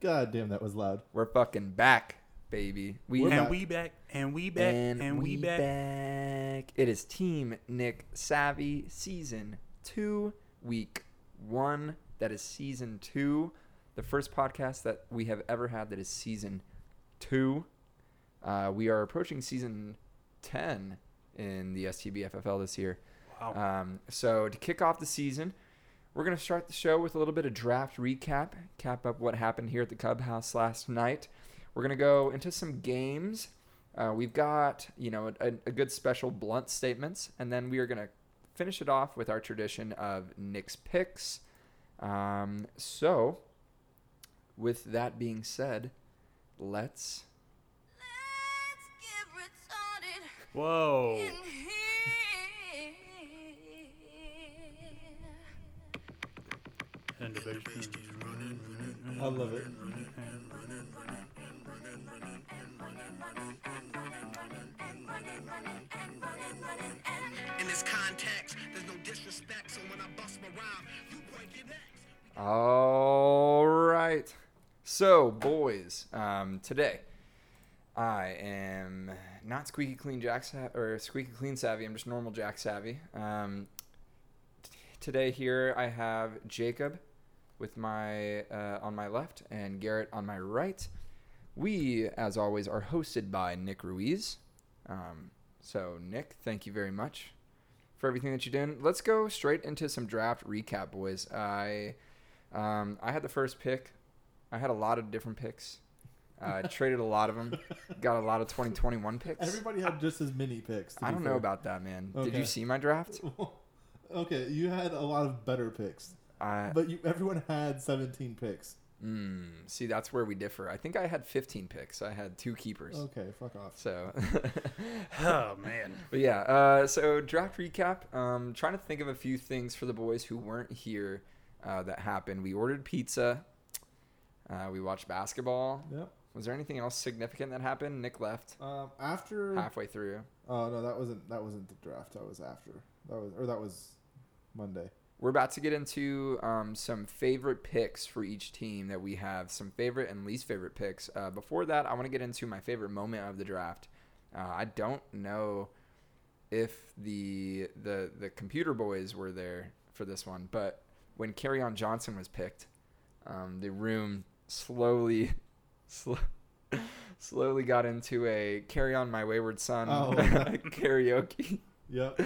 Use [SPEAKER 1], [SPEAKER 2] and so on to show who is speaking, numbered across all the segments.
[SPEAKER 1] God damn, that was loud.
[SPEAKER 2] We're fucking back, baby. We
[SPEAKER 1] We're
[SPEAKER 2] and,
[SPEAKER 1] back.
[SPEAKER 3] and we back, and we back, and, we, back.
[SPEAKER 2] back. It is Team Nick Savvy season two, week one. That is season two, the first podcast that we have ever had that is season two. Uh, we are approaching season ten in the STB FFL this year.
[SPEAKER 3] Wow.
[SPEAKER 2] Um, so to kick off the season, we're gonna start the show with a little bit of draft recap, cap up what happened here at the Cub House last night. We're gonna go into some games. Uh, we've got you know a, a good special blunt statements, and then we are gonna finish it off with our tradition of Nick's picks. Um, so, with that being said, let's
[SPEAKER 4] Let's get retarded
[SPEAKER 3] Whoa.
[SPEAKER 4] in here.
[SPEAKER 3] And the bass-
[SPEAKER 1] I love it.
[SPEAKER 5] In this context, there's no disrespect, so when I bust my rhyme, you break your necks.
[SPEAKER 2] All right. So, boys, um, today I am not squeaky clean Jack Sa- or squeaky clean savvy. I'm just normal Jack savvy. Um, t- today here I have Jacob with my uh, on my left and Garrett on my right. We, as always, are hosted by Nick Ruiz. Um, so, Nick, thank you very much for everything that you did. Let's go straight into some draft recap, boys. I um, I had the first pick. I had a lot of different picks. Uh, traded a lot of them. Got a lot of 2021 picks.
[SPEAKER 1] Everybody had just as many picks. to
[SPEAKER 2] I
[SPEAKER 1] be
[SPEAKER 2] don't know about that, man. Did
[SPEAKER 1] Okay.
[SPEAKER 2] you see my draft?
[SPEAKER 1] fair. okay, you had a lot of better picks,
[SPEAKER 2] I
[SPEAKER 1] but you, everyone had 17 picks.
[SPEAKER 2] mm, see. That's where we differ. I think I had 15 picks. I had two keepers.
[SPEAKER 1] Okay, fuck off.
[SPEAKER 2] So,
[SPEAKER 3] Oh man.
[SPEAKER 2] but yeah. Uh, so draft recap. Um, trying to think of a few things for the boys who weren't here uh, that happened. We ordered pizza. Uh, we watched basketball.
[SPEAKER 1] Yep.
[SPEAKER 2] Was there anything else significant that happened? Nick left
[SPEAKER 1] Um, after.
[SPEAKER 2] halfway through.
[SPEAKER 1] Oh no, that wasn't that wasn't the draft. That was after. That was or that was Monday.
[SPEAKER 2] We're about to get into um, some favorite picks for each team that we have, some favorite and least favorite picks. Uh, before that, I want to get into my favorite moment of the draft. Uh, I don't know if the the the computer boys were there for this one, but when Carry On Johnson was picked, um, the room slowly, sl- slowly got into a Carry On My Wayward Son
[SPEAKER 1] Oh.
[SPEAKER 2] karaoke
[SPEAKER 1] Yep.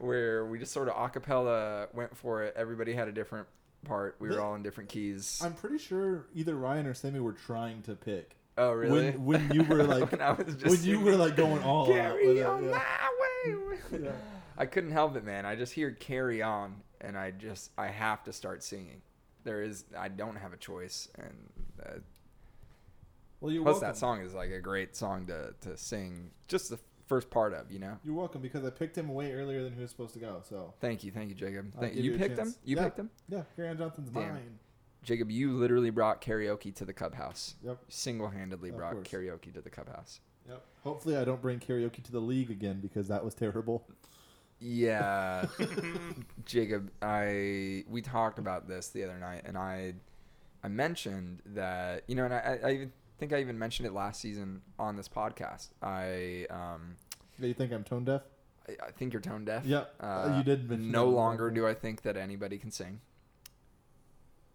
[SPEAKER 2] where we just sort of acapella went for it. Everybody had a different part. We were all in different keys.
[SPEAKER 1] I'm pretty sure either Ryan or Sammy were trying to pick.
[SPEAKER 2] oh, really?
[SPEAKER 1] When when you were like
[SPEAKER 2] When I was just
[SPEAKER 1] when you were like going all out with
[SPEAKER 2] carry
[SPEAKER 1] it,
[SPEAKER 2] on
[SPEAKER 1] yeah.
[SPEAKER 2] my way.
[SPEAKER 1] Yeah.
[SPEAKER 2] I couldn't help it, man. I just hear carry on, and I just I have to start singing. There is I don't have a choice, and uh,
[SPEAKER 1] Well, you're
[SPEAKER 2] plus
[SPEAKER 1] welcome.
[SPEAKER 2] that song is like a great song to to sing. Just the first part of, you know.
[SPEAKER 1] You're welcome because I picked him way earlier than he was supposed to go. So
[SPEAKER 2] Thank you, thank you, Jacob.
[SPEAKER 1] I'll
[SPEAKER 2] Thank,
[SPEAKER 1] give
[SPEAKER 2] you
[SPEAKER 1] a
[SPEAKER 2] picked him.
[SPEAKER 1] chance.
[SPEAKER 2] You
[SPEAKER 1] yeah.
[SPEAKER 2] picked him.
[SPEAKER 1] Yeah, Karen Johnson's
[SPEAKER 2] Damn.
[SPEAKER 1] mine.
[SPEAKER 2] Jacob, you literally brought karaoke to the Cub House.
[SPEAKER 1] Yep.
[SPEAKER 2] Single-handedly
[SPEAKER 1] Of
[SPEAKER 2] brought
[SPEAKER 1] course.
[SPEAKER 2] karaoke to the Cub House.
[SPEAKER 1] Yep. Hopefully, I don't bring karaoke to the league again because that was terrible.
[SPEAKER 2] Yeah, Jacob, I we talked about this the other night, and I I mentioned that you know, and I I, I even think I even mentioned it last season on this podcast. I um
[SPEAKER 1] Yeah, you think I'm tone deaf?
[SPEAKER 2] I, I think you're tone deaf.
[SPEAKER 1] Yep, uh, you did mention
[SPEAKER 2] No
[SPEAKER 1] that.
[SPEAKER 2] longer do I think that anybody can sing.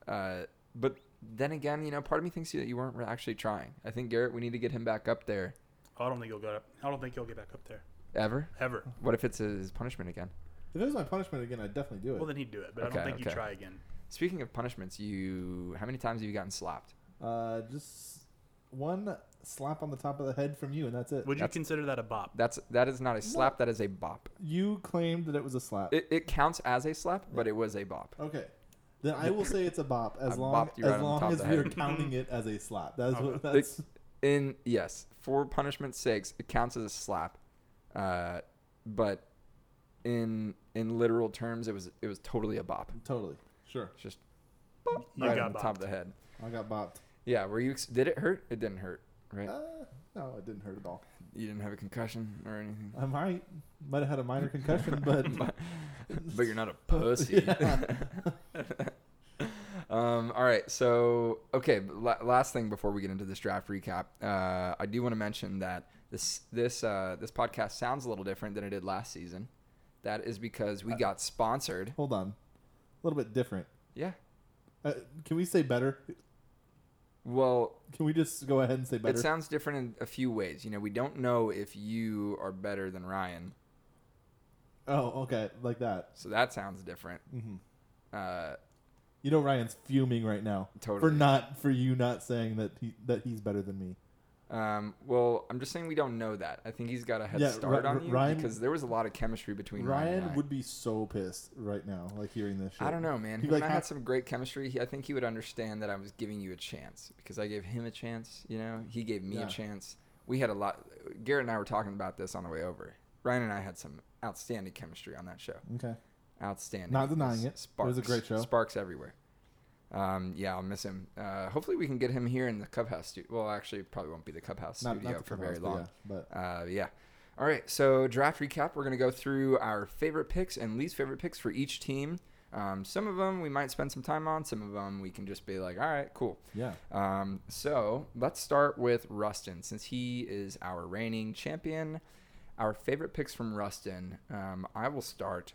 [SPEAKER 2] Uh, but then again, you know, part of me thinks that you weren't re- actually trying. I think Garrett, we need to get him back up there.
[SPEAKER 3] I don't think he'll get up. I don't think he'll get back up there
[SPEAKER 2] Ever?
[SPEAKER 3] ever.
[SPEAKER 2] What if it's his punishment again?
[SPEAKER 1] If it was my punishment again, I'd definitely do it.
[SPEAKER 3] Well, then he'd do it, but I
[SPEAKER 2] Okay,
[SPEAKER 3] don't think
[SPEAKER 2] okay.
[SPEAKER 3] he'd try again.
[SPEAKER 2] Speaking of punishments, you how many times have you gotten slapped?
[SPEAKER 1] uh, just one slap on the top of the head from you, and that's it.
[SPEAKER 3] Would you
[SPEAKER 2] That's-
[SPEAKER 3] consider that a bop?
[SPEAKER 2] That's that is not a slap. That is a bop.
[SPEAKER 1] you claimed that it was a slap.
[SPEAKER 2] It, it counts as a slap, but it was a bop.
[SPEAKER 1] okay. Then I will say it's a bop as
[SPEAKER 2] I
[SPEAKER 1] long
[SPEAKER 2] bopped
[SPEAKER 1] as
[SPEAKER 2] you right on the top
[SPEAKER 1] long
[SPEAKER 2] of
[SPEAKER 1] as
[SPEAKER 2] the
[SPEAKER 1] we are
[SPEAKER 2] head. Mm-hmm. Oh,
[SPEAKER 1] counting it as a slap. That's what
[SPEAKER 2] It-
[SPEAKER 1] that's
[SPEAKER 2] in yes, for punishment's sakes, it counts as a slap, uh, but in in literal terms, it was it was totally a bop.
[SPEAKER 1] totally sure.
[SPEAKER 2] It's just bop
[SPEAKER 3] You
[SPEAKER 2] right
[SPEAKER 3] got
[SPEAKER 2] on the top of
[SPEAKER 3] bopped.
[SPEAKER 2] the head.
[SPEAKER 1] I got bopped.
[SPEAKER 2] Yeah, were you ex- did it hurt? It didn't hurt, right?
[SPEAKER 1] Uh, no, it didn't hurt at all.
[SPEAKER 2] You didn't have a concussion or anything.
[SPEAKER 1] I might might have had a minor concussion, but
[SPEAKER 2] but you're not a pussy. um, all All right. So, okay. but La- last thing before we get into this draft recap, uh, I do want to mention that this this uh, this podcast sounds a little different than it did last season. That is because
[SPEAKER 1] Uh,
[SPEAKER 2] we got sponsored.
[SPEAKER 1] Hold on, a little bit different.
[SPEAKER 2] Yeah.
[SPEAKER 1] Uh, can we say better?
[SPEAKER 2] Well,
[SPEAKER 1] Can we just go ahead and say better?
[SPEAKER 2] it sounds different in a few ways. You know, we don't know if you are better than Ryan,
[SPEAKER 1] oh, okay, like that.
[SPEAKER 2] so that sounds different.
[SPEAKER 1] Mhm.
[SPEAKER 2] Uh,
[SPEAKER 1] You know Ryan's fuming right now
[SPEAKER 2] Totally.
[SPEAKER 1] for not for you not saying that he that he's better than me.
[SPEAKER 2] um, well, I'm just saying we don't know that. I think he's got a head
[SPEAKER 1] Yeah,
[SPEAKER 2] start
[SPEAKER 1] Ri-
[SPEAKER 2] on
[SPEAKER 1] Ri-
[SPEAKER 2] you
[SPEAKER 1] Ryan-
[SPEAKER 2] because there was a lot of chemistry between Ryan.
[SPEAKER 1] Ryan
[SPEAKER 2] and I.
[SPEAKER 1] would be so pissed right now, like hearing this. Shit.
[SPEAKER 2] I don't know, man.
[SPEAKER 1] He'd
[SPEAKER 2] He
[SPEAKER 1] be
[SPEAKER 2] and
[SPEAKER 1] like,
[SPEAKER 2] I
[SPEAKER 1] "How-
[SPEAKER 2] had some great chemistry. He, I think he would understand that I was giving you a chance because I gave him a chance. You know, he gave me
[SPEAKER 1] Yeah.
[SPEAKER 2] a chance. We had a lot. Garrett and I were talking about this on the way over. Ryan and I had some outstanding chemistry on that show.
[SPEAKER 1] Okay,
[SPEAKER 2] Outstanding.
[SPEAKER 1] Not denying
[SPEAKER 2] S-
[SPEAKER 1] it. It was a great show.
[SPEAKER 2] Sparks everywhere. Um, yeah, I'll miss him. Uh, hopefully, we can get him here in the Clubhouse studio. Well, actually, it probably won't be the Clubhouse
[SPEAKER 1] not,
[SPEAKER 2] studio
[SPEAKER 1] not the
[SPEAKER 2] for
[SPEAKER 1] Cubs,
[SPEAKER 2] very
[SPEAKER 1] but
[SPEAKER 2] long.
[SPEAKER 1] yeah, but
[SPEAKER 2] Uh, yeah. All right. So draft recap. We're gonna go through our favorite picks and least favorite picks for each team. Um, some of them we might spend some time on. Some of them we can just be like, all right, cool.
[SPEAKER 1] yeah,
[SPEAKER 2] Um, so let's start with Rustin, since he is our reigning champion. Our favorite picks from Rustin. Um, I will start.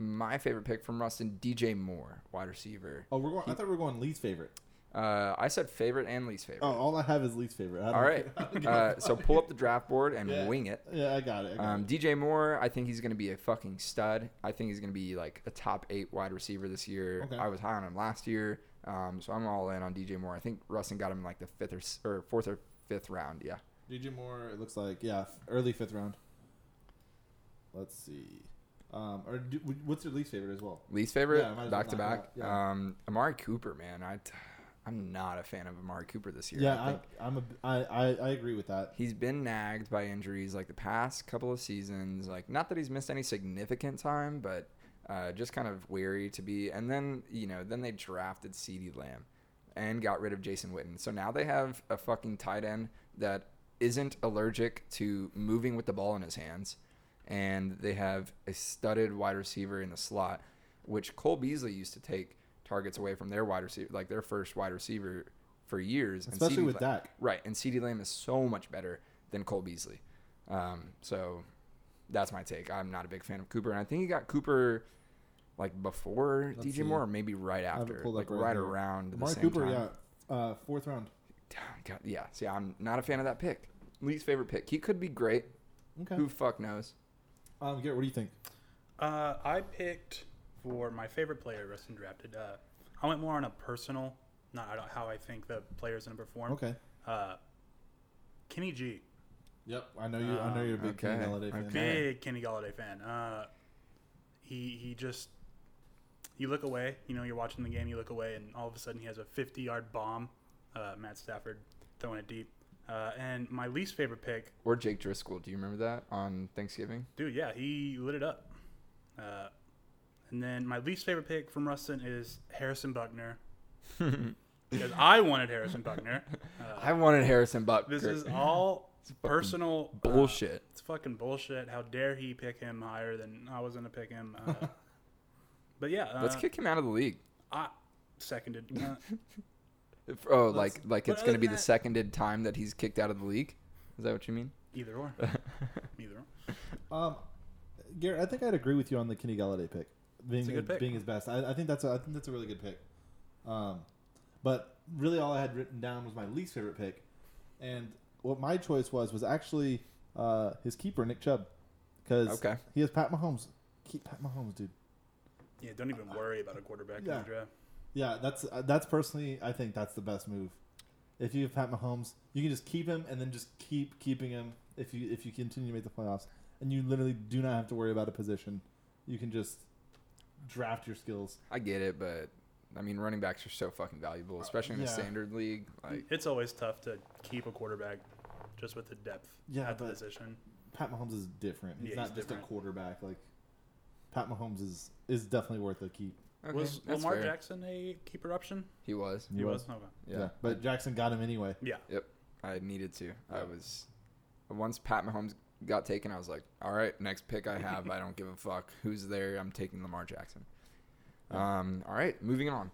[SPEAKER 2] My favorite pick from Rustin, DJ Moore, wide receiver.
[SPEAKER 1] Oh, we're going. I thought we were going least favorite.
[SPEAKER 2] Uh, I said favorite and least favorite.
[SPEAKER 1] Oh, all I have is least favorite. I don't
[SPEAKER 2] all right.
[SPEAKER 1] know.
[SPEAKER 2] Uh, so pull up the draft board and
[SPEAKER 1] Yeah.
[SPEAKER 2] wing it.
[SPEAKER 1] yeah, I got it. I got
[SPEAKER 2] Um,
[SPEAKER 1] it.
[SPEAKER 2] DJ Moore, I think he's going to be a fucking stud. I think he's going to be like a top eight wide receiver this year.
[SPEAKER 1] Okay.
[SPEAKER 2] I was high on him last year, um, so I'm all in on DJ Moore. I think Rustin got him in like the fifth or, s- or fourth or fifth round. Yeah,
[SPEAKER 1] DJ Moore, it looks like yeah, f- early fifth round. Let's see. Um, or do, w- what's your least favorite as well?
[SPEAKER 2] least favorite
[SPEAKER 1] Yeah, might as well
[SPEAKER 2] back to
[SPEAKER 1] knock it
[SPEAKER 2] back.
[SPEAKER 1] out, yeah.
[SPEAKER 2] Um, Amari Cooper, man, I am not a fan of Amari Cooper this year.
[SPEAKER 1] yeah,
[SPEAKER 2] I
[SPEAKER 1] I
[SPEAKER 2] think
[SPEAKER 1] I'm a, I, I, I agree with that.
[SPEAKER 2] he's been nagged by injuries like the past couple of seasons. Like, not that he's missed any significant time, but uh, just kind of weary to be. And then, you know, then they drafted CeeDee Lamb and got rid of Jason Witten. So now they have a fucking tight end that isn't allergic to moving with the ball in his hands. And they have a studded wide receiver in the slot, which Cole Beasley used to take targets away from their wide receiver, like their first wide receiver for years. And
[SPEAKER 1] Especially
[SPEAKER 2] CeeDee
[SPEAKER 1] with
[SPEAKER 2] Lam-
[SPEAKER 1] Dak.
[SPEAKER 2] Right, and CeeDee Lamb is so much better than Cole Beasley. Um, so that's my take. I'm not a big fan of Cooper, and I think he got Cooper like before
[SPEAKER 1] Let's
[SPEAKER 2] DJ
[SPEAKER 1] see.
[SPEAKER 2] Moore, or maybe right
[SPEAKER 1] I have it
[SPEAKER 2] after,
[SPEAKER 1] pulled
[SPEAKER 2] like
[SPEAKER 1] up
[SPEAKER 2] right,
[SPEAKER 1] right here.
[SPEAKER 2] around the
[SPEAKER 1] Amari
[SPEAKER 2] same
[SPEAKER 1] Cooper,
[SPEAKER 2] time.
[SPEAKER 1] yeah, uh, fourth round.
[SPEAKER 2] God, yeah, see, I'm not a fan of that pick. Least favorite pick. He could be great.
[SPEAKER 1] Okay.
[SPEAKER 2] Who fuck knows?
[SPEAKER 1] Um, Garrett, what do you think?
[SPEAKER 3] Uh, I picked for my favorite player Rustin drafted. Uh, I went more on a personal, not I don't- how I think the player's going to perform.
[SPEAKER 1] Okay.
[SPEAKER 3] Uh, Kenny G.
[SPEAKER 1] Yep. I know you. I know you're a big
[SPEAKER 2] Okay,
[SPEAKER 1] Kenny Galladay fan.
[SPEAKER 2] okay.
[SPEAKER 3] Big Kenny Galladay fan. Uh, he he just you look away. You know, you're watching the game. You look away, and all of a sudden he has a 50 yard bomb. Uh, Matt Stafford throwing it deep. Uh, and my least favorite pick,
[SPEAKER 2] Or Jake Driscoll. Do you remember that on Thanksgiving?
[SPEAKER 3] dude. Yeah, he lit it up. Uh, and then my least favorite pick from Rustin is Harrison Buckner. because I wanted Harrison Buckner. Uh,
[SPEAKER 2] I wanted Harrison Buck.
[SPEAKER 3] this is all personal uh,
[SPEAKER 2] bullshit.
[SPEAKER 3] It's fucking bullshit. How dare he pick him higher than I was gonna pick him? Uh, but yeah, uh,
[SPEAKER 2] Let's kick him out of the league.
[SPEAKER 3] I seconded. Uh,
[SPEAKER 2] If- Oh, like like
[SPEAKER 3] but
[SPEAKER 2] it's gonna
[SPEAKER 3] other
[SPEAKER 2] be
[SPEAKER 3] than
[SPEAKER 2] the
[SPEAKER 3] that-
[SPEAKER 2] seconded time that he's kicked out of the league. Is that what you mean?
[SPEAKER 3] either or, either or.
[SPEAKER 1] Um, Garrett, I think I'd agree with you on the Kenny Galladay pick being
[SPEAKER 3] It's a good pick.
[SPEAKER 1] being his best. I, I think that's a, I think that's a really good pick. Um, but really, all I had written down was my least favorite pick, and what my choice was was actually uh, his keeper Nick Chubb, because
[SPEAKER 2] Okay.
[SPEAKER 1] he has Pat Mahomes. Keep Pat Mahomes, dude.
[SPEAKER 3] Yeah, don't even worry about a quarterback in
[SPEAKER 1] Yeah.
[SPEAKER 3] the draft.
[SPEAKER 1] Yeah, that's uh, that's personally, I think that's the best move. If you have Pat Mahomes, you can just keep him and then just keep keeping him. If you if you continue to make the playoffs, and you literally do not have to worry about a position, you can just draft your skills.
[SPEAKER 2] I get it, but I mean, running backs are so fucking
[SPEAKER 3] Uh,
[SPEAKER 2] valuable, especially in the
[SPEAKER 1] yeah.
[SPEAKER 2] standard league. Like,
[SPEAKER 3] It's always tough to keep a quarterback just with the depth
[SPEAKER 1] Yeah,
[SPEAKER 3] at the
[SPEAKER 1] but-
[SPEAKER 3] position.
[SPEAKER 1] Pat Mahomes is different. He's
[SPEAKER 3] Yeah,
[SPEAKER 1] not
[SPEAKER 3] he's
[SPEAKER 1] just
[SPEAKER 3] different.
[SPEAKER 1] a quarterback. Like Pat Mahomes is is definitely worth a keep.
[SPEAKER 2] okay,
[SPEAKER 3] was
[SPEAKER 2] that's
[SPEAKER 3] Lamar
[SPEAKER 2] fair.
[SPEAKER 3] Jackson a keeper option?
[SPEAKER 2] He was.
[SPEAKER 3] He was. Okay.
[SPEAKER 2] Yeah.
[SPEAKER 1] but Jackson got him anyway.
[SPEAKER 3] Yeah.
[SPEAKER 2] Yep. I needed to. I was. Once Pat Mahomes got taken, I was like, all right, next pick I have. I don't give a fuck who's there. I'm taking Lamar Jackson. Um, all right, moving on.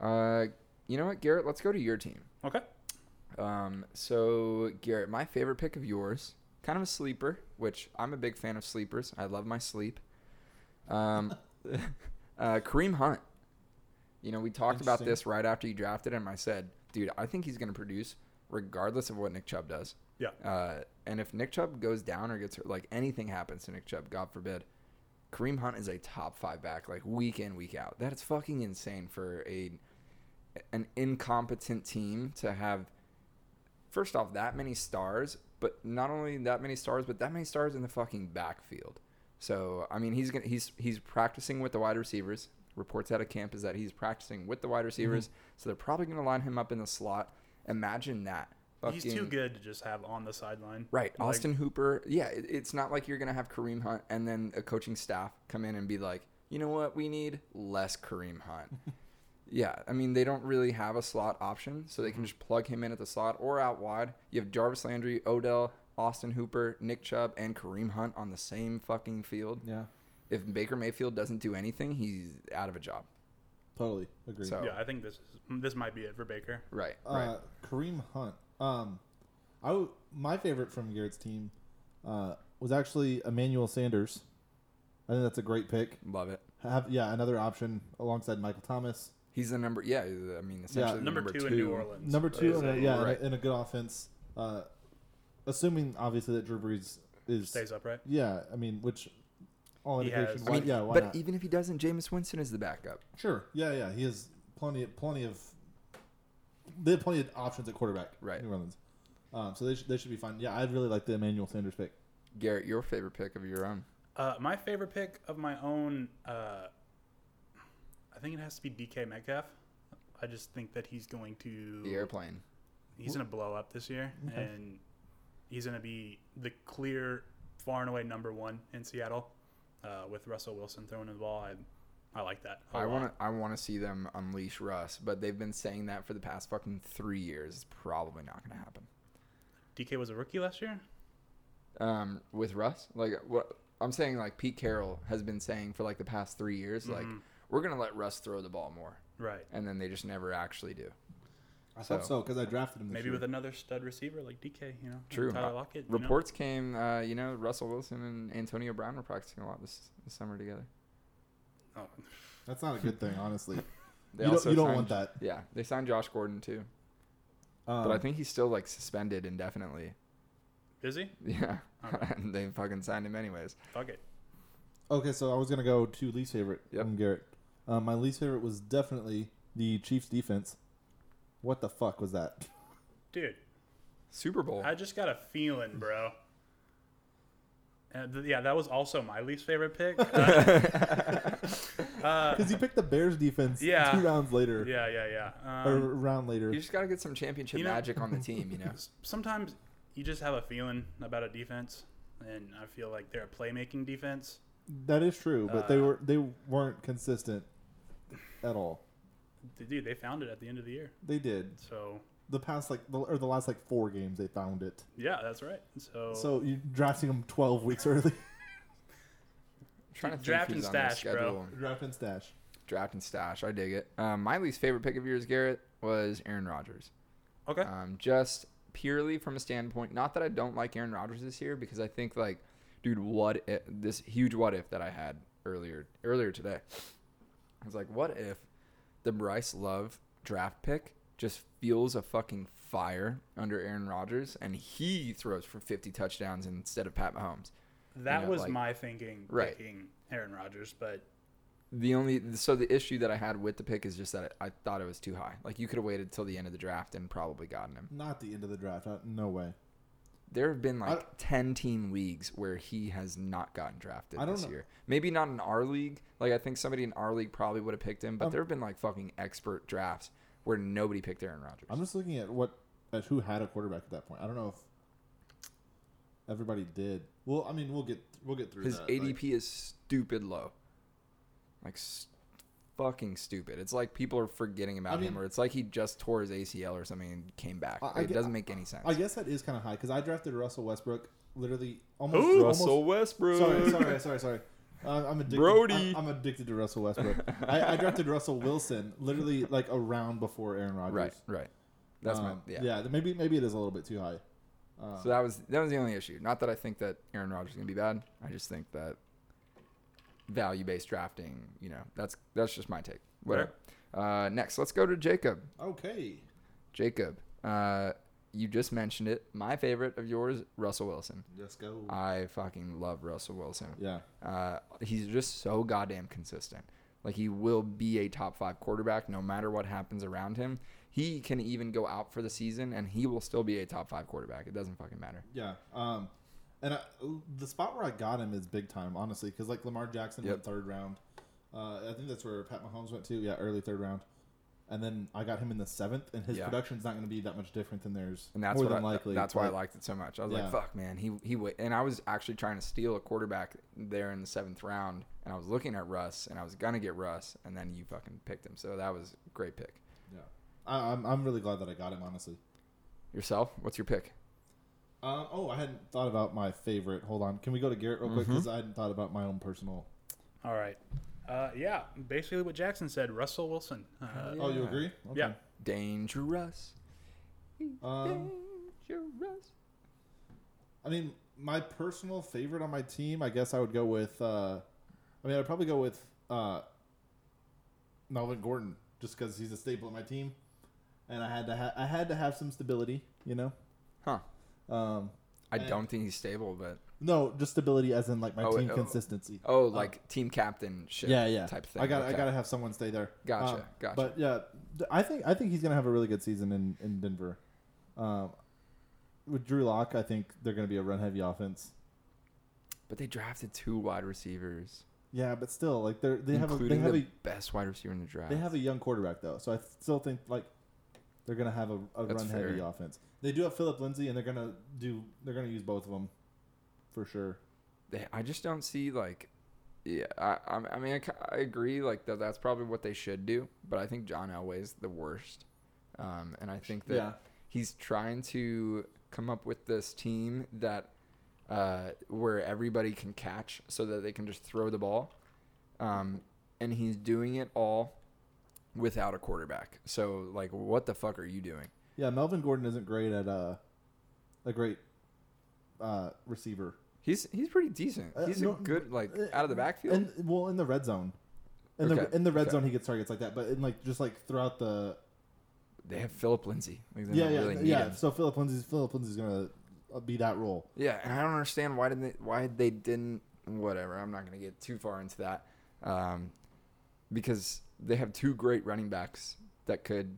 [SPEAKER 2] Uh, you know what, Garrett? Let's go to your team.
[SPEAKER 3] Okay.
[SPEAKER 2] Um, so Garrett, my favorite pick of yours, kind of a sleeper, which I'm a big fan of sleepers. I love my sleep. Um, uh, Kareem Hunt. You know, we talked about
[SPEAKER 1] Interesting.
[SPEAKER 2] this right after you drafted him. I said, dude, I think he's going to produce regardless of what Nick Chubb does.
[SPEAKER 3] Yeah.
[SPEAKER 2] Uh, and if Nick Chubb goes down or gets hurt, like anything happens to Nick Chubb, God forbid, Kareem Hunt is a top five back, like week in, week out. That is fucking insane for a an incompetent team to have first off that many stars, but not only that many stars, but that many stars in the fucking backfield. So I mean, he's gonna, he's he's practicing with the wide receivers. Reports out of camp is that he's practicing with the wide receivers,
[SPEAKER 3] Mm-hmm.
[SPEAKER 2] so they're probably gonna line him up in the slot. Imagine that.
[SPEAKER 3] He's
[SPEAKER 2] Fucking-
[SPEAKER 3] too good to just have on the sideline.
[SPEAKER 2] Right,
[SPEAKER 3] Like,
[SPEAKER 2] Austin Hooper. Yeah, it, it's not like you're gonna have Kareem Hunt and then a coaching staff come in and be like, you know what, we need less Kareem Hunt. yeah, I mean they don't really have a slot option, so they can just plug him in at the slot or out wide. You have Jarvis Landry, Odell, Austin Hooper, Nick Chubb, and Kareem Hunt on the same fucking field.
[SPEAKER 1] Yeah,
[SPEAKER 2] If Baker Mayfield doesn't do anything, he's out of a job.
[SPEAKER 1] totally agree.
[SPEAKER 2] So
[SPEAKER 3] Yeah, I think this is, this might be it for Baker.
[SPEAKER 2] right, right.
[SPEAKER 1] uh, Kareem Hunt. Um, I w- my favorite from Garrett's team uh, was actually Emmanuel Sanders. I think that's a great pick.
[SPEAKER 2] Love it.
[SPEAKER 1] Have yeah, another option alongside Michael Thomas.
[SPEAKER 2] He's the number. Yeah, I mean essentially the
[SPEAKER 3] Number, two, in New Orleans.
[SPEAKER 1] Number two,
[SPEAKER 3] Is
[SPEAKER 1] in a,
[SPEAKER 3] it-
[SPEAKER 1] yeah, in a-
[SPEAKER 2] right.
[SPEAKER 1] in, a, good offense. Uh, assuming obviously that Drew Brees is
[SPEAKER 3] stays upright.
[SPEAKER 1] yeah, I mean, which all
[SPEAKER 3] He
[SPEAKER 1] indication,
[SPEAKER 3] has-
[SPEAKER 1] why,
[SPEAKER 2] I mean,
[SPEAKER 1] yeah, why
[SPEAKER 2] but
[SPEAKER 1] not?
[SPEAKER 2] even if he doesn't, Jameis Winston is the backup.
[SPEAKER 1] Sure. Yeah, yeah. He has plenty of plenty of they have plenty of options at quarterback.
[SPEAKER 2] Right.
[SPEAKER 1] New Orleans. Um, so they should, they should be fine. Yeah, I'd really like the Emmanuel Sanders pick.
[SPEAKER 2] Garrett, your favorite pick of your own.
[SPEAKER 3] Uh, my favorite pick of my own, uh, I think it has to be DK Metcalf. I just think that he's going to
[SPEAKER 2] The airplane.
[SPEAKER 3] he's going to blow up this year, and he's going to be the clear, far and away number one in Seattle uh, with Russell Wilson throwing the ball. I, I like that. a
[SPEAKER 2] I
[SPEAKER 3] lot.
[SPEAKER 2] want to. I want to see them unleash Russ, but they've been saying that for the past fucking three years. It's probably not going to happen.
[SPEAKER 3] DK was a rookie last year.
[SPEAKER 2] Um, with Russ, like what I'm saying, like Pete Carroll has been saying for like the past three years, like
[SPEAKER 3] Mm-hmm.
[SPEAKER 2] we're going to let Russ throw the ball more,
[SPEAKER 3] Right.
[SPEAKER 2] and then they just never actually do.
[SPEAKER 1] I
[SPEAKER 2] So-
[SPEAKER 1] hope so because I drafted him. This
[SPEAKER 3] Maybe
[SPEAKER 1] year.
[SPEAKER 3] with another stud receiver like DK, you know.
[SPEAKER 2] True.
[SPEAKER 3] Tyler
[SPEAKER 2] Uh,
[SPEAKER 3] Lockett. you know?
[SPEAKER 2] Reports came, uh, you know, Russell Wilson and Antonio Brown were practicing a lot this, this summer together.
[SPEAKER 3] Oh,
[SPEAKER 1] That's not a good thing, honestly.
[SPEAKER 2] They
[SPEAKER 1] You don't- you don't
[SPEAKER 2] signed-
[SPEAKER 1] want that.
[SPEAKER 2] Yeah, they signed Josh Gordon too,
[SPEAKER 1] Um,
[SPEAKER 2] but I think he's still like suspended indefinitely.
[SPEAKER 3] Is he?
[SPEAKER 2] Yeah,
[SPEAKER 3] Okay.
[SPEAKER 2] and they fucking signed him anyways.
[SPEAKER 3] Fuck it.
[SPEAKER 1] okay, so I was gonna go to least favorite
[SPEAKER 2] Yep.
[SPEAKER 1] from Garrett. Um, my least favorite was definitely the Chiefs defense. What the fuck was that?
[SPEAKER 3] Dude,
[SPEAKER 2] Super Bowl.
[SPEAKER 3] I just got a feeling, bro. And th- yeah, that was also my least favorite pick. Uh,
[SPEAKER 1] Because you picked the Bears defense
[SPEAKER 3] Yeah.
[SPEAKER 1] two rounds later
[SPEAKER 3] yeah, yeah, yeah.
[SPEAKER 1] or a
[SPEAKER 3] Um,
[SPEAKER 1] round later.
[SPEAKER 2] You just got to get some championship
[SPEAKER 3] You know-
[SPEAKER 2] magic on the team, you know.
[SPEAKER 3] s- sometimes you just have a feeling about a defense, and I feel like they're a playmaking defense.
[SPEAKER 1] That is true, but they
[SPEAKER 3] Uh,
[SPEAKER 1] were they weren't consistent at all.
[SPEAKER 3] Dude, they found it at the end of the year.
[SPEAKER 1] They did.
[SPEAKER 3] So,
[SPEAKER 1] the past like the, or the last like four games they found it.
[SPEAKER 3] yeah, that's right. So,
[SPEAKER 1] So you drafting them twelve weeks early.
[SPEAKER 2] I'm trying to think
[SPEAKER 3] Draft and
[SPEAKER 2] who's on their
[SPEAKER 3] stash, bro.
[SPEAKER 2] schedule.
[SPEAKER 1] Draft and stash.
[SPEAKER 2] Draft and stash. I dig it. Um, my least favorite pick of yours, Garrett, was Aaron Rodgers.
[SPEAKER 3] okay.
[SPEAKER 2] Um, just purely from a standpoint, not that I don't like Aaron Rodgers this year, because I think like, dude, what if, this huge what if that I had earlier earlier today. I was like, what if the Bryce Love draft pick just fuels a fucking fire under Aaron Rodgers and he throws for 50 touchdowns instead of Pat Mahomes.
[SPEAKER 3] that
[SPEAKER 2] you know,
[SPEAKER 3] was
[SPEAKER 2] like-
[SPEAKER 3] my thinking
[SPEAKER 2] Right.
[SPEAKER 3] picking Aaron Rodgers, but
[SPEAKER 2] The only so the issue that I had with the pick is just that I thought it was too high. Like you could have waited till the end of the draft and probably gotten him.
[SPEAKER 1] Not the end of the draft. Uh, no way.
[SPEAKER 2] There have been like
[SPEAKER 1] I-
[SPEAKER 2] 10 team leagues where he has not gotten drafted
[SPEAKER 1] I don't
[SPEAKER 2] this
[SPEAKER 1] know.
[SPEAKER 2] year. Maybe not in our league. Like I think somebody in our league probably would have picked him, but there have been like fucking expert drafts where nobody picked Aaron Rodgers.
[SPEAKER 1] I'm just looking at what at who had a quarterback at that point. I don't know if everybody did. Well, I mean, we'll get we'll get through
[SPEAKER 2] His
[SPEAKER 1] that.
[SPEAKER 2] ADP
[SPEAKER 1] Like,
[SPEAKER 2] is stupid low. Like s fucking stupid. It's like people are forgetting about
[SPEAKER 1] mean-
[SPEAKER 2] him or it's like he just tore his ACL or something and came back.
[SPEAKER 1] I- I
[SPEAKER 2] it
[SPEAKER 1] get-
[SPEAKER 2] doesn't make any sense.
[SPEAKER 1] I guess that is kind of high because I drafted Russell Westbrook literally almost
[SPEAKER 3] Who?
[SPEAKER 1] almost-
[SPEAKER 2] Russell Westbrook.
[SPEAKER 1] Sorry, sorry, sorry, sorry. I'm, I'm addicted.
[SPEAKER 2] Brody.
[SPEAKER 1] I'm, I'm addicted to Russell Westbrook. I, I drafted Russell Wilson literally like a round before Aaron Rodgers.
[SPEAKER 2] Right, right. That's
[SPEAKER 1] Um,
[SPEAKER 2] my yeah.
[SPEAKER 1] th- Maybe maybe it is a little bit too high. Uh,
[SPEAKER 2] So that was that was the only issue. Not that I think that Aaron Rodgers is gonna be bad. I just think that value based drafting, you know, that's that's just my take. Whatever. Uh, next, let's go to Jacob.
[SPEAKER 1] okay.
[SPEAKER 2] Jacob, uh, you just mentioned it. My favorite of yours, Russell Wilson.
[SPEAKER 1] Let's go.
[SPEAKER 2] I fucking love Russell Wilson.
[SPEAKER 1] yeah.
[SPEAKER 2] Uh, he's just so goddamn consistent. Like he will be a top five quarterback no matter what happens around him. He can even go out for the season and he will still be a top five quarterback. It doesn't fucking matter.
[SPEAKER 1] Yeah. Um, and I, the spot where I got him is big time, honestly, because like Lamar Jackson
[SPEAKER 2] Yep.
[SPEAKER 1] went third round. Uh, I think that's where Pat Mahomes went to. Yeah, early third round. And then I got him in the seventh, and his
[SPEAKER 2] Yeah.
[SPEAKER 1] production's not going to be that much different than theirs.
[SPEAKER 2] And that's
[SPEAKER 1] more
[SPEAKER 2] what
[SPEAKER 1] than
[SPEAKER 2] I,
[SPEAKER 1] likely.
[SPEAKER 2] that's why I
[SPEAKER 1] but-
[SPEAKER 2] liked it so much. I was
[SPEAKER 1] Yeah.
[SPEAKER 2] like, "Fuck, man!" He he wa- and I was actually trying to steal a quarterback there in the seventh round, and I was looking at Russ, and I was gonna get Russ, and then you fucking picked him. So that was a great pick.
[SPEAKER 1] Yeah. I, I'm, I'm really glad that I got him, honestly.
[SPEAKER 2] Yourself, what's your pick?
[SPEAKER 1] Um, oh, I hadn't thought about my favorite. Hold on. Can we go to Garrett real quick?
[SPEAKER 2] Mm-hmm.
[SPEAKER 1] 'Cause quick? Because I hadn't thought about my own personal.
[SPEAKER 3] All right. Uh, yeah, basically what Jackson said. Russell Wilson. Uh,
[SPEAKER 2] yeah.
[SPEAKER 1] Oh, you agree?
[SPEAKER 3] Yeah.
[SPEAKER 2] Dangerous,
[SPEAKER 1] Um,
[SPEAKER 2] dangerous.
[SPEAKER 1] I mean, my personal favorite on my team, I guess I would go with. Uh, I mean, I'd probably go with uh, Melvin Gordon just because he's a staple of my team, and I had to ha- I had to have some stability, you know.
[SPEAKER 2] Huh?
[SPEAKER 1] Um,
[SPEAKER 2] I
[SPEAKER 1] And-
[SPEAKER 2] don't think he's stable, but
[SPEAKER 1] no, just stability as in like my
[SPEAKER 2] Oh,
[SPEAKER 1] team
[SPEAKER 2] oh.
[SPEAKER 1] consistency.
[SPEAKER 2] oh, like team captain shit.
[SPEAKER 1] yeah, yeah,
[SPEAKER 2] Type thing.
[SPEAKER 1] I got to I
[SPEAKER 2] Okay.
[SPEAKER 1] got to have someone stay there.
[SPEAKER 2] Gotcha,
[SPEAKER 1] Um,
[SPEAKER 2] gotcha.
[SPEAKER 1] But yeah, th- I think I think he's gonna have a really good season in in Denver. Um, with Drew Lock, I think they're gonna be a run heavy offense.
[SPEAKER 2] But they drafted two wide receivers,
[SPEAKER 1] Yeah, but still, like they're they have a, they
[SPEAKER 2] including
[SPEAKER 1] have
[SPEAKER 2] the
[SPEAKER 1] a
[SPEAKER 2] best wide receiver in the draft.
[SPEAKER 1] They have a young quarterback though, so I still think like they're gonna have a, a
[SPEAKER 2] That's
[SPEAKER 1] run heavy
[SPEAKER 2] fair.
[SPEAKER 1] offense. They do have Philip Lindsay, and they're gonna do they're gonna use both of them for sure.
[SPEAKER 2] they, I just don't see like, yeah. I I, I mean I, ki- I agree like that. That's probably what they should do. But I think John Elway's the worst, um, and I think that
[SPEAKER 1] Yeah.
[SPEAKER 2] he's trying to come up with this team that uh, where everybody can catch so that they can just throw the ball, um, and he's doing it all without a quarterback. So like, what the fuck are you doing?
[SPEAKER 1] Yeah, Melvin Gordon isn't great at uh, a great uh, receiver.
[SPEAKER 2] He's he's pretty decent.
[SPEAKER 1] Uh,
[SPEAKER 2] He's
[SPEAKER 1] no,
[SPEAKER 2] a good like
[SPEAKER 1] uh,
[SPEAKER 2] out of the backfield.
[SPEAKER 1] And well, in the red zone, in the
[SPEAKER 2] Okay,
[SPEAKER 1] in the red
[SPEAKER 2] okay.
[SPEAKER 1] zone, he gets targets like that. But in like just like throughout the
[SPEAKER 2] they have Philip Lindsay. Like, they
[SPEAKER 1] yeah
[SPEAKER 2] don't
[SPEAKER 1] yeah
[SPEAKER 2] really need
[SPEAKER 1] yeah.
[SPEAKER 2] him.
[SPEAKER 1] So Philip Lindsay's Philip Lindsay's gonna uh, be that role.
[SPEAKER 2] Yeah, and I don't understand why did they why they didn't whatever. I'm not going to get too far into that, um, because they have two great running backs that could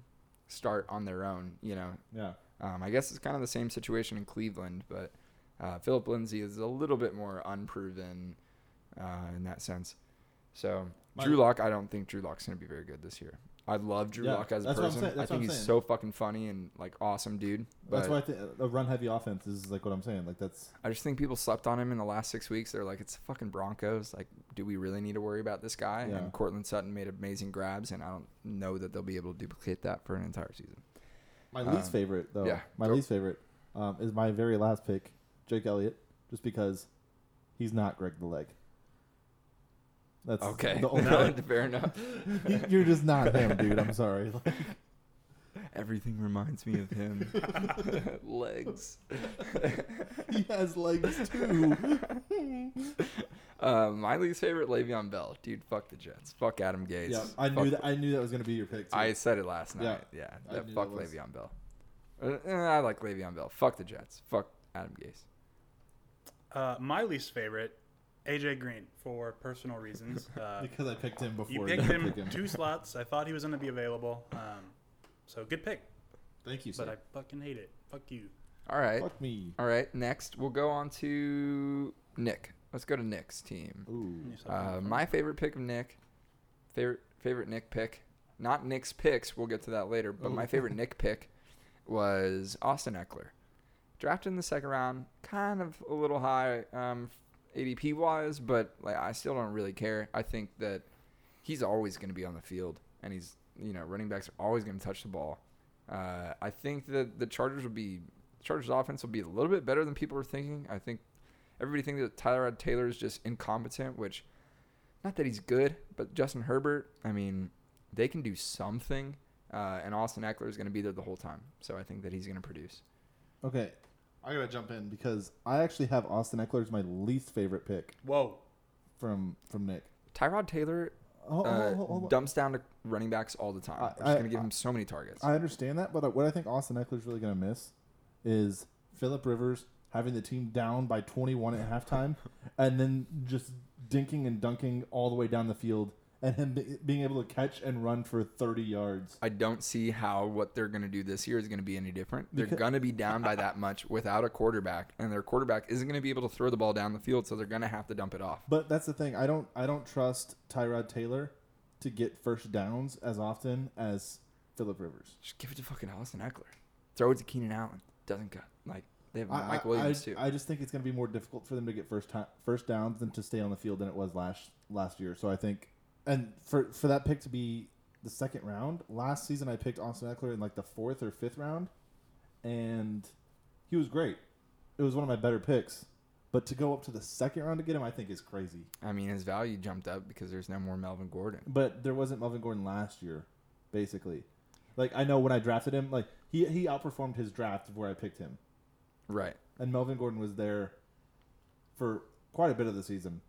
[SPEAKER 2] start on their own. You know,
[SPEAKER 1] Yeah.
[SPEAKER 2] um, I guess it's kind of the same situation in Cleveland, but uh, Philip Lindsay is a little bit more unproven uh, in that sense. So
[SPEAKER 1] My-
[SPEAKER 2] Drew Lock, I don't think Drew Lock's going to be very good this year. I love Drew
[SPEAKER 1] Yeah,
[SPEAKER 2] Lock as a
[SPEAKER 1] that's what I'm
[SPEAKER 2] person.
[SPEAKER 1] saying-
[SPEAKER 2] I
[SPEAKER 1] that's what
[SPEAKER 2] think
[SPEAKER 1] I'm
[SPEAKER 2] he's
[SPEAKER 1] saying.
[SPEAKER 2] so fucking funny and like awesome dude.
[SPEAKER 1] That's
[SPEAKER 2] but-
[SPEAKER 1] why I think a run heavy offense is like what I'm saying. Like that's
[SPEAKER 2] I just think people slept on him in the last six weeks. They're like, it's the fucking Broncos. Like, do we really need to worry about this guy?
[SPEAKER 1] Yeah.
[SPEAKER 2] And Cortland Sutton made amazing grabs, and I don't know that they'll be able to duplicate that for an entire season.
[SPEAKER 1] My least favorite, though.
[SPEAKER 2] Um, yeah,
[SPEAKER 1] My
[SPEAKER 2] go.
[SPEAKER 1] least favorite um, is my very last pick, Jake Elliott, just because he's not Greg the Leg. That's
[SPEAKER 2] Okay,
[SPEAKER 1] The only
[SPEAKER 2] fair enough.
[SPEAKER 1] You're just not him, dude. I'm sorry. Like,
[SPEAKER 2] Everything reminds me of him. Legs.
[SPEAKER 1] he has legs too.
[SPEAKER 2] Um, my least favorite, Le'Veon Bell. Dude, fuck the Jets. Fuck Adam Gase.
[SPEAKER 1] yeah, I
[SPEAKER 2] Fuck
[SPEAKER 1] knew that. I knew that was gonna be your pick. Too.
[SPEAKER 2] I said it last
[SPEAKER 1] Yeah,
[SPEAKER 2] night. Yeah,
[SPEAKER 1] I
[SPEAKER 2] that-
[SPEAKER 1] knew
[SPEAKER 2] fuck
[SPEAKER 1] that was-
[SPEAKER 2] Le'Veon Bell. Uh, eh, I like Le'Veon Bell. Fuck the Jets. Fuck Adam Gase.
[SPEAKER 3] Uh, my least favorite, AJ Green, for personal reasons. Uh,
[SPEAKER 1] because I picked him before.
[SPEAKER 3] you
[SPEAKER 1] you
[SPEAKER 3] picked him
[SPEAKER 1] picked
[SPEAKER 3] two slots. I thought he was going to be available. Um, so good pick,
[SPEAKER 1] Thank you,
[SPEAKER 3] but
[SPEAKER 1] sir.
[SPEAKER 3] I fucking hate it. Fuck you.
[SPEAKER 2] All right.
[SPEAKER 1] Fuck me.
[SPEAKER 2] All right, next we'll go on to Nick. Let's go to Nick's team.
[SPEAKER 1] Ooh.
[SPEAKER 2] Uh, my favorite pick of Nick, favorite favorite Nick pick, not Nick's picks. We'll get to that later. But my favorite Nick pick was Austin Eckler, drafted in the second round, kind of a little high um, ADP wise, but like I still don't really care. I think that he's always going to be on the field, and he's you know running backs are always going to touch the ball. Uh, I think that the Chargers will be Chargers offense will be a little bit better than people are thinking. I think everybody thinks that Tyrod Taylor is just incompetent, which Not that he's good, but Justin Herbert, I mean, they can do something. Uh, and Austin Eckler is going to be there the whole time. So I think that he's going to produce.
[SPEAKER 1] Okay, I gotta jump in because I actually have Austin Eckler as my least favorite pick
[SPEAKER 3] Whoa.
[SPEAKER 1] from from Nick.
[SPEAKER 2] Tyrod Taylor
[SPEAKER 1] Oh,
[SPEAKER 2] uh,
[SPEAKER 1] hold- hold- hold-
[SPEAKER 2] dumps down to running backs all the time.
[SPEAKER 1] I-
[SPEAKER 2] We're just
[SPEAKER 1] I-
[SPEAKER 2] going to give
[SPEAKER 1] I-
[SPEAKER 2] him so many targets.
[SPEAKER 1] I understand that, but uh, what I think Austin Eckler's really going to miss is Philip Rivers having the team down by 21 at halftime, and then just dinking and dunking all the way down the field, and him be- being able to catch and run for 30 yards.
[SPEAKER 2] I don't see how what they're going to do this year is going to be any different. They're
[SPEAKER 1] Because-
[SPEAKER 2] going to be down by that much without a quarterback, and their quarterback isn't going to be able to throw the ball down the field, so they're going to have to dump it off.
[SPEAKER 1] But that's the thing. I don't. I don't trust Tyrod Taylor to get first downs as often as Philip Rivers.
[SPEAKER 2] Just give it to fucking Austin Eckler. Throw it to Keenan Allen. Doesn't cut. Like they have
[SPEAKER 1] I,
[SPEAKER 2] Mike
[SPEAKER 1] I-
[SPEAKER 2] Williams
[SPEAKER 1] I,
[SPEAKER 2] too.
[SPEAKER 1] I just think it's going to be more difficult for them to get first time, first downs than to stay on the field than it was last last year. So I think, and for for that pick to be the second round last season, I picked Austin Eckler in like the fourth or fifth round, and he was great. It was one of my better picks, but to go up to the second round to get him, I think is crazy.
[SPEAKER 2] I mean, his value jumped up because there's no more Melvin Gordon.
[SPEAKER 1] But there wasn't Melvin Gordon last year, basically. Like I know when I drafted him, like he he outperformed his draft of where I picked him.
[SPEAKER 2] Right.
[SPEAKER 1] and Melvin Gordon was there for quite a bit of the season.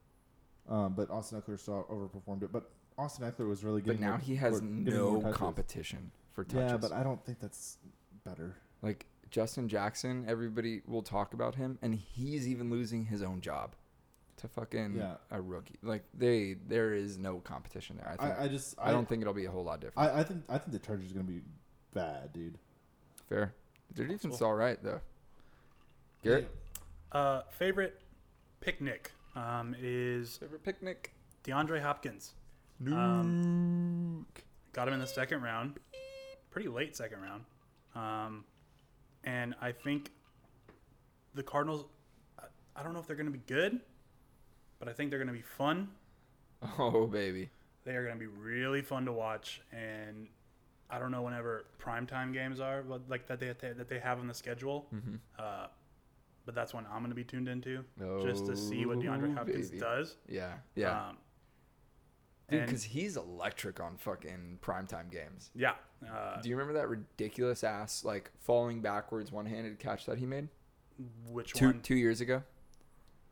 [SPEAKER 1] Um, but Austin Eckler still overperformed it. But Austin Eckler was really good.
[SPEAKER 2] But now he has no competition for touches.
[SPEAKER 1] Yeah, but I don't think that's better.
[SPEAKER 2] like Justin Jackson, everybody will talk about him, and he's even losing his own job to fucking
[SPEAKER 1] Yeah.
[SPEAKER 2] a rookie. Like they, there is no competition there. I think.
[SPEAKER 1] I, I just
[SPEAKER 2] I don't think it'll be a whole lot different.
[SPEAKER 1] I, I think I think the Chargers are gonna be bad, dude.
[SPEAKER 2] Fair. Their defense is
[SPEAKER 3] Possible.
[SPEAKER 2] all right though. Garrett,
[SPEAKER 3] Uh, favorite picnic um, is
[SPEAKER 2] favorite picnic.
[SPEAKER 3] DeAndre Hopkins. Um,
[SPEAKER 2] Nuke.
[SPEAKER 3] Got him in the second round, pretty late second round. Um, and I think the Cardinals, I- I don't know if they're going to be good, but I think they're going to be fun.
[SPEAKER 2] oh baby.
[SPEAKER 3] They are going to be really fun to watch. And I don't know whenever primetime games are, but like that they that they have on the schedule.
[SPEAKER 2] Mm-hmm.
[SPEAKER 3] Uh, but that's one I'm going to be tuned into just to see what DeAndre
[SPEAKER 2] Oh,
[SPEAKER 3] Hopkins
[SPEAKER 2] baby.
[SPEAKER 3] does.
[SPEAKER 2] Yeah. Yeah.
[SPEAKER 3] Um,
[SPEAKER 2] Dude,
[SPEAKER 3] and-
[SPEAKER 2] because he's electric on fucking primetime games.
[SPEAKER 3] yeah. Uh,
[SPEAKER 2] Do you remember that ridiculous ass like falling backwards one handed catch that he made
[SPEAKER 3] which
[SPEAKER 2] two
[SPEAKER 3] one?
[SPEAKER 2] two years ago?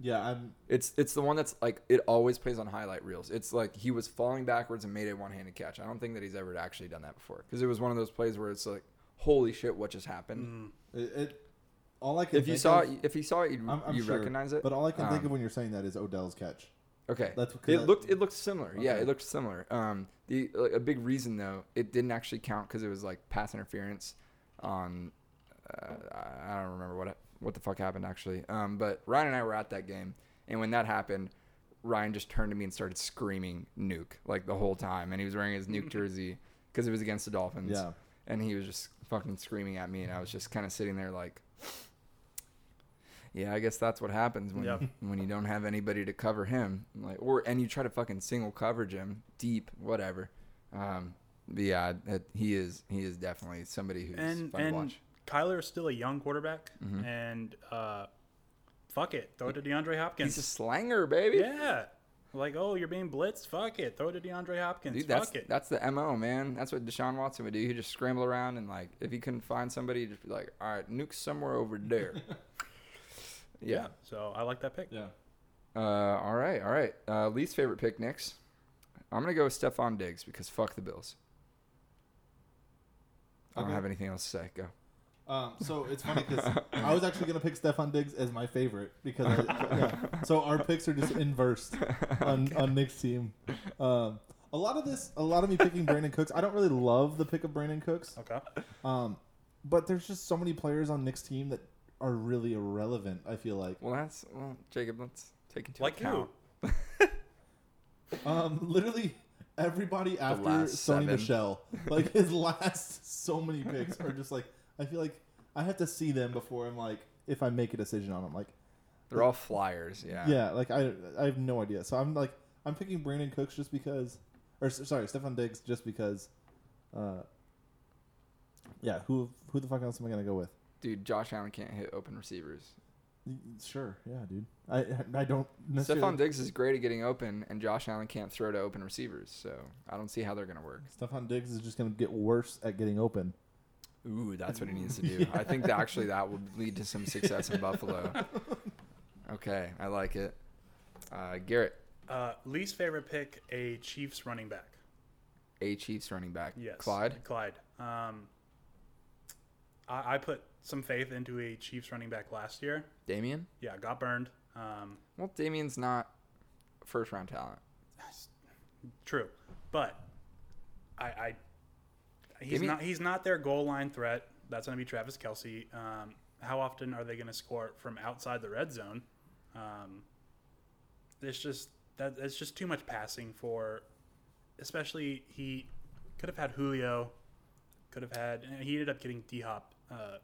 [SPEAKER 1] Yeah, I'm.
[SPEAKER 2] It's it's the one that's like it always plays on highlight reels. It's like he was falling backwards and made a one handed catch. I don't think that he's ever actually done that before because it was one of those plays where it's like, holy shit, what just happened?
[SPEAKER 1] It, it all I can
[SPEAKER 2] If you
[SPEAKER 1] think
[SPEAKER 2] saw
[SPEAKER 1] of,
[SPEAKER 2] it, if you saw it, you,
[SPEAKER 1] I'm, I'm
[SPEAKER 2] you
[SPEAKER 1] sure,
[SPEAKER 2] recognize it.
[SPEAKER 1] But all I can think
[SPEAKER 2] Um,
[SPEAKER 1] of when you're saying that is Odell's catch.
[SPEAKER 2] Okay.
[SPEAKER 1] That's what- 'cause
[SPEAKER 2] it
[SPEAKER 1] that-
[SPEAKER 2] looked it looked similar. Yeah,
[SPEAKER 1] Okay.
[SPEAKER 2] it looked similar. Um, the like, a big reason though it didn't actually count because it was like pass interference, on, uh, I- I don't remember what what the fuck happened actually. Um, but Ryan and I were at that game, and when that happened, Ryan just turned to me and started screaming "nuke" like the whole time, and he was wearing his nuke jersey because it was against the Dolphins.
[SPEAKER 1] Yeah.
[SPEAKER 2] And he was just fucking screaming at me, and I was just kind of sitting there like, yeah, I guess that's what happens when
[SPEAKER 3] Yeah.
[SPEAKER 2] when you don't have anybody to cover him, like or and you try to fucking single coverage him deep, whatever. Um, but yeah, that- he is he is definitely somebody who's
[SPEAKER 3] and
[SPEAKER 2] fun to
[SPEAKER 3] and
[SPEAKER 2] watch. Mm-hmm.
[SPEAKER 3] Kyler is still a young quarterback, and uh, fuck it, throw it to DeAndre Hopkins.
[SPEAKER 2] He's a slanger, baby.
[SPEAKER 3] yeah, like oh, you're being blitzed. Fuck it, throw it to DeAndre Hopkins.
[SPEAKER 2] Dude, that's
[SPEAKER 3] fuck it.
[SPEAKER 2] that's the mo, man. That's what Deshaun Watson would do. He'd just scramble around and like, if he couldn't find somebody, he'd just be like, "All right, nuke somewhere over there." yeah.
[SPEAKER 3] So I like that pick.
[SPEAKER 1] Yeah.
[SPEAKER 2] Uh, all right, all right. Uh, least favorite pick, Knicks. I'm gonna go with Stephon Diggs because fuck the Bills. I don't
[SPEAKER 1] Okay.
[SPEAKER 2] have anything else to say. Go.
[SPEAKER 1] Um, so it's funny because I was actually gonna pick Stefan Diggs as my favorite because I, yeah. so our picks are just inversed on, on Nick's team. Um, a lot of this, a lot of me picking Brandon Cooks. I don't really love the pick of Brandon Cooks,
[SPEAKER 3] Okay.
[SPEAKER 1] um, but there's just so many players on Nick's team that are really irrelevant. I feel like
[SPEAKER 2] Well, that's well, Jacob. Let's take into
[SPEAKER 3] Like
[SPEAKER 2] account.
[SPEAKER 3] who?
[SPEAKER 1] um, literally everybody after Sony
[SPEAKER 2] last seven.
[SPEAKER 1] Michelle, like his last so many picks are just like I feel like I have to see them before I'm like if I make a decision on them like.
[SPEAKER 2] They're all flyers. Yeah.
[SPEAKER 1] Yeah, like I, I have no idea. So I'm like, I'm picking Brandon Cooks just because, or s- sorry, Stefan Diggs just because. Uh, yeah, who who the fuck else am I gonna go with?
[SPEAKER 2] Dude, Josh Allen can't hit open receivers.
[SPEAKER 1] Sure, yeah, dude. I I don't necessarily.
[SPEAKER 2] Stephon Diggs is great at getting open, and Josh Allen can't throw to open receivers, so I don't see how they're going to work.
[SPEAKER 1] Stephon Diggs is just going to get worse at getting open.
[SPEAKER 2] Ooh, that's what he needs to do. I think that actually that would lead to some success in Buffalo. Okay, I like it. Uh, Garrett,
[SPEAKER 3] Uh, least favorite pick: a Chiefs running back.
[SPEAKER 2] a Chiefs running back.
[SPEAKER 3] Yes,
[SPEAKER 2] Clyde.
[SPEAKER 3] Clyde. Um, I, I put some faith into a Chiefs running back last year.
[SPEAKER 2] Damien.
[SPEAKER 3] Yeah, got burned. Um,
[SPEAKER 2] Well, Damien's not first round talent.
[SPEAKER 3] True, but I, I he's
[SPEAKER 2] Give me-
[SPEAKER 3] not he's not their goal line threat. That's going to be Travis Kelsey. Um, how often are they going to score from outside the red zone? Um, it's just that it's just too much passing for, especially he could have had Julio, could have had and he ended up getting D Hop. Uh,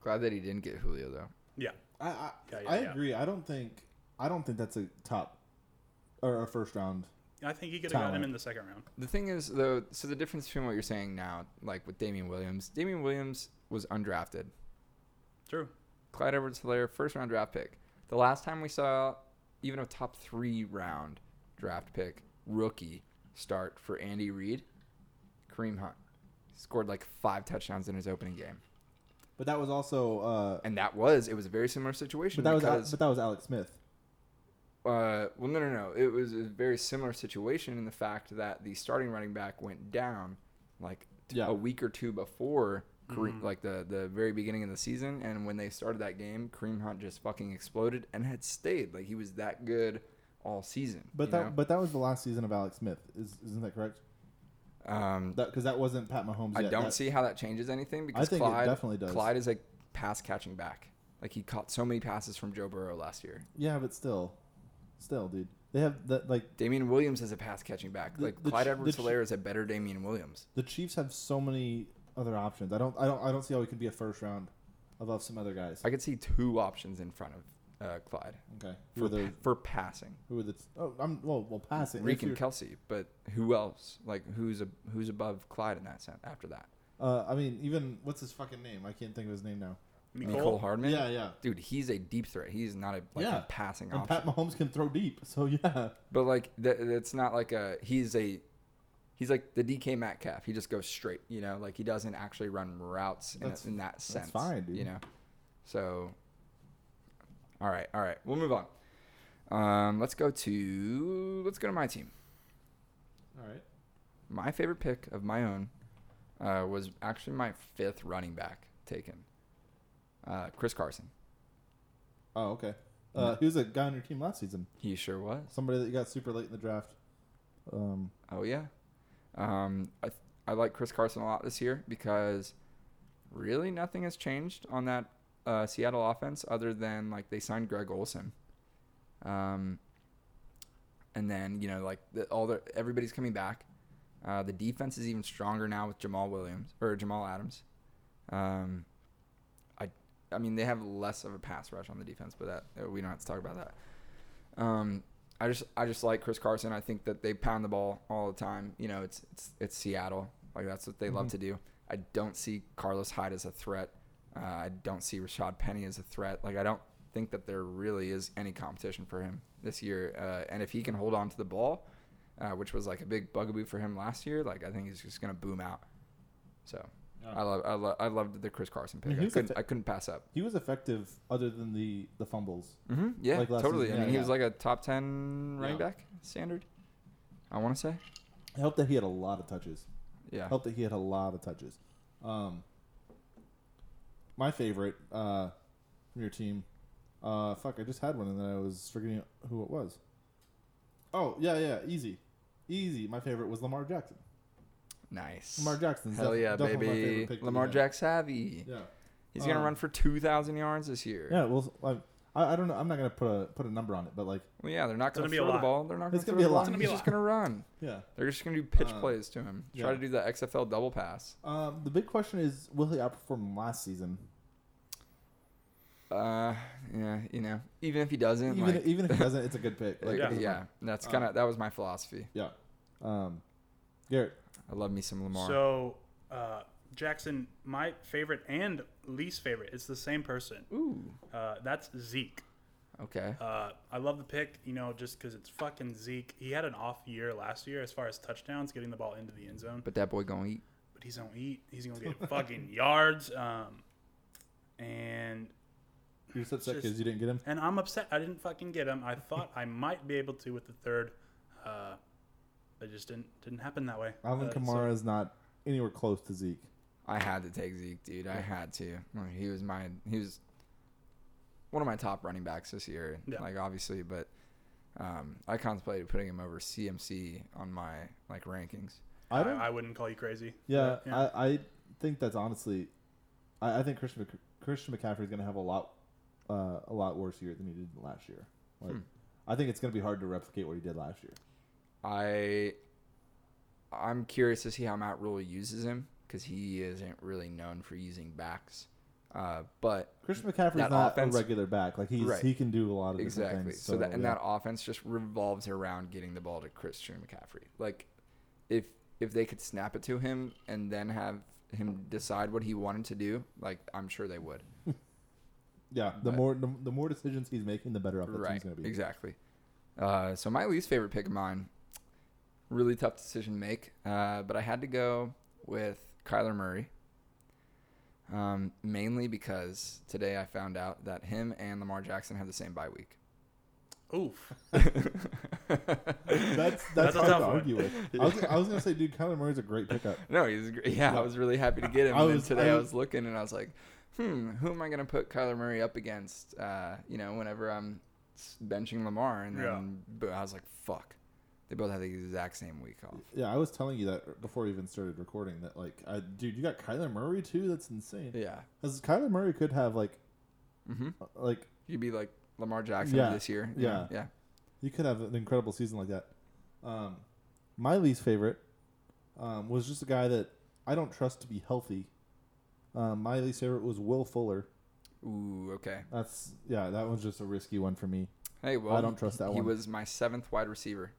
[SPEAKER 2] Glad that he didn't get Julio though.
[SPEAKER 3] yeah,
[SPEAKER 1] I I,
[SPEAKER 3] Yeah, yeah,
[SPEAKER 1] I
[SPEAKER 3] yeah.
[SPEAKER 1] agree. I don't think I don't think that's a top or a first round.
[SPEAKER 3] I think he could have got him
[SPEAKER 1] Talent.
[SPEAKER 3] in the second round.
[SPEAKER 2] The thing is though, so the difference between what you're saying now, like with Damian Williams, Damian Williams was undrafted.
[SPEAKER 3] True.
[SPEAKER 2] Clyde Edwards Hilaire, first round draft pick. The last time we saw even a top three round draft pick rookie start for Andy Reid, Kareem Hunt scored like five touchdowns in his opening game.
[SPEAKER 1] But that was also. Uh,
[SPEAKER 2] And that was, it was a very similar situation.
[SPEAKER 1] but that was Al-
[SPEAKER 2] because,
[SPEAKER 1] but that was Alex Smith.
[SPEAKER 2] uh, well, no, no, no. It was a very similar situation in the fact that the starting running back went down like t-
[SPEAKER 1] Yeah. Mm-hmm.
[SPEAKER 2] a week or two before, Kareem, like the, the very beginning of the season. And when they started that game, Kareem Hunt just fucking exploded and had stayed. Like he was that good all season.
[SPEAKER 1] But
[SPEAKER 2] you
[SPEAKER 1] that
[SPEAKER 2] know?
[SPEAKER 1] but that was the last season of Alex Smith. Is, isn't that correct?
[SPEAKER 2] um,
[SPEAKER 1] That because that wasn't Pat Mahomes.
[SPEAKER 2] I
[SPEAKER 1] yet.
[SPEAKER 2] don't
[SPEAKER 1] That-
[SPEAKER 2] see how that changes anything because
[SPEAKER 1] think it
[SPEAKER 2] Clyde,
[SPEAKER 1] definitely does.
[SPEAKER 2] Clyde is a pass catching back. Like he caught so many passes from Joe Burrow last year.
[SPEAKER 1] Yeah, but still, still, dude. They have that like
[SPEAKER 2] Damian Williams is a pass catching back.
[SPEAKER 1] The-
[SPEAKER 2] like
[SPEAKER 1] the
[SPEAKER 2] Clyde
[SPEAKER 1] ch- the
[SPEAKER 2] Edwards
[SPEAKER 1] ch-
[SPEAKER 2] Hilaire is a better Damian Williams.
[SPEAKER 1] the Chiefs have so many other options. I don't I don't I don't see how we could be a first round above some other guys.
[SPEAKER 2] I could see two options in front of uh, Clyde
[SPEAKER 1] Okay, who
[SPEAKER 2] for,
[SPEAKER 1] are the
[SPEAKER 2] pa- for passing.
[SPEAKER 1] who are the oh I'm well well passing. If
[SPEAKER 2] Reek and
[SPEAKER 1] you're-
[SPEAKER 2] Kelsey, but who else? Like who's a, who's above Clyde in that sense? After that,
[SPEAKER 1] Uh, I mean even what's his fucking name? I can't think of his name now.
[SPEAKER 3] Nicole,
[SPEAKER 2] Nicole, Hardman.
[SPEAKER 1] Yeah, yeah.
[SPEAKER 2] Dude, he's a deep threat. He's not a like
[SPEAKER 1] Yeah.
[SPEAKER 2] a passing
[SPEAKER 1] And
[SPEAKER 2] option.
[SPEAKER 1] Pat Mahomes can throw deep, so yeah.
[SPEAKER 2] But like that, it's not like a he's a he's like the DK Metcalf. He just goes straight, you know. Like he doesn't actually run routes in,
[SPEAKER 1] That's-
[SPEAKER 2] in that sense.
[SPEAKER 1] fine, dude.
[SPEAKER 2] You know. So, all right, all right, we'll move on. Um, let's go to let's go to my team.
[SPEAKER 1] All right.
[SPEAKER 2] My favorite pick of my own uh, was actually my fifth running back taken, uh, Chris Carson.
[SPEAKER 1] Oh okay.
[SPEAKER 2] Mm.
[SPEAKER 1] Uh, who's a guy on your team last season?
[SPEAKER 2] He sure was.
[SPEAKER 1] Somebody that you got super late in the draft. Um,
[SPEAKER 2] Oh yeah, um, I th- I like Chris Carson a lot this year because really nothing has changed on that uh, Seattle offense other than like they signed Greg Olson, um, and then you know like the, all the everybody's coming back. Uh, the defense is even stronger now with Jamal Williams or Jamal Adams. Um, I I mean they have less of a pass rush on the defense, but that uh, we don't have to talk about that. Um, I just I just like Chris Carson. I think that they pound the ball all the time. You know, it's it's it's Seattle. Like that's what they love to do. I don't see Carlos Hyde as a threat. Uh, I don't see Rashad Penny as a threat. Like I don't think that there really is any competition for him this year. Uh, and if he can hold on to the ball, uh, which was like a big bugaboo for him last year, like I think he's just gonna boom out. So I love I love I loved the Chris Carson pick.
[SPEAKER 1] And
[SPEAKER 2] I
[SPEAKER 1] he's a
[SPEAKER 2] couldn't
[SPEAKER 1] fa-
[SPEAKER 2] I couldn't pass up.
[SPEAKER 1] he was effective other than the the fumbles.
[SPEAKER 2] hmm Yeah,
[SPEAKER 1] Like last
[SPEAKER 2] totally.
[SPEAKER 1] season.
[SPEAKER 2] I mean,
[SPEAKER 1] Yeah,
[SPEAKER 2] he was
[SPEAKER 1] yeah.
[SPEAKER 2] like a top ten running
[SPEAKER 1] Yeah.
[SPEAKER 2] back standard. I want to say.
[SPEAKER 1] I hope that he had a lot of touches.
[SPEAKER 2] Yeah.
[SPEAKER 1] helped that he had a lot of touches. Um, my favorite uh, from your team. Uh, fuck, I just had one and then I was forgetting who it was. Oh yeah, yeah, easy, easy. My favorite was Lamar Jackson.
[SPEAKER 2] Nice.
[SPEAKER 1] Lamar Jackson's
[SPEAKER 2] Hell
[SPEAKER 1] def-
[SPEAKER 2] yeah,
[SPEAKER 1] definitely my
[SPEAKER 2] baby.
[SPEAKER 1] favorite pick that we
[SPEAKER 2] Lamar
[SPEAKER 1] had.
[SPEAKER 2] Jack savvy.
[SPEAKER 1] Yeah,
[SPEAKER 2] He's gonna
[SPEAKER 1] Um,
[SPEAKER 2] run for two thousand yards this year.
[SPEAKER 1] yeah. Well, I, I, I don't know. I'm not gonna put a put a number on it, but like,
[SPEAKER 2] Well, yeah. They're not gonna
[SPEAKER 3] gonna be a
[SPEAKER 2] throw the
[SPEAKER 3] lot.
[SPEAKER 2] ball. They're not gonna
[SPEAKER 1] It's
[SPEAKER 2] throw
[SPEAKER 1] gonna be a
[SPEAKER 2] the
[SPEAKER 1] lot.
[SPEAKER 2] ball.
[SPEAKER 1] It's gonna
[SPEAKER 2] He's
[SPEAKER 1] be a
[SPEAKER 2] just gonna run.
[SPEAKER 1] yeah.
[SPEAKER 2] They're just gonna do pitch
[SPEAKER 1] Um,
[SPEAKER 2] plays to him. Try
[SPEAKER 1] yeah.
[SPEAKER 2] to do the XFL double pass.
[SPEAKER 1] Um, the big question is, will he outperform last season?
[SPEAKER 2] Uh, yeah. You know, even if he doesn't,
[SPEAKER 1] Even
[SPEAKER 2] like,
[SPEAKER 1] even if he Uh, doesn't, it's a good pick. Like,
[SPEAKER 2] like,
[SPEAKER 1] it
[SPEAKER 2] yeah.
[SPEAKER 1] doesn't-
[SPEAKER 2] That's kind of that was my philosophy.
[SPEAKER 1] yeah. Um, Garrett,
[SPEAKER 2] I love me some Lamar.
[SPEAKER 3] So uh, Jackson, my favorite and least favorite, it's the same person.
[SPEAKER 2] Ooh.
[SPEAKER 3] Uh, that's Zeke.
[SPEAKER 2] Okay.
[SPEAKER 3] Uh, I love the pick, you know, just because it's fucking Zeke. He had an off year last year as far as touchdowns, getting the ball into the end zone, but,
[SPEAKER 2] But that boy gonna eat.
[SPEAKER 3] he's gonna eat. He's gonna get fucking yards. Um, and
[SPEAKER 1] You're just upset because
[SPEAKER 3] Just-
[SPEAKER 1] you didn't get him.
[SPEAKER 3] and I'm upset. I didn't fucking get him. I thought I might be able to with the third, uh, but it just didn't didn't happen that way.
[SPEAKER 1] Alvin
[SPEAKER 3] uh, so-
[SPEAKER 1] Kamara is not anywhere close to Zeke.
[SPEAKER 2] I had to take Zeke, dude. I had to. Like, He was my he was one of my top running backs this year.
[SPEAKER 3] Yeah.
[SPEAKER 2] Like obviously, but um, I contemplated putting him over CMC on my like rankings.
[SPEAKER 1] I
[SPEAKER 3] I,
[SPEAKER 1] don't.
[SPEAKER 3] I wouldn't call you crazy.
[SPEAKER 1] yeah,
[SPEAKER 3] Uh, yeah.
[SPEAKER 1] I, I think that's honestly. I, I think Christian Mc- Christian McCaffrey is going to have a lot, uh, a lot worse year than he did last year.
[SPEAKER 2] Hmm.
[SPEAKER 1] Like, I think it's going to be hard to replicate what he did last year.
[SPEAKER 2] I I'm curious to see how Matt Rule uses him because he isn't really known for using backs. Uh, but
[SPEAKER 1] Christian McCaffrey's
[SPEAKER 2] That
[SPEAKER 1] not
[SPEAKER 2] offense-
[SPEAKER 1] a regular back. Like he's
[SPEAKER 2] Right.
[SPEAKER 1] he can do a lot of different
[SPEAKER 2] exactly.
[SPEAKER 1] things.
[SPEAKER 2] So, that and
[SPEAKER 1] yeah.
[SPEAKER 2] that offense just revolves around getting the ball to Christian McCaffrey. Like if if they could snap it to him and then have him decide what he wanted to do, like I'm sure they would.
[SPEAKER 1] yeah, the
[SPEAKER 2] but-
[SPEAKER 1] more the, the more decisions he's making, the better off the
[SPEAKER 2] Right.
[SPEAKER 1] team's going to be.
[SPEAKER 2] Exactly. Uh, so my least favorite pick of mine, really tough decision to make, uh, but I had to go with Kyler Murray. Um, mainly because today I found out that him and Lamar Jackson have the same bye week.
[SPEAKER 3] Oof.
[SPEAKER 1] That's that's,
[SPEAKER 3] That's a
[SPEAKER 1] hard
[SPEAKER 3] tough
[SPEAKER 1] to
[SPEAKER 3] one.
[SPEAKER 1] argue with. I was, I was going to say, dude, Kyler Murray's a great pickup.
[SPEAKER 2] no, he's gr- yeah. I was really happy to get him.
[SPEAKER 1] I
[SPEAKER 2] and then
[SPEAKER 1] was-
[SPEAKER 2] today
[SPEAKER 1] I
[SPEAKER 2] I
[SPEAKER 1] was-
[SPEAKER 2] was looking and I was like, hmm, who am I gonna put Kyler Murray up against? Uh, you know, whenever I'm s- benching Lamar, and then
[SPEAKER 3] Yeah.
[SPEAKER 2] bo- I was like, fuck, they both have the exact same week off.
[SPEAKER 1] Yeah, I was telling you that before we even started recording that like, I, dude, you got Kyler Murray too. That's insane.
[SPEAKER 2] Yeah.
[SPEAKER 1] Because Kyler Murray could have like,
[SPEAKER 2] Mm-hmm.
[SPEAKER 1] uh, like
[SPEAKER 2] You'd be like Lamar Jackson
[SPEAKER 1] Yeah,
[SPEAKER 2] this year.
[SPEAKER 1] yeah.
[SPEAKER 2] Yeah.
[SPEAKER 1] he could have an incredible season like that. Um, my least favorite um, was just a guy that I don't trust to be healthy. Um, my least favorite was Will Fuller.
[SPEAKER 2] Ooh, okay.
[SPEAKER 1] That's yeah, that one's just a risky one for me.
[SPEAKER 2] Hey, well,
[SPEAKER 1] don't trust that
[SPEAKER 2] he
[SPEAKER 1] one.
[SPEAKER 2] was my seventh wide receiver.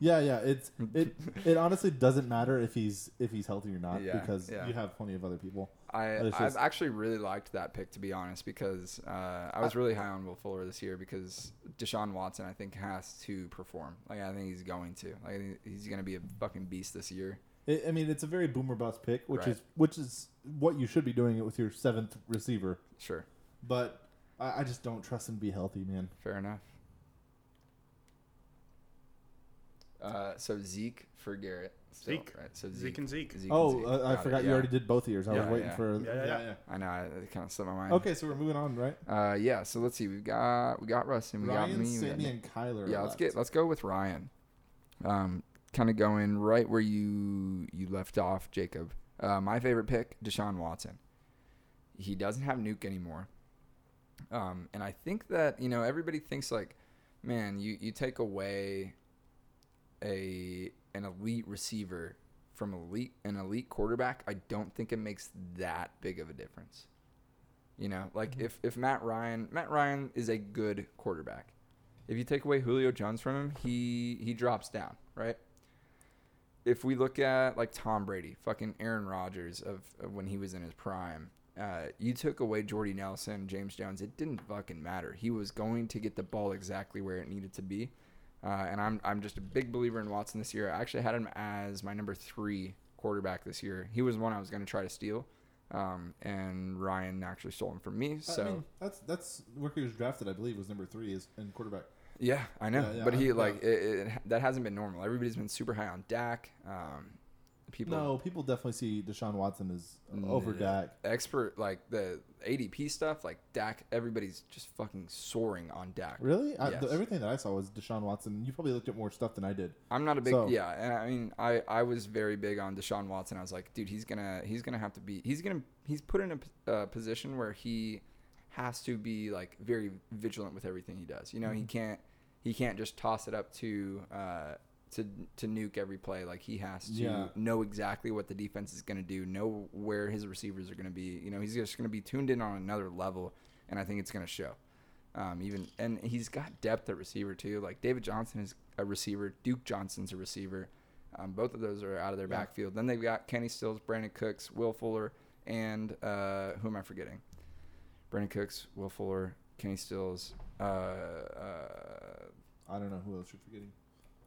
[SPEAKER 1] Yeah, yeah, it's it it honestly doesn't matter if he's if he's healthy or not
[SPEAKER 2] Yeah,
[SPEAKER 1] because
[SPEAKER 2] yeah.
[SPEAKER 1] you have plenty of other people.
[SPEAKER 2] I
[SPEAKER 1] It's just-
[SPEAKER 2] I've actually really liked that pick to be honest because uh, I was really high on Will Fuller this year because Deshaun Watson I think has to perform. Like I think he's going to. Like I think he's going to be a fucking beast this year.
[SPEAKER 1] It, I mean, it's a very boomer bust pick, which
[SPEAKER 2] Right.
[SPEAKER 1] is which is what you should be doing it with your seventh receiver.
[SPEAKER 2] Sure.
[SPEAKER 1] But I, I just don't trust him to be healthy, man.
[SPEAKER 2] Fair enough. Uh, so Zeke for Garrett. still,
[SPEAKER 3] Zeke.
[SPEAKER 2] Right. So Zeke.
[SPEAKER 3] Zeke and Zeke.
[SPEAKER 1] oh,
[SPEAKER 2] Zeke.
[SPEAKER 1] uh, I
[SPEAKER 2] Got it,
[SPEAKER 1] forgot you
[SPEAKER 2] yeah.
[SPEAKER 1] already did both of yours. I was
[SPEAKER 2] Yeah,
[SPEAKER 1] waiting
[SPEAKER 2] yeah.
[SPEAKER 1] for
[SPEAKER 3] Yeah, yeah,
[SPEAKER 1] yeah,
[SPEAKER 3] yeah.
[SPEAKER 2] I know. It kind of slipped my mind.
[SPEAKER 1] Okay, so we're moving on, right?
[SPEAKER 2] Uh, yeah. So let's see. We've got we got Russ and we got
[SPEAKER 1] Ryan,
[SPEAKER 2] me. we got
[SPEAKER 1] Sandy,
[SPEAKER 2] Nick.
[SPEAKER 1] and Kyler. Uh,
[SPEAKER 2] Yeah,
[SPEAKER 1] are
[SPEAKER 2] let's
[SPEAKER 1] left.
[SPEAKER 2] get let's go with Ryan. Um, kind of going right where you you left off, Jacob. Uh, my favorite pick, Deshaun Watson. He doesn't have Nuke anymore, um, and I think that you know everybody thinks like, man, you you take away a an elite receiver from elite an elite quarterback. I don't think it makes that big of a difference. You know, like if if Matt Ryan Matt Ryan is a good quarterback. If you take away Julio Jones from him, he he drops down, right? If we look at like Tom Brady, fucking Aaron Rodgers of, of when he was in his prime, uh, you took away Jordy Nelson, James Jones, it didn't fucking matter. He was going to get the ball exactly where it needed to be. Uh, and I'm I'm just a big believer in Watson this year. I actually had him as my number three quarterback this year. He was one I was going to try to steal, um, and Ryan actually stole him from me. So
[SPEAKER 1] I mean, that's that's where he was drafted, I believe, was number three is in quarterback.
[SPEAKER 2] Yeah, I know.
[SPEAKER 1] Yeah, yeah,
[SPEAKER 2] but he
[SPEAKER 1] I-
[SPEAKER 2] like it, it, that hasn't been normal. Everybody's been super high on Dak. Um, people
[SPEAKER 1] No, people definitely see Deshaun Watson as
[SPEAKER 2] Mm,
[SPEAKER 1] over Dak.
[SPEAKER 2] expert like the ADP stuff like Dak. Everybody's just fucking soaring on Dak.
[SPEAKER 1] Really? I,
[SPEAKER 2] Yes.
[SPEAKER 1] the, everything that I saw was Deshaun Watson. You probably looked at more stuff than I did.
[SPEAKER 2] I'm not a big
[SPEAKER 1] So-
[SPEAKER 2] yeah, and I mean I I was very big on Deshaun Watson. I was like, dude, he's gonna he's gonna have to be he's gonna he's put in a p- uh, position where he has to be like very vigilant with everything he does. You know,
[SPEAKER 1] Mm-hmm.
[SPEAKER 2] he can't he can't just toss it up to uh to to nuke every play. Like he has to
[SPEAKER 1] Yeah.
[SPEAKER 2] know exactly what the defense is gonna do, know where his receivers are gonna be. You know, he's just gonna be tuned in on another level, and I think it's gonna show. Um, even and he's got depth at receiver too. Like David Johnson is a receiver. Duke Johnson's a receiver. Um, both of those are out of their backfield. Then they've got Kenny Stills, Brandon Cooks, Will Fuller, and uh, who am I forgetting? Brandon Cooks, Will Fuller, Kenny Stills. Uh, uh,
[SPEAKER 1] I don't know who else you're forgetting.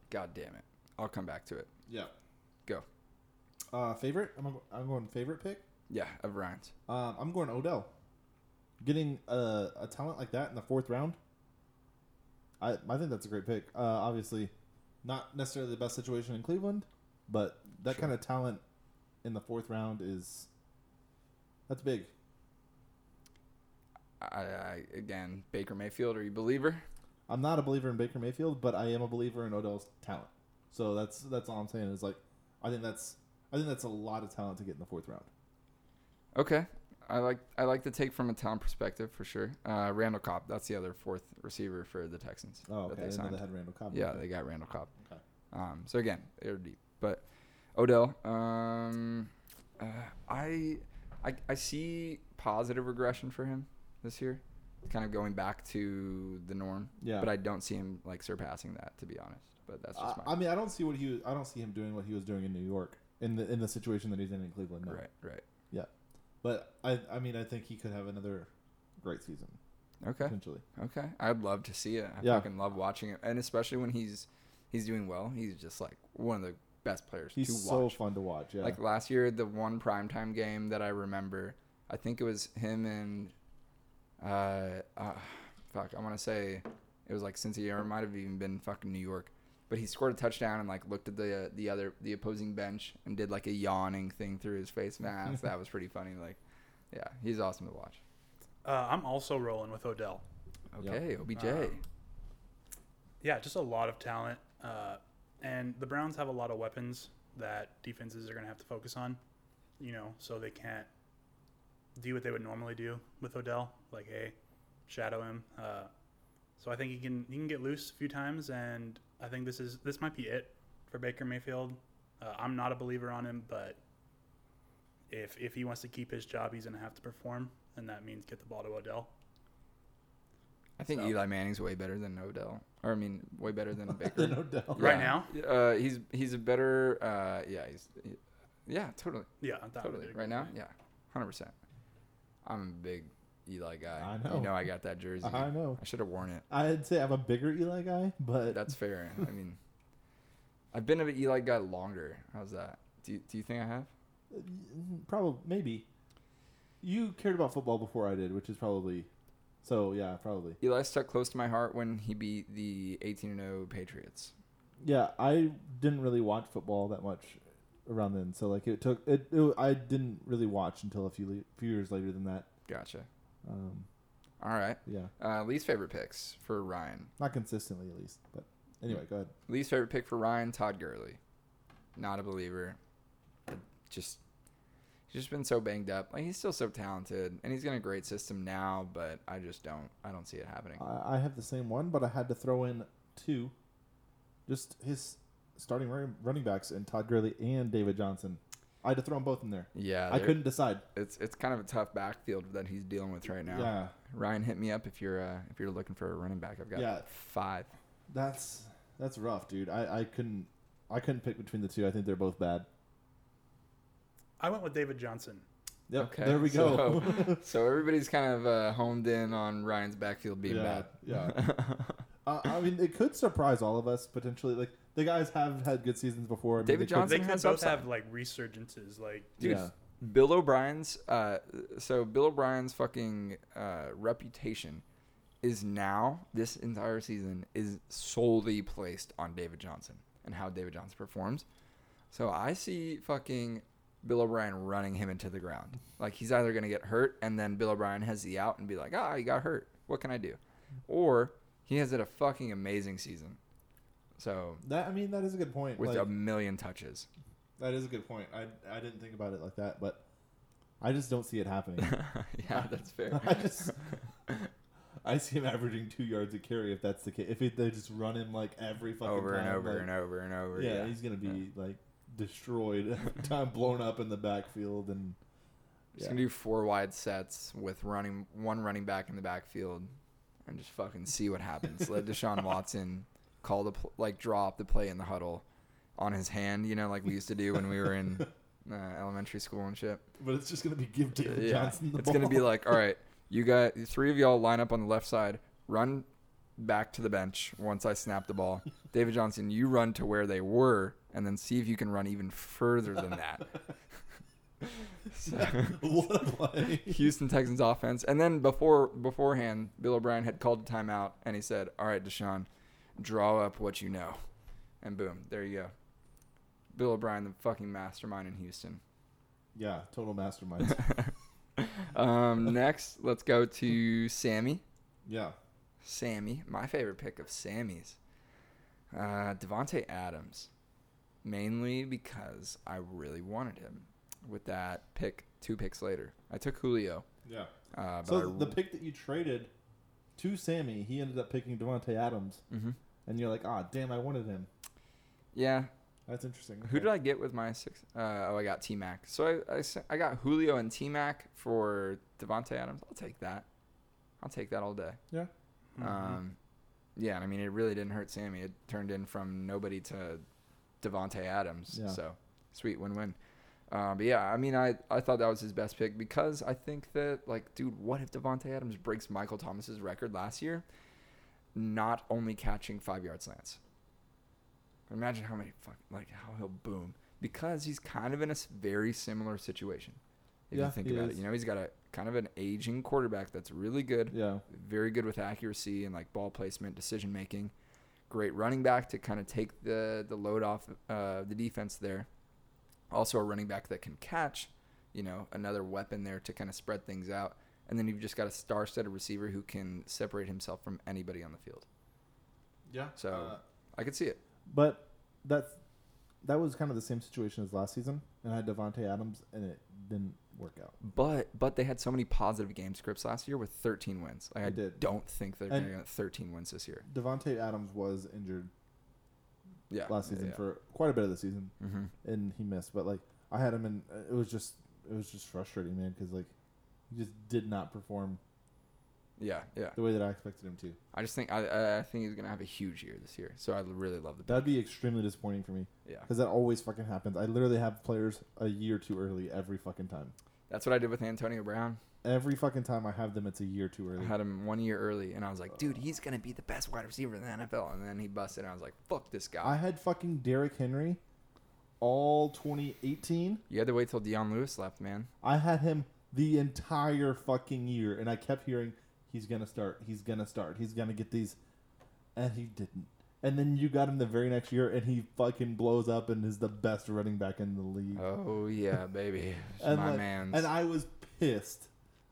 [SPEAKER 2] God damn it! I'll come back to it.
[SPEAKER 1] Yeah.
[SPEAKER 2] Go.
[SPEAKER 1] Uh, favorite? I'm, I'm going favorite pick.
[SPEAKER 2] Yeah, of Ryan's.
[SPEAKER 1] Um, I'm going Odell. Getting a, a talent like that in the fourth round, I I think that's a great pick. Uh, obviously, not necessarily the best situation in Cleveland, but that kind of talent in the fourth round is that's big.
[SPEAKER 2] I, I again, Baker Mayfield. Are you a believer?
[SPEAKER 1] I'm not a believer in Baker Mayfield, but I am a believer in Odell's talent. So that's that's all I'm saying is like, I think that's I think that's a lot of talent to get in the fourth round.
[SPEAKER 2] Okay. I like I like the take from a town perspective for sure. Uh, Randall Cobb, that's the other fourth receiver for the Texans
[SPEAKER 1] Oh,
[SPEAKER 2] that
[SPEAKER 1] okay. I
[SPEAKER 2] they
[SPEAKER 1] didn't know
[SPEAKER 2] signed.
[SPEAKER 1] they had Randall Cobb.
[SPEAKER 2] yeah, they got Randall Cobb.
[SPEAKER 1] Okay.
[SPEAKER 2] Um, so again, they're deep. But Odell, um, uh, I, I I see positive regression for him this year, kind of going back to the norm.
[SPEAKER 1] Yeah.
[SPEAKER 2] But I don't see him like surpassing that to be honest. But that's just
[SPEAKER 1] I,
[SPEAKER 2] my
[SPEAKER 1] I mean, I don't see what he was, I don't see him doing what he was doing in New York in the in the situation that he's in in Cleveland. No.
[SPEAKER 2] right, right.
[SPEAKER 1] Yeah. But I I mean I think he could have another great season
[SPEAKER 2] Okay.
[SPEAKER 1] potentially.
[SPEAKER 2] Okay, I'd love to see it. I
[SPEAKER 1] Yeah.
[SPEAKER 2] fucking love watching it, and especially when he's he's doing well. He's just like one of the best players
[SPEAKER 1] He's
[SPEAKER 2] to
[SPEAKER 1] so
[SPEAKER 2] watch.
[SPEAKER 1] fun to watch. Yeah.
[SPEAKER 2] Like last year, the one primetime game that I remember, I think it was him and uh, uh fuck, I want to say it was like Cincinnati or it might have even been fucking New York. But he scored a touchdown and like looked at the uh, the other the opposing bench and did like a yawning thing through his face mask. that was pretty funny. Like, yeah, he's awesome to watch.
[SPEAKER 3] Uh, I'm also rolling with Odell.
[SPEAKER 1] Yep.
[SPEAKER 2] Okay, OBJ.
[SPEAKER 3] Um, Yeah, just a lot of talent. Uh, and the Browns have a lot of weapons that defenses are going to have to focus on, you know, so they can't do what they would normally do with Odell, like, hey, shadow him. Uh, so I think he can he can get loose a few times, and I think this is this might be it for Baker Mayfield. Uh, I'm not a believer on him, but if if he wants to keep his job, he's going to have to perform, and that means get the ball to Odell.
[SPEAKER 2] I think
[SPEAKER 3] So-
[SPEAKER 2] Eli Manning's way better than Odell. Or I mean, way better than Baker.
[SPEAKER 1] Than Odell.
[SPEAKER 2] Yeah.
[SPEAKER 3] Right now?
[SPEAKER 2] Uh, he's he's a better. Uh, yeah, he's. he- yeah, totally,
[SPEAKER 3] Yeah, I thought we
[SPEAKER 2] totally.
[SPEAKER 3] did.
[SPEAKER 2] Right now, yeah, hundred percent. I'm a big Eli guy.
[SPEAKER 1] I know.
[SPEAKER 2] You know, I got that jersey.
[SPEAKER 1] I know.
[SPEAKER 2] I should have worn it.
[SPEAKER 1] I'd say I'm a bigger Eli guy, but
[SPEAKER 2] That's fair. I mean, I've been an Eli guy longer. How's that? Do you, do you think I have?
[SPEAKER 1] probably maybe you cared about football before I did, which is probably so yeah, probably.
[SPEAKER 2] Eli stuck close to my heart when he beat the 18 and 0 Patriots.
[SPEAKER 1] Yeah, I didn't really watch football that much around then. So like it took it, it I didn't really watch until a few le- few years later than that.
[SPEAKER 2] Gotcha.
[SPEAKER 1] Um,
[SPEAKER 2] All right.
[SPEAKER 1] yeah,
[SPEAKER 2] Uh, least favorite picks for Ryan.
[SPEAKER 1] not consistently at least. But anyway, go ahead.
[SPEAKER 2] Least favorite pick for Ryan Todd Gurley. Not a believer. Just he's just been so banged up. Like he's still so talented and he's got a great system now, but I just don't I don't see it happening.
[SPEAKER 1] I, I have the same one, but I had to throw in two. Just his starting run- running backs and Todd Gurley and David Johnson. I had to throw them both in there.
[SPEAKER 2] Yeah,
[SPEAKER 1] I
[SPEAKER 2] there-
[SPEAKER 1] couldn't decide.
[SPEAKER 2] It's it's kind of a tough backfield that he's dealing with right now.
[SPEAKER 1] Yeah,
[SPEAKER 2] Ryan, hit me up if you're uh, if you're looking for a running back. I've got
[SPEAKER 1] Yeah.
[SPEAKER 2] five.
[SPEAKER 1] that's that's rough, dude. I, I couldn't I couldn't pick between the two. I think they're both bad.
[SPEAKER 3] I went with David Johnson.
[SPEAKER 1] Yep,
[SPEAKER 2] Okay,
[SPEAKER 1] there we go.
[SPEAKER 2] So, so everybody's kind of uh, homed in on Ryan's backfield being
[SPEAKER 1] yeah,
[SPEAKER 2] bad.
[SPEAKER 1] yeah. Uh, I mean, it could surprise all of us potentially. Like the guys have had good seasons before. I mean,
[SPEAKER 2] David
[SPEAKER 1] they could-
[SPEAKER 2] Johnson-
[SPEAKER 3] They
[SPEAKER 2] Something
[SPEAKER 3] could
[SPEAKER 2] has
[SPEAKER 3] both
[SPEAKER 2] upside.
[SPEAKER 3] have like resurgences, like
[SPEAKER 2] Dude,
[SPEAKER 1] Yeah.
[SPEAKER 2] Bill O'Brien's uh, so Bill O'Brien's fucking uh, reputation is now this entire season is solely placed on David Johnson and how David Johnson performs. So I see fucking Bill O'Brien running him into the ground. Like he's either gonna get hurt and then Bill O'Brien has the out and be like, ah, he got hurt. What can I do? Or he has had a fucking amazing season. So
[SPEAKER 1] That I mean, that is a good point.
[SPEAKER 2] with
[SPEAKER 1] Like,
[SPEAKER 2] a million touches.
[SPEAKER 1] that is a good point. I I didn't think about it like that, but I just don't see it happening.
[SPEAKER 2] yeah, that's fair.
[SPEAKER 1] I just I see him averaging two yards a carry if that's the case. If it, they just run him like every fucking
[SPEAKER 2] over
[SPEAKER 1] time,
[SPEAKER 2] and over
[SPEAKER 1] like,
[SPEAKER 2] and over and over.
[SPEAKER 1] Yeah, he's gonna be like destroyed every time, blown up in the backfield, and
[SPEAKER 2] He's
[SPEAKER 1] yeah.
[SPEAKER 2] gonna do four wide sets with running one running back in the backfield, and just fucking see what happens. Let Deshaun Watson call the pl- like draw up the play in the huddle. on his hand, you know, like we used to do when we were in uh, elementary school and shit.
[SPEAKER 1] But it's just gonna be give David
[SPEAKER 2] Yeah.
[SPEAKER 1] Johnson the
[SPEAKER 2] it's going to
[SPEAKER 1] ball.
[SPEAKER 2] be like, all right, you guys, the three of y'all line up on the left side, run back to the bench once I snap the ball. David Johnson, you run to where they were and then see if you can run even further than that. so.
[SPEAKER 1] what a play.
[SPEAKER 2] Houston Texans offense. And then before beforehand, Bill O'Brien had called a timeout and he said, "All right, Deshaun, draw up what you know." And boom, there you go. Bill O'Brien, the fucking mastermind in Houston.
[SPEAKER 1] Yeah, total mastermind.
[SPEAKER 2] Um, next, let's go to Sammy.
[SPEAKER 1] yeah.
[SPEAKER 2] Sammy, my favorite pick of Sammy's, uh, Devonte Adams, mainly because I really wanted him. With that pick, two picks later, I took Julio.
[SPEAKER 1] Yeah.
[SPEAKER 2] Uh, but
[SPEAKER 1] So
[SPEAKER 2] I-
[SPEAKER 1] the pick that you traded to Sammy, he ended up picking Devontae Adams.
[SPEAKER 2] Mhm.
[SPEAKER 1] And you're like, ah, damn, I wanted him.
[SPEAKER 2] yeah,
[SPEAKER 1] That's interesting.
[SPEAKER 2] Who did I get with my six? Uh, oh, I got T Mac. So I, I, s- I got Julio and T Mac for Devonte Adams. I'll take that. I'll take that all day.
[SPEAKER 1] Yeah.
[SPEAKER 2] Um, yeah, and I mean it really didn't hurt Sammy. It turned in from nobody to Devonte Adams.
[SPEAKER 1] Yeah.
[SPEAKER 2] So sweet win-win. Uh, but yeah, I mean I I thought that was his best pick because I think that like dude, what if Devonte Adams breaks Michael Thomas's record last year? Not only catching five yard slants. Imagine how many fuck, like how he'll boom because he's kind of in a s- very similar situation. If
[SPEAKER 1] Yeah,
[SPEAKER 2] you think
[SPEAKER 1] he
[SPEAKER 2] about
[SPEAKER 1] is.
[SPEAKER 2] it, you know he's got a kind of an aging quarterback that's really good,
[SPEAKER 1] Yeah.
[SPEAKER 2] very good with accuracy and like ball placement, decision making. Great running back to kind of take the the load off uh, the defense there. Also a running back that can catch, you know, another weapon there to kind of spread things out. And then you've just got a star-studded receiver who can separate himself from anybody on the field.
[SPEAKER 1] Yeah.
[SPEAKER 2] So I could see it.
[SPEAKER 1] But that's that was kind of the same situation as last season, and I had Devonte Adams, and it didn't work out.
[SPEAKER 2] But but they had so many positive game scripts last year with 13 wins. Like,
[SPEAKER 1] They
[SPEAKER 2] I
[SPEAKER 1] did.
[SPEAKER 2] don't think they're
[SPEAKER 1] And-
[SPEAKER 2] going to get 13 wins this year.
[SPEAKER 1] Devonte Adams was injured
[SPEAKER 2] Yeah.
[SPEAKER 1] last
[SPEAKER 2] yeah,
[SPEAKER 1] season
[SPEAKER 2] yeah.
[SPEAKER 1] for quite a bit of the season,
[SPEAKER 2] Mhm.
[SPEAKER 1] and he missed. But like, I had him, and it was just it was just frustrating, man, because like he just did not perform
[SPEAKER 2] Yeah, yeah.
[SPEAKER 1] the way that I expected him to.
[SPEAKER 2] I just think I- I I think he's going to have a huge year this year. So I really love the
[SPEAKER 1] That'd be extremely disappointing for me
[SPEAKER 2] Yeah.
[SPEAKER 1] because that always fucking happens. I literally have players a year too early every fucking time.
[SPEAKER 2] That's what I did with Antonio Brown.
[SPEAKER 1] Every fucking time I have them, it's a year too
[SPEAKER 2] I
[SPEAKER 1] early.
[SPEAKER 2] had him one year early, and I
[SPEAKER 1] Uh,
[SPEAKER 2] was like, dude, he's going to be the best wide receiver in the NFL. And then he busted, and I was like, fuck this guy.
[SPEAKER 1] I had fucking Derrick Henry all 2018.
[SPEAKER 2] you had to wait till Deion Lewis left, man.
[SPEAKER 1] I had him the entire fucking year, and I kept hearing he's gonna start, he's gonna start, he's gonna get these, and he didn't. And then you got him the very next year, and he fucking blows up and is the best running back in the league.
[SPEAKER 2] Oh, yeah, baby.
[SPEAKER 1] Mm. and
[SPEAKER 2] My
[SPEAKER 1] like-
[SPEAKER 2] man's.
[SPEAKER 1] And I was pissed.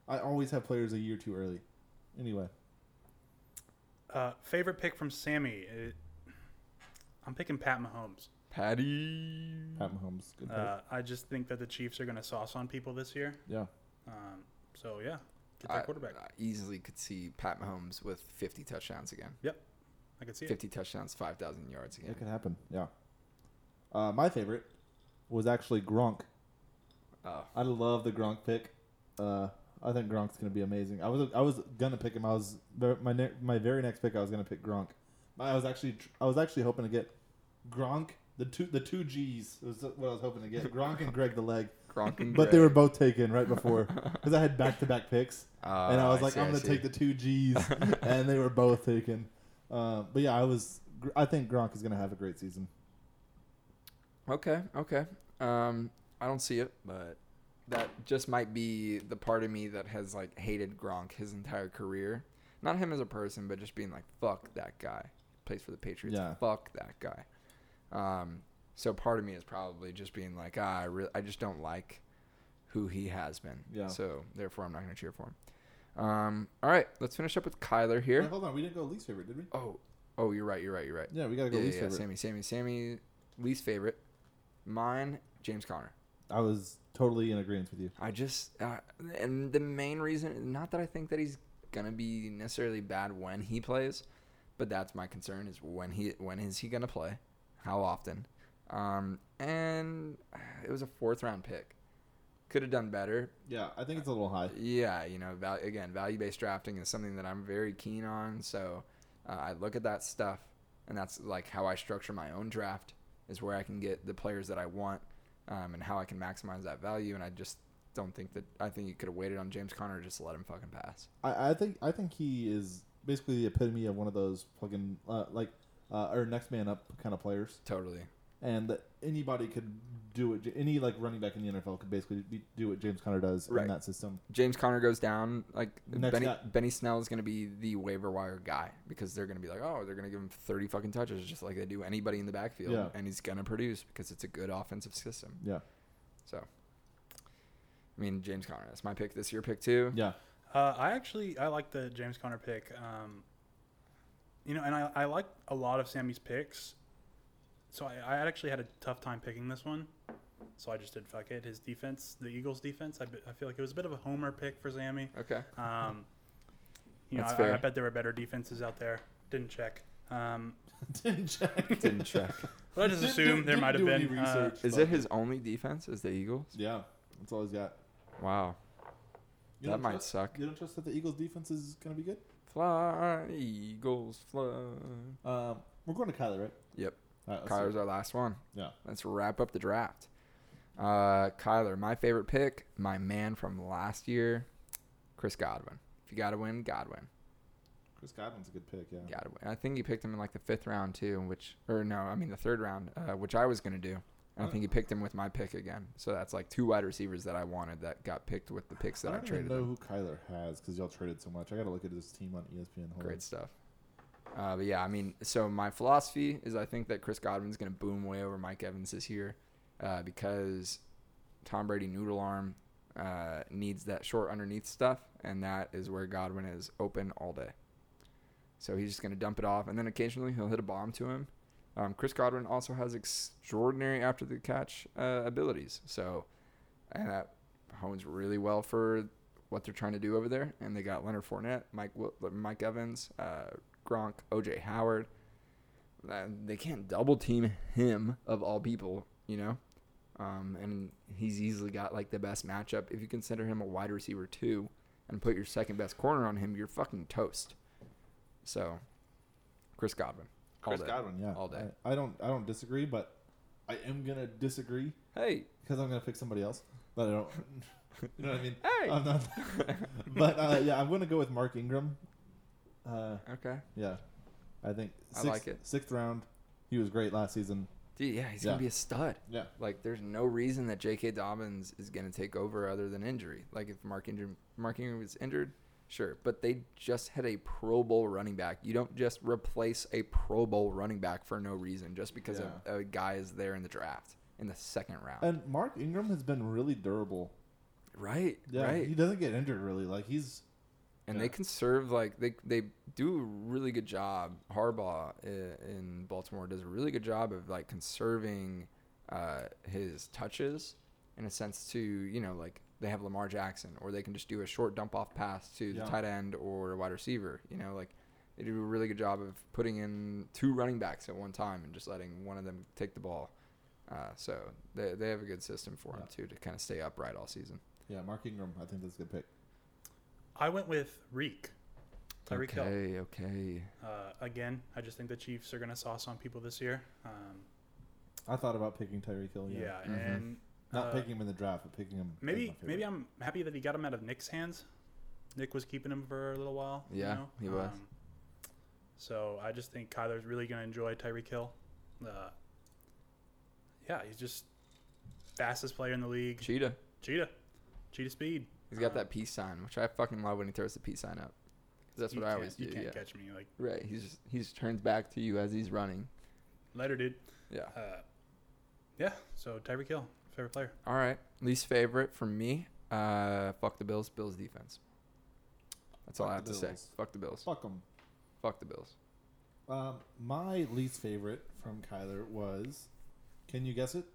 [SPEAKER 1] I always have players a year too early. Anyway,
[SPEAKER 3] Uh, favorite pick from Sammy. It, I'm picking Pat Mahomes.
[SPEAKER 2] Patty.
[SPEAKER 1] Pat Mahomes, good
[SPEAKER 2] Mm-hmm.
[SPEAKER 1] pick.
[SPEAKER 3] Uh, I just think that the Chiefs are going to sauce on people this year.
[SPEAKER 1] yeah,
[SPEAKER 3] Um, so yeah, get
[SPEAKER 2] I,
[SPEAKER 3] that quarterback.
[SPEAKER 2] I easily could see Pat Mahomes with 50 touchdowns again.
[SPEAKER 3] yep, I could see it.
[SPEAKER 2] 50 touchdowns, 5,000 yards again.
[SPEAKER 1] it could happen. Yeah. Uh, my favorite was actually Gronk.
[SPEAKER 2] Oh,
[SPEAKER 1] I love the Gronk pick. Uh, I think Gronk's gonna be amazing. I was I was gonna pick him. I was my ne- my very next pick. I was gonna pick Gronk. I was actually tr- I was actually hoping to get Gronk the two the two G's was what I was hoping to get Gronk and Greg the leg,
[SPEAKER 2] Gronk and
[SPEAKER 1] but they were both taken right before because I had back to back picks
[SPEAKER 2] Uh,
[SPEAKER 1] and I was
[SPEAKER 2] I
[SPEAKER 1] like
[SPEAKER 2] see,
[SPEAKER 1] I'm
[SPEAKER 2] I
[SPEAKER 1] gonna
[SPEAKER 2] see.
[SPEAKER 1] take the two G's and they were both taken. Uh, but yeah, I was Gr- I think Gronk is gonna have a great season.
[SPEAKER 2] Okay, okay. Um, I don't see it, but that just might be the part of me that has like hated Gronk his entire career. Not him as a person, but just being like, fuck that guy. Plays for the Patriots.
[SPEAKER 1] Yeah.
[SPEAKER 2] Fuck that guy. Um, so part of me is probably just being like, ah, I, re- I just don't like who he has been.
[SPEAKER 1] Yeah.
[SPEAKER 2] So therefore, I'm not gonna cheer for him. Um, all right, let's finish up with Kyler here.
[SPEAKER 1] Wait, hold on, we didn't go least favorite, did we?
[SPEAKER 2] Oh, oh, you're right. You're right. You're right.
[SPEAKER 1] Yeah, we gotta go
[SPEAKER 2] yeah,
[SPEAKER 1] least
[SPEAKER 2] yeah,
[SPEAKER 1] favorite.
[SPEAKER 2] Sammy, Sammy, Sammy, least favorite. Mine, James Conner.
[SPEAKER 1] I was totally in agreement with you.
[SPEAKER 2] I just, uh, and the main reason, not that I think that he's gonna be necessarily bad when he plays, but that's my concern is when he, when is he gonna play, how often, um, and it was a fourth round pick. Could have done better,
[SPEAKER 1] Yeah, I think it's a little high.
[SPEAKER 2] yeah, you know, val- again, value based drafting is something that I'm very keen on. So uh, I look at that stuff, and that's like how I structure my own draft. is where I can get the players that I want um, and how I can maximize that value. And I just don't think that I think you could have waited on James Conner just to let him fucking pass.
[SPEAKER 1] I, I think I think he is basically the epitome of one of those fucking uh, like uh, or next man up kind of players,
[SPEAKER 2] Totally.
[SPEAKER 1] and that anybody could do it. Any like running back in the NFL could basically be, do what James Conner does
[SPEAKER 2] Right.
[SPEAKER 1] in that system.
[SPEAKER 2] James Conner goes down. Like
[SPEAKER 1] Next
[SPEAKER 2] Benny,
[SPEAKER 1] guy.
[SPEAKER 2] Benny Snell is going to be the waiver wire guy because they're going to be like, oh, they're going to give him thirty fucking touches just like they do anybody in the backfield,
[SPEAKER 1] Yeah.
[SPEAKER 2] and he's going to produce because it's a good offensive system.
[SPEAKER 1] Yeah,
[SPEAKER 2] So, I mean, James Conner. That's my pick this year. Pick two.
[SPEAKER 1] yeah.
[SPEAKER 3] Uh, I actually I like the James Conner pick. Um, you know, and I, I like a lot of Sammy's picks. So I, I actually had a tough time picking this one. So I just did fuck it. His defense, the Eagles' defense. I, be- I feel like it was a bit of a homer pick for Sammy.
[SPEAKER 2] Okay.
[SPEAKER 3] Um, you know,
[SPEAKER 2] That's
[SPEAKER 3] I, I
[SPEAKER 2] fair.
[SPEAKER 3] bet there were better defenses out there. Didn't check. Um,
[SPEAKER 1] Didn't check.
[SPEAKER 2] Didn't check.
[SPEAKER 3] but I just
[SPEAKER 1] Didn't
[SPEAKER 3] assume
[SPEAKER 1] do-
[SPEAKER 3] there
[SPEAKER 1] didn't
[SPEAKER 3] might have
[SPEAKER 1] do any
[SPEAKER 3] been. Uh,
[SPEAKER 1] research,
[SPEAKER 2] Is
[SPEAKER 1] but-
[SPEAKER 2] it his only defense? Is the Eagles?
[SPEAKER 1] Yeah, that's all he's got.
[SPEAKER 2] Wow.
[SPEAKER 1] You
[SPEAKER 2] That
[SPEAKER 1] don't
[SPEAKER 2] might
[SPEAKER 1] trust-
[SPEAKER 2] suck.
[SPEAKER 1] You don't trust that the Eagles' defense is going to be good?
[SPEAKER 2] Fly Eagles fly.
[SPEAKER 1] Um, we're going to Kyler, right?
[SPEAKER 2] Yep.
[SPEAKER 1] All right, let's
[SPEAKER 2] Kyler's
[SPEAKER 1] see.
[SPEAKER 2] our last one.
[SPEAKER 1] Yeah.
[SPEAKER 2] Let's wrap up the draft. Uh, Kyler, my favorite pick, my man from last year, Chris Godwin. If you got to win, Godwin.
[SPEAKER 1] Chris Godwin's a good pick. Yeah.
[SPEAKER 2] Got to win. I think you picked him in like the fifth round too, which or no, I mean the third round, uh, which I was gonna do. And I
[SPEAKER 1] Oh.
[SPEAKER 2] think you picked him with my pick again. So that's like two wide receivers that I wanted that got picked with the picks
[SPEAKER 1] I
[SPEAKER 2] that I,
[SPEAKER 1] don't even
[SPEAKER 2] traded.
[SPEAKER 1] know
[SPEAKER 2] Them.
[SPEAKER 1] who Kyler has because y'all traded so much. I got to look at his team on E ESPN. Hold
[SPEAKER 2] Great stuff. Uh, but yeah, I mean, so my philosophy is I think that Chris Godwin's going to boom way over Mike Evans this year uh, because Tom Brady noodle arm uh, needs that short underneath stuff, and that is where Godwin is open all day. So he's just going to dump it off, and then occasionally he'll hit a bomb to him. Um, Chris Godwin also has extraordinary after the catch uh, abilities. So, and that hones really well for what they're trying to do over there. And they got Leonard Fournette, Mike Wil- Mike Evans, uh, Gronk, OJ Howard. Uh, they can't double team him of all people, you know. Um, and he's easily got like the best matchup. If you consider him a wide receiver too, and put your second best corner on him, you're fucking toast. So, Chris Godwin. all
[SPEAKER 1] Chris
[SPEAKER 2] day.
[SPEAKER 1] Godwin, yeah.
[SPEAKER 2] All day.
[SPEAKER 1] I, I don't. I don't disagree, but I am gonna disagree
[SPEAKER 2] Hey,
[SPEAKER 1] because I'm gonna pick somebody else. But I don't. you know what I mean?
[SPEAKER 2] Hey!
[SPEAKER 1] I'm not, but uh, yeah, I'm gonna go with Mark Ingram. Uh,
[SPEAKER 2] okay.
[SPEAKER 1] yeah, I think
[SPEAKER 2] I
[SPEAKER 1] sixth,
[SPEAKER 2] like it.
[SPEAKER 1] Sixth round. He was great last season.
[SPEAKER 2] Dude, yeah, he's
[SPEAKER 1] Yeah.
[SPEAKER 2] gonna be a stud.
[SPEAKER 1] Yeah.
[SPEAKER 2] Like, there's no reason that J.K. Dobbins is gonna take over other than injury. Like, if Mark Ingram, Mark Ingram is injured, sure, but they just had a Pro Bowl running back. You don't just replace a Pro Bowl running back for no reason just because a- a, guy is there in the draft in the second round.
[SPEAKER 1] And Mark Ingram has been really durable.
[SPEAKER 2] right.
[SPEAKER 1] Yeah,
[SPEAKER 2] right.
[SPEAKER 1] he doesn't get injured really. Like he's
[SPEAKER 2] and
[SPEAKER 1] Yeah.
[SPEAKER 2] they conserve like they they do a really good job. Harbaugh i- in Baltimore does a really good job of like conserving uh, his touches in a sense to you know like they have Lamar Jackson or they can just do a short dump off pass to
[SPEAKER 1] Yeah.
[SPEAKER 2] the tight end or a wide receiver. You know like they do a really good job of putting in two running backs at one time and just letting one of them take the ball. Uh, so they they have a good system for him too to kind of stay upright all season.
[SPEAKER 1] yeah. Mark Ingram. I think that's a good pick.
[SPEAKER 3] I went with Reek. Tyreek Hill.
[SPEAKER 2] okay, okay.
[SPEAKER 3] Uh, again, I just think the Chiefs are going to sauce on people this year. Um,
[SPEAKER 1] I thought about picking Tyreek Hill.
[SPEAKER 3] yeah,
[SPEAKER 1] Yeah.
[SPEAKER 2] Mm-hmm.
[SPEAKER 3] and
[SPEAKER 1] Not
[SPEAKER 3] uh,
[SPEAKER 1] picking him in the draft, but picking him. as my
[SPEAKER 3] maybe
[SPEAKER 1] favorite.
[SPEAKER 3] maybe I'm happy that he got him out of Nick's hands. Nick was keeping him for a little while. you
[SPEAKER 2] Yeah,
[SPEAKER 3] know? Um,
[SPEAKER 2] he was.
[SPEAKER 3] so I just think Kyler's really going to enjoy Tyreek Hill. Uh, yeah, he's just fastest player in the league.
[SPEAKER 2] Cheetah.
[SPEAKER 3] Cheetah, cheetah speed.
[SPEAKER 2] He's got
[SPEAKER 3] Uh,
[SPEAKER 2] that peace sign, which I fucking love when he throws the peace sign up. 'Cause that's
[SPEAKER 3] you
[SPEAKER 2] what I
[SPEAKER 3] can't-
[SPEAKER 2] always do.
[SPEAKER 3] You can't
[SPEAKER 2] Yeah.
[SPEAKER 3] catch me. Like
[SPEAKER 2] Right. He's just, he just turns back to you as he's running.
[SPEAKER 3] later, dude.
[SPEAKER 2] Yeah.
[SPEAKER 3] Uh, yeah. So Tyreek Hill, favorite player.
[SPEAKER 2] All right. Least favorite for me. Uh, fuck the Bills. Bills defense. That's all
[SPEAKER 1] Fuck
[SPEAKER 2] I have
[SPEAKER 1] the
[SPEAKER 2] to say.
[SPEAKER 1] Bills.
[SPEAKER 2] Fuck the Bills. Fuck,
[SPEAKER 1] Fuck him.
[SPEAKER 2] the Bills.
[SPEAKER 1] Um, my least favorite from Kyler was, can you guess it?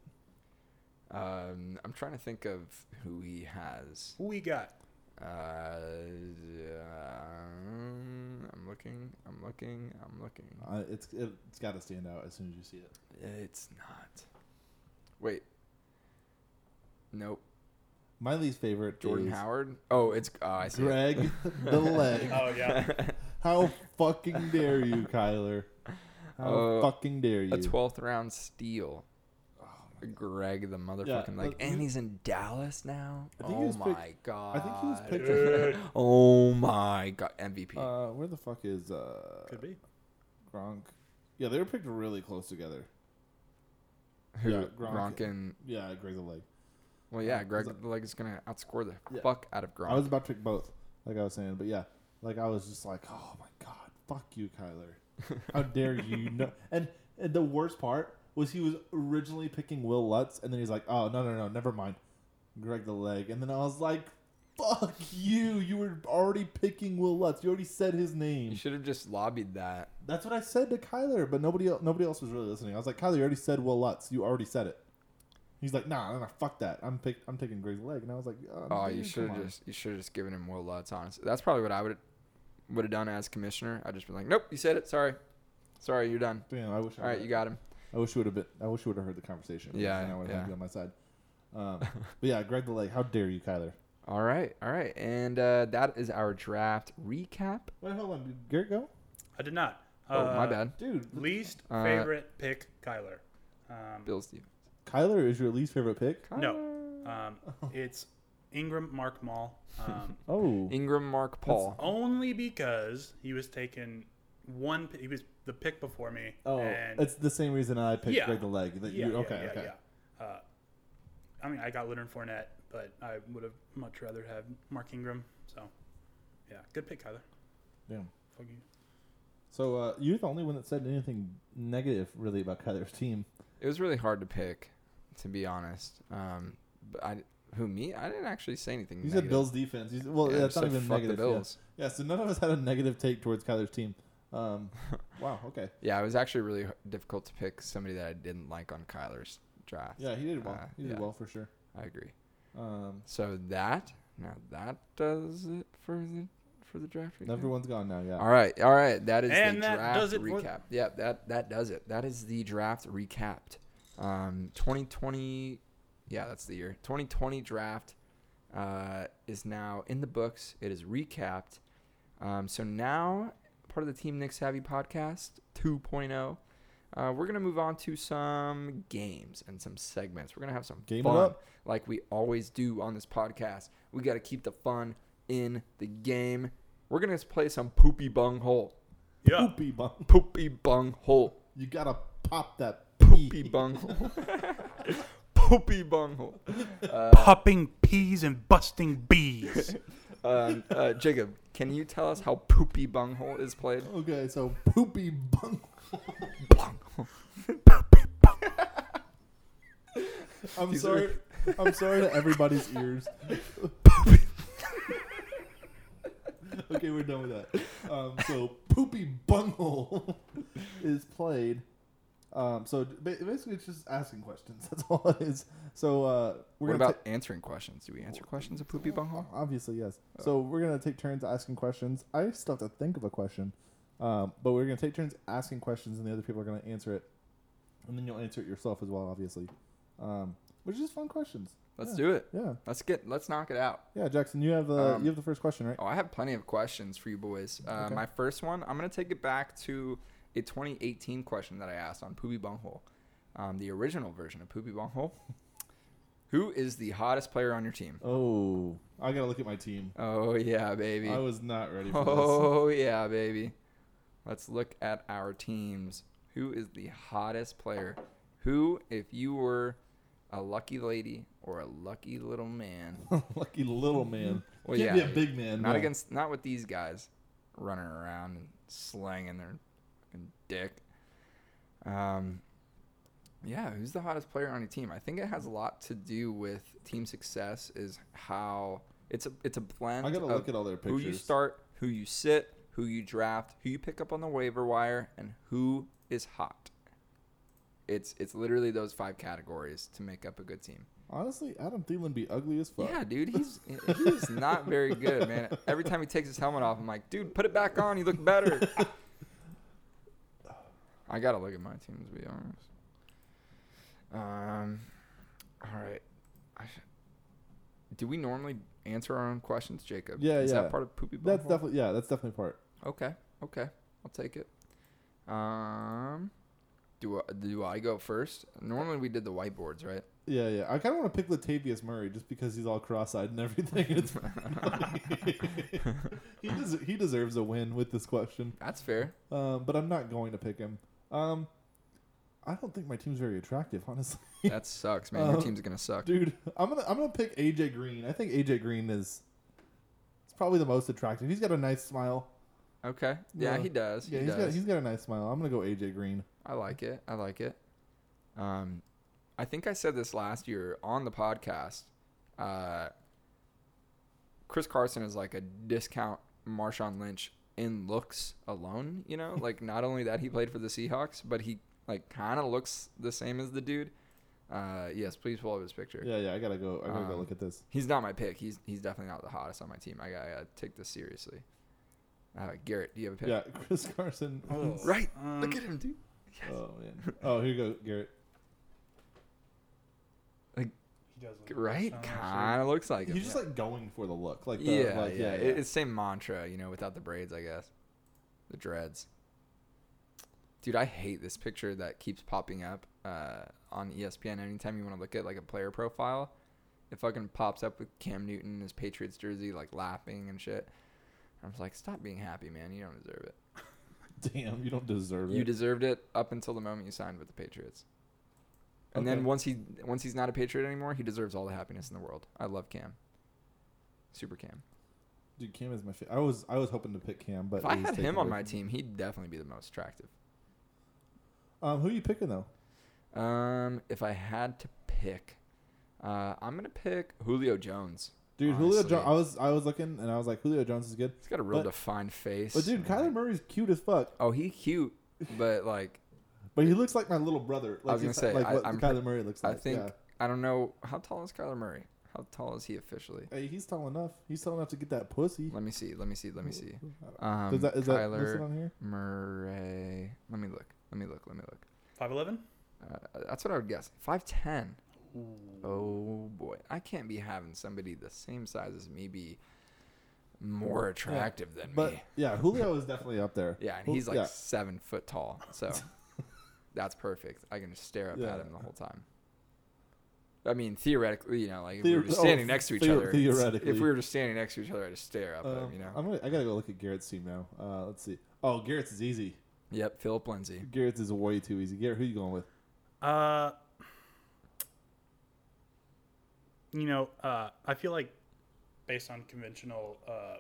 [SPEAKER 2] Um, I'm trying to think of who he has.
[SPEAKER 3] Who we got?
[SPEAKER 2] Uh, um, I'm looking. I'm looking. I'm looking.
[SPEAKER 1] Uh, it's it's got to stand out as soon as you see it.
[SPEAKER 2] It's not. Wait. Nope.
[SPEAKER 1] My least favorite,
[SPEAKER 2] Jordan
[SPEAKER 1] is
[SPEAKER 2] Howard. Oh, it's. Oh, I see. it.
[SPEAKER 1] Greg the leg.
[SPEAKER 3] Oh yeah.
[SPEAKER 1] How fucking dare you, Kyler? How
[SPEAKER 2] Oh,
[SPEAKER 1] fucking dare you?
[SPEAKER 2] A 12th round steal. Greg the motherfucking like,
[SPEAKER 1] but-
[SPEAKER 2] and he's in Dallas now.
[SPEAKER 1] I think he
[SPEAKER 2] Oh
[SPEAKER 1] was
[SPEAKER 2] my
[SPEAKER 1] pick-
[SPEAKER 2] god!
[SPEAKER 1] I think he was picked. for-
[SPEAKER 2] Oh my god! MVP.
[SPEAKER 1] uh, where the fuck is uh,
[SPEAKER 3] Could be.
[SPEAKER 1] Gronk? Yeah, they were picked really close together.
[SPEAKER 2] Who?
[SPEAKER 1] yeah, Gronk.
[SPEAKER 2] Gronk and
[SPEAKER 1] Yeah, Greg the leg.
[SPEAKER 2] well, yeah, Greg
[SPEAKER 1] was that-
[SPEAKER 2] the leg is gonna outscore the
[SPEAKER 1] Yeah.
[SPEAKER 2] fuck out of Gronk.
[SPEAKER 1] I was about to pick both, like I was saying, but yeah, like I was just like, oh my god, fuck you, Kyler. How dare you? No. And, and the worst part was he was originally picking Will Lutz, and then he's like, oh no no no, never mind, Greg the leg. And then I was like, fuck you, you were already picking Will Lutz. You already said his
[SPEAKER 2] you
[SPEAKER 1] name.
[SPEAKER 2] should have just lobbied that.
[SPEAKER 1] That's what I said to Kyler, but nobody el- nobody else was really listening. I was like, Kyler, you already said Will Lutz. You already said it. He's like, nah, nah, nah, fuck that. I'm pick, I'm taking Greg the leg, and I was like, oh,
[SPEAKER 2] Oh,
[SPEAKER 1] dude,
[SPEAKER 2] you
[SPEAKER 1] come
[SPEAKER 2] should
[SPEAKER 1] on.
[SPEAKER 2] have just you should have just given him Will Lutz. Honestly, that's probably what I would would have done as commissioner. I'd just been like, nope, you said it. Sorry, sorry, you're done.
[SPEAKER 1] Damn, I wish. I
[SPEAKER 2] All right,
[SPEAKER 1] would've-
[SPEAKER 2] you got him.
[SPEAKER 1] I wish you would have been. I wish you would have heard the conversation.
[SPEAKER 2] Yeah,
[SPEAKER 1] and I would have
[SPEAKER 2] yeah.
[SPEAKER 1] had you on my side. Um, but yeah, Greg the leg. How dare you, Kyler?
[SPEAKER 2] All right, all right, and uh, that is our draft recap.
[SPEAKER 1] Wait, hold on. Did Garrett go?
[SPEAKER 3] I did not.
[SPEAKER 2] Oh, my
[SPEAKER 3] Uh,
[SPEAKER 2] bad.
[SPEAKER 1] Dude,
[SPEAKER 3] Least
[SPEAKER 2] Uh,
[SPEAKER 3] favorite pick, Kyler. Um,
[SPEAKER 2] Bill Stevens.
[SPEAKER 1] Kyler is your least favorite pick.
[SPEAKER 3] No, um, it's Ingram Mark Mall. Um,
[SPEAKER 1] Oh,
[SPEAKER 2] Ingram, Mark Paul.
[SPEAKER 3] only because he was taken one. p- He was the pick before me.
[SPEAKER 1] oh,
[SPEAKER 3] and
[SPEAKER 1] it's the same reason I picked
[SPEAKER 3] Yeah.
[SPEAKER 1] Greg the leg. That
[SPEAKER 3] yeah,
[SPEAKER 1] you,
[SPEAKER 3] yeah,
[SPEAKER 1] okay,
[SPEAKER 3] yeah,
[SPEAKER 1] okay.
[SPEAKER 3] yeah. Uh, I mean, I got Leonard Fournette, but I would have much rather had Mark Ingram. So, yeah, good pick, Kyler.
[SPEAKER 1] Damn.
[SPEAKER 3] Fuck you.
[SPEAKER 1] So uh, you're the only one that said anything negative really about Kyler's team.
[SPEAKER 2] It was really hard to pick, to be honest. Um, but I who me? I didn't actually say anything.
[SPEAKER 1] You said
[SPEAKER 2] negative.
[SPEAKER 1] Bills defense. You, s- well,
[SPEAKER 2] Yeah, I
[SPEAKER 1] that's
[SPEAKER 2] just
[SPEAKER 1] not
[SPEAKER 2] said
[SPEAKER 1] even
[SPEAKER 2] fuck the
[SPEAKER 1] negative. yeah.
[SPEAKER 2] Bills.
[SPEAKER 1] Yeah. so none of us had a negative take towards Kyler's team. Um, wow. Okay.
[SPEAKER 2] Yeah, it was actually really h- difficult to pick somebody that I didn't like on Kyler's draft.
[SPEAKER 1] Yeah, he did well.
[SPEAKER 2] Uh,
[SPEAKER 1] he did
[SPEAKER 2] yeah.
[SPEAKER 1] well for sure.
[SPEAKER 2] I agree.
[SPEAKER 1] Um,
[SPEAKER 2] So that now that does it for the for the draft recap.
[SPEAKER 1] everyone's gone now. Yeah.
[SPEAKER 2] All right, all right. That is the
[SPEAKER 3] And that
[SPEAKER 2] draft
[SPEAKER 3] does it for-
[SPEAKER 2] recap. yeah, that that does it. That is the draft recapped. Um, 2020. Yeah, that's the year. 2020 draft uh, is now in the books. It is recapped. Um, so now part of the Team Nick Savvy podcast 2.0. Uh, we're gonna move on to some games and some segments. We're gonna have some
[SPEAKER 1] Game it
[SPEAKER 2] fun,
[SPEAKER 1] up.
[SPEAKER 2] like we always do on this podcast. We gotta keep the fun in the game. We're gonna play some poopy bung hole,
[SPEAKER 3] Yeah.
[SPEAKER 1] Poopy bum.
[SPEAKER 2] poopy bung hole,
[SPEAKER 1] You gotta pop that
[SPEAKER 2] poopy
[SPEAKER 1] pee.
[SPEAKER 2] bung hole, poopy bung hole.
[SPEAKER 3] Popping peas and busting bees.
[SPEAKER 2] Um, uh, Jacob, can you tell us how poopy bung hole is played?
[SPEAKER 1] Okay, so poopy bung. I'm
[SPEAKER 2] These
[SPEAKER 1] sorry. I'm sorry to everybody's ears. okay, we're done with that. Um, so poopy bunghole is played. Um, so ba- basically, it's just asking questions. That's all it is. So uh, we're
[SPEAKER 2] What
[SPEAKER 1] gonna
[SPEAKER 2] about answering questions? Do we answer questions at poopy bung hole?
[SPEAKER 1] ta- obviously yes. So we're gonna take turns asking questions. I still have to think of a question, um, but we're gonna take turns asking questions, and the other people are gonna answer it, and then you'll answer it yourself as well, obviously. Um, which is fun questions.
[SPEAKER 2] Let's
[SPEAKER 1] Yeah.
[SPEAKER 2] do it.
[SPEAKER 1] Yeah,
[SPEAKER 2] Let's get. Let's knock it out.
[SPEAKER 1] yeah, Jackson, you have the
[SPEAKER 2] Um,
[SPEAKER 1] you have the first question, right?
[SPEAKER 2] Oh, I have plenty of questions for you boys. Uh,
[SPEAKER 1] Okay.
[SPEAKER 2] My first one, I'm gonna take it back to a 2018 question that I asked on Poopy Bunghole, um, the original version of Poopy Bunghole. Who is the hottest player on your team?
[SPEAKER 1] Oh, I gotta look at my team.
[SPEAKER 2] Oh yeah, baby.
[SPEAKER 1] I was not ready for this.
[SPEAKER 2] Oh yeah, baby. Let's look at our teams. Who is the hottest player? Who, if you were a lucky lady or a lucky little man,
[SPEAKER 1] Lucky little man.
[SPEAKER 2] Oh. Well,
[SPEAKER 1] Can't
[SPEAKER 2] yeah.
[SPEAKER 1] be a big man.
[SPEAKER 2] Not
[SPEAKER 1] no.
[SPEAKER 2] against, not with these guys running around and slanging their fucking dick. Um, yeah, who's the hottest player on your team? I think it has a lot to do with team success. Is how it's a it's a blend.
[SPEAKER 1] I gotta
[SPEAKER 2] of
[SPEAKER 1] look at all their
[SPEAKER 2] Who you
[SPEAKER 1] pictures.
[SPEAKER 2] start, who you sit, who you draft, who you pick up on the waiver wire, and who is hot. It's it's literally those five categories to make up a good team.
[SPEAKER 1] Honestly, Adam Thielen be ugly as fuck.
[SPEAKER 2] Yeah, dude, he's he's not very good, man. Every time he takes his helmet off, I'm like, dude, put it back on. You look better. I gotta look at my team to be honest. Um, all right. I should, do we normally answer our own questions, Jacob?
[SPEAKER 1] Yeah,
[SPEAKER 2] Is
[SPEAKER 1] yeah.
[SPEAKER 2] that part of poopy?
[SPEAKER 1] That's
[SPEAKER 2] Bunghole?
[SPEAKER 1] definitely yeah. That's definitely part.
[SPEAKER 2] okay. Okay, I'll take it. Um, do I, do I go first? Normally we did the whiteboards, right?
[SPEAKER 1] Yeah, yeah. I kind of want to pick Latavius Murray just because he's all cross-eyed and everything. It's he des- he deserves a win with this question,
[SPEAKER 2] That's fair.
[SPEAKER 1] um, but I'm not going to pick him. Um, I don't think my team's very attractive, honestly.
[SPEAKER 2] That sucks, man. Your
[SPEAKER 1] Uh,
[SPEAKER 2] team's gonna suck.
[SPEAKER 1] Dude, I'm gonna I'm gonna pick AJ Green. I think AJ Green is, it's probably the most attractive. He's got a nice smile.
[SPEAKER 2] Okay. Yeah,
[SPEAKER 1] Yeah.
[SPEAKER 2] he does.
[SPEAKER 1] Yeah,
[SPEAKER 2] he
[SPEAKER 1] he's
[SPEAKER 2] does.
[SPEAKER 1] got he's got a nice smile. I'm gonna go AJ Green.
[SPEAKER 2] I like it. I like it. Um, I think I said this last year on the podcast. Uh, Chris Carson is like a discount Marshawn Lynch in looks alone. You know, like not only that he played for the Seahawks, but he like kind of looks the same as the dude. Uh, yes, please pull up his picture.
[SPEAKER 1] Yeah, yeah. I gotta go. I gotta go
[SPEAKER 2] Um,
[SPEAKER 1] look at this.
[SPEAKER 2] He's not my pick. He's he's definitely not the hottest on my team. I gotta, I gotta take this seriously. Uh, Garrett, do you have a pick?
[SPEAKER 1] Yeah, Chris Carson.
[SPEAKER 3] Oh.
[SPEAKER 2] Right.
[SPEAKER 3] Um,
[SPEAKER 2] Look at him, dude.
[SPEAKER 1] Oh man. Oh, here you go, Garrett.
[SPEAKER 3] He does look
[SPEAKER 2] Right?
[SPEAKER 3] like Sean
[SPEAKER 2] Kind of looks like him.
[SPEAKER 1] He's just like going for the look, like the,
[SPEAKER 2] yeah,
[SPEAKER 1] like,
[SPEAKER 2] yeah,
[SPEAKER 1] yeah,
[SPEAKER 2] It- It's same mantra, you know, without the braids, I guess. The dreads. Dude, I hate this picture that keeps popping up uh, on ESPN. Anytime you want to look at like a player profile, it fucking pops up with Cam Newton in his Patriots jersey, like laughing and shit. I was like, stop being happy, man. You don't deserve it.
[SPEAKER 1] Damn, you don't deserve it.
[SPEAKER 2] You deserved it up until the moment you signed with the Patriots. And
[SPEAKER 1] Okay.
[SPEAKER 2] then once he once he's not a Patriot anymore, he deserves all the happiness in the world. I love Cam. Super Cam.
[SPEAKER 1] Dude, Cam is my favorite. I was I was hoping to pick Cam, but
[SPEAKER 2] If I
[SPEAKER 1] he's
[SPEAKER 2] had
[SPEAKER 1] taken
[SPEAKER 2] him on
[SPEAKER 1] away
[SPEAKER 2] my
[SPEAKER 1] from
[SPEAKER 2] team, he'd definitely be the most attractive.
[SPEAKER 1] me. Um, who are you picking though?
[SPEAKER 2] Um, if I had to pick, uh, I'm gonna pick Julio Jones.
[SPEAKER 1] Dude, Julio
[SPEAKER 2] Honestly.
[SPEAKER 1] Jones. I was I was looking and I was like, Julio Jones is good.
[SPEAKER 2] He's got a real
[SPEAKER 1] But-
[SPEAKER 2] defined face.
[SPEAKER 1] But dude,
[SPEAKER 2] and, like-
[SPEAKER 1] Kyler Murray's cute as fuck.
[SPEAKER 2] Oh, he cute, but like
[SPEAKER 1] But he looks like my little brother. Like
[SPEAKER 2] I was gonna
[SPEAKER 1] it's-
[SPEAKER 2] say,
[SPEAKER 1] like
[SPEAKER 2] I-
[SPEAKER 1] what
[SPEAKER 2] I'm
[SPEAKER 1] Kyler Murray looks
[SPEAKER 2] I
[SPEAKER 1] like.
[SPEAKER 2] think
[SPEAKER 1] yeah.
[SPEAKER 2] I don't know how tall is Kyler Murray. How tall is he officially?
[SPEAKER 1] Hey, he's tall enough. He's tall enough to get that pussy.
[SPEAKER 2] Let me see. Let me see. Let me see.
[SPEAKER 1] Does
[SPEAKER 2] Um,
[SPEAKER 1] that is that listed
[SPEAKER 2] Kyler
[SPEAKER 1] on here?
[SPEAKER 2] Murray. Let me look. Let me look. Let me look.
[SPEAKER 3] Five eleven.
[SPEAKER 2] Uh, that's what I would guess. Five ten. Oh boy, I can't be having somebody the same size as me be more attractive than
[SPEAKER 1] But
[SPEAKER 2] me.
[SPEAKER 1] yeah, Julio is definitely up there.
[SPEAKER 2] Yeah, and
[SPEAKER 1] Jul-
[SPEAKER 2] he's like
[SPEAKER 1] yeah.
[SPEAKER 2] seven foot tall, so that's perfect. I can just stare up
[SPEAKER 1] Yeah.
[SPEAKER 2] at him the whole time. I mean, theoretically, you know, like if we were
[SPEAKER 1] Theor-
[SPEAKER 2] just
[SPEAKER 1] oh,
[SPEAKER 2] standing next to each
[SPEAKER 1] theo-
[SPEAKER 2] other, it's- if
[SPEAKER 1] theoretically.
[SPEAKER 2] we were just standing next to each other, I'd just stare up at
[SPEAKER 1] Um,
[SPEAKER 2] him, you know.
[SPEAKER 1] I'm gonna, I gotta go look at Garrett's team now. Uh, let's see. Oh, Garrett's is easy.
[SPEAKER 2] yep, Philip Lindsay.
[SPEAKER 1] Garrett's is way too easy. Garrett, who you going with?
[SPEAKER 3] Uh, you know, uh, I feel like based on conventional uh,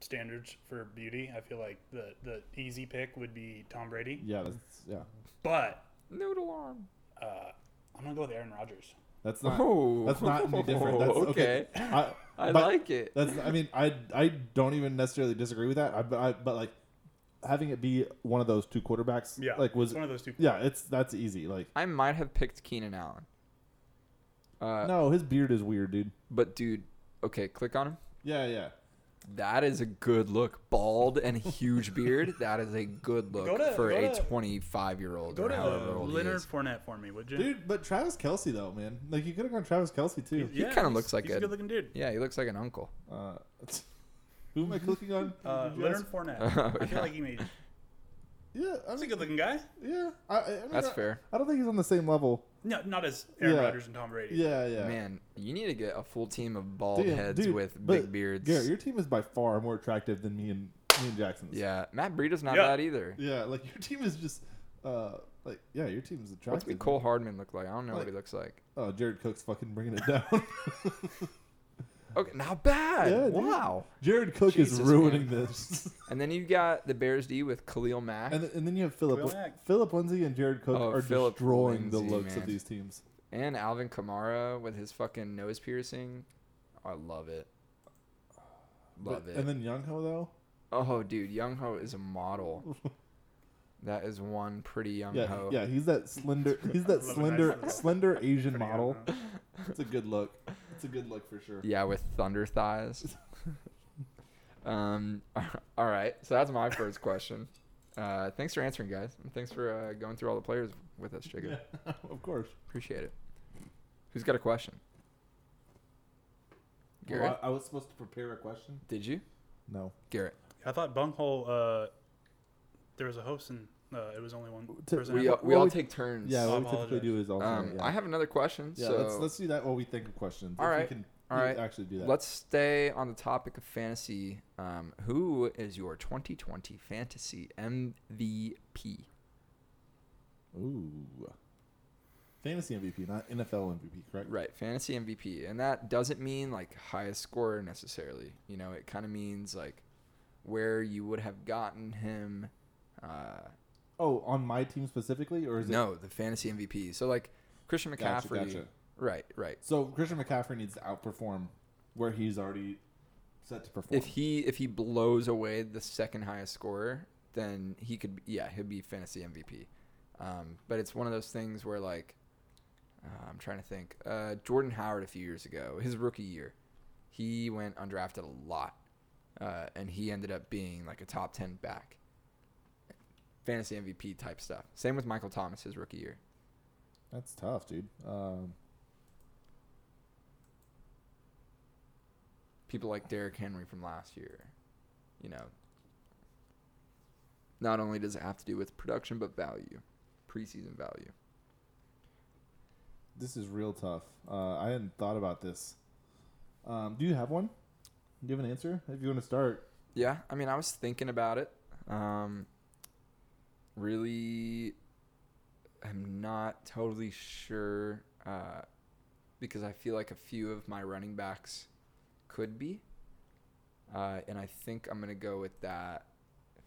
[SPEAKER 3] standards for beauty, I feel like the the easy pick would be Tom Brady.
[SPEAKER 1] Yeah, that's yeah.
[SPEAKER 3] But
[SPEAKER 2] Noodle arm.
[SPEAKER 3] uh, I'm gonna go with Aaron Rodgers.
[SPEAKER 1] That's not.
[SPEAKER 2] Oh,
[SPEAKER 1] That's not any different. That's, okay.
[SPEAKER 2] okay.
[SPEAKER 1] I,
[SPEAKER 2] I
[SPEAKER 1] but
[SPEAKER 2] like it.
[SPEAKER 1] That's. I mean, I I don't even necessarily disagree with that. I, but I, but like having it be one of those two quarterbacks.
[SPEAKER 3] Yeah,
[SPEAKER 1] Like was.
[SPEAKER 3] it's one of those two.
[SPEAKER 1] yeah, it's that's easy. Like
[SPEAKER 2] I might have picked Keenan Allen. Uh,
[SPEAKER 1] no, his beard is weird, dude.
[SPEAKER 2] But dude, okay, click on him.
[SPEAKER 1] Yeah, yeah.
[SPEAKER 2] That is a good look. Bald and huge beard. That is a good look
[SPEAKER 3] Go to-
[SPEAKER 2] for
[SPEAKER 3] go
[SPEAKER 2] a
[SPEAKER 3] to-
[SPEAKER 2] 25 year old
[SPEAKER 3] Go
[SPEAKER 2] or
[SPEAKER 3] to
[SPEAKER 2] however
[SPEAKER 3] uh,
[SPEAKER 2] old he
[SPEAKER 3] Leonard
[SPEAKER 2] is.
[SPEAKER 3] Fournette for me, would you?
[SPEAKER 1] Dude, but Travis Kelsey though, man. Like you could have gone Travis Kelsey too.
[SPEAKER 3] Yeah,
[SPEAKER 2] kinda
[SPEAKER 3] he's-
[SPEAKER 2] looks like
[SPEAKER 3] he's
[SPEAKER 2] a-
[SPEAKER 3] a good looking dude.
[SPEAKER 2] Yeah, he looks like an uncle.
[SPEAKER 1] Uh, who am I clicking on?
[SPEAKER 3] Uh,
[SPEAKER 1] Did you ask?
[SPEAKER 3] Leonard Fournette.
[SPEAKER 2] Oh,
[SPEAKER 3] I
[SPEAKER 2] yeah.
[SPEAKER 3] feel like he made.
[SPEAKER 1] Yeah, I
[SPEAKER 3] He's a
[SPEAKER 1] mean,
[SPEAKER 3] good looking guy.
[SPEAKER 1] yeah. I, I mean,
[SPEAKER 2] That's
[SPEAKER 1] I-
[SPEAKER 2] fair.
[SPEAKER 1] I don't think he's on the same level.
[SPEAKER 3] No, not as Aaron
[SPEAKER 1] Yeah.
[SPEAKER 3] Rodgers and Tom Brady.
[SPEAKER 1] Yeah, yeah.
[SPEAKER 2] Man, you need to get a full team of bald
[SPEAKER 1] Damn,
[SPEAKER 2] heads
[SPEAKER 1] dude,
[SPEAKER 2] with
[SPEAKER 1] but
[SPEAKER 2] big beards.
[SPEAKER 1] Garrett, your team is by far more attractive than me and me and Jackson's.
[SPEAKER 2] yeah, Matt Breida's not
[SPEAKER 3] Yeah.
[SPEAKER 2] bad either.
[SPEAKER 1] yeah. Like your team is just, uh, like yeah, your team is attractive.
[SPEAKER 2] What's the Cole Hardman look like? I don't know what
[SPEAKER 1] Like-
[SPEAKER 2] he looks like.
[SPEAKER 1] Oh, Jared Cook's fucking bringing it down.
[SPEAKER 2] Okay, not bad.
[SPEAKER 1] Yeah, dude.
[SPEAKER 2] wow.
[SPEAKER 1] Jared Cook is
[SPEAKER 2] Jesus,
[SPEAKER 1] ruining
[SPEAKER 2] man.
[SPEAKER 1] this.
[SPEAKER 2] And then you got the Bears D with Khalil Mack
[SPEAKER 1] And, th- and then you have Philip.
[SPEAKER 3] Khalil
[SPEAKER 1] Lin-
[SPEAKER 3] Mack.
[SPEAKER 1] Philip Lindsay and Jared Cook
[SPEAKER 2] Oh,
[SPEAKER 1] are
[SPEAKER 2] Philip
[SPEAKER 1] destroying the
[SPEAKER 2] Lindsay,
[SPEAKER 1] looks
[SPEAKER 2] man.
[SPEAKER 1] of these teams.
[SPEAKER 2] and Alvin Kamara with his fucking nose piercing. I love it. Love
[SPEAKER 1] But-
[SPEAKER 2] it.
[SPEAKER 1] And then Young Ho though.
[SPEAKER 2] Oh, dude, Young Ho is a model. that is one pretty Young
[SPEAKER 1] Yeah,
[SPEAKER 2] Ho.
[SPEAKER 1] yeah, he's that slender. He's that
[SPEAKER 3] love a nice
[SPEAKER 1] slender,
[SPEAKER 3] little-
[SPEAKER 1] slender Asian
[SPEAKER 3] Pretty young,
[SPEAKER 1] model.
[SPEAKER 3] huh?
[SPEAKER 1] It's a good look. It's a good look for sure.
[SPEAKER 2] Yeah, with thunder thighs. um, all right. So that's my first question. Uh, thanks for answering, guys, and thanks for uh, going through all the players with us, Jacob.
[SPEAKER 1] Yeah, of course.
[SPEAKER 2] Appreciate it. Who's got a question? Garrett,
[SPEAKER 1] Well, I, I was supposed to prepare a question.
[SPEAKER 2] did you?
[SPEAKER 1] No.
[SPEAKER 2] Garrett,
[SPEAKER 3] I thought Bunghole. Uh, there was a host in Uh, it was only one
[SPEAKER 1] To-
[SPEAKER 3] person.
[SPEAKER 2] We,
[SPEAKER 3] I-
[SPEAKER 2] all- we
[SPEAKER 1] Well,
[SPEAKER 2] all
[SPEAKER 1] we-
[SPEAKER 2] take turns.
[SPEAKER 1] Yeah,
[SPEAKER 3] I
[SPEAKER 1] what we typically
[SPEAKER 3] apologize.
[SPEAKER 1] do is also.
[SPEAKER 2] Um,
[SPEAKER 1] yeah,
[SPEAKER 2] I have another question.
[SPEAKER 1] yeah
[SPEAKER 2] so
[SPEAKER 1] let's let's do that while we think of questions.
[SPEAKER 2] All
[SPEAKER 1] if
[SPEAKER 2] right.
[SPEAKER 1] we can
[SPEAKER 2] All right.
[SPEAKER 1] actually do that.
[SPEAKER 2] Let's stay on the topic of fantasy. Um, who is your 2020 fantasy MVP?
[SPEAKER 1] Ooh. Fantasy MVP, not NFL MVP, correct?
[SPEAKER 2] Right, fantasy MVP. And that doesn't mean like highest scorer necessarily. You know, it kind of means like where you would have gotten him. Uh,
[SPEAKER 1] Oh, on my team specifically, or is it?
[SPEAKER 2] no, the fantasy MVP. So like Christian
[SPEAKER 1] Gotcha,
[SPEAKER 2] McCaffrey.
[SPEAKER 1] gotcha.
[SPEAKER 2] Right, right.
[SPEAKER 1] So Christian McCaffrey needs to outperform where he's already set to perform.
[SPEAKER 2] If he if he blows away the second highest scorer, then he could yeah he'd be fantasy MVP. Um, but it's one of those things where like uh, I'm trying to think. Uh, Jordan Howard a few years ago, his rookie year, he went undrafted a lot, uh, and he ended up being like a top ten back, fantasy MVP type stuff. Same with Michael Thomas his rookie year.
[SPEAKER 1] That's tough, dude. Um,
[SPEAKER 2] People like Derrick Henry from last year, you know. Not only does it have to do with production, but value, preseason value.
[SPEAKER 1] this is real tough. Uh, I hadn't thought about this. Um, do you have one? Do you have an answer? If you want to start,
[SPEAKER 2] Yeah, I mean, I was thinking about it. Um, really, I'm not totally sure uh, because I feel like a few of my running backs could be, uh, and I think I'm gonna go with that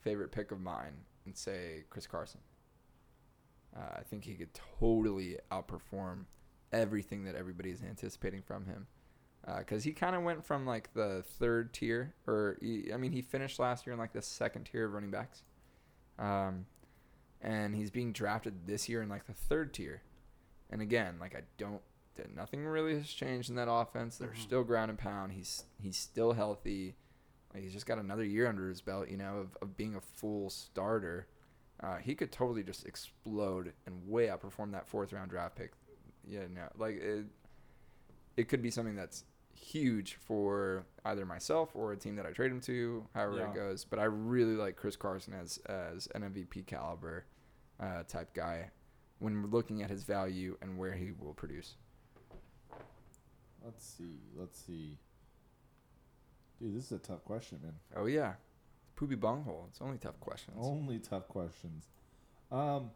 [SPEAKER 2] favorite pick of mine and say Chris Carson. Uh, I think he could totally outperform everything that everybody is anticipating from him because Uh, he kind of went from like the third tier, or he, I mean, he finished last year in like the second tier of running backs, um, and he's being drafted this year in like the third tier. And again, like I don't, that nothing really has changed in that offense. They're still ground and pound. He's he's still healthy. Like he's just got another year under his belt, you know, of, of being a full starter. Uh, he could totally just explode and way outperform that fourth round draft pick. Yeah, no, like it, it could be something that's huge for either myself or a team that I trade him to, however
[SPEAKER 1] Yeah.
[SPEAKER 2] it goes. But I really like Chris Carson as as an MVP caliber uh, type guy when we're looking at his value and where he will produce.
[SPEAKER 1] let's see. Let's see. Dude, this is a tough question, man.
[SPEAKER 2] Oh yeah, poopy bunghole. It's only tough questions.
[SPEAKER 1] Only tough questions. Um,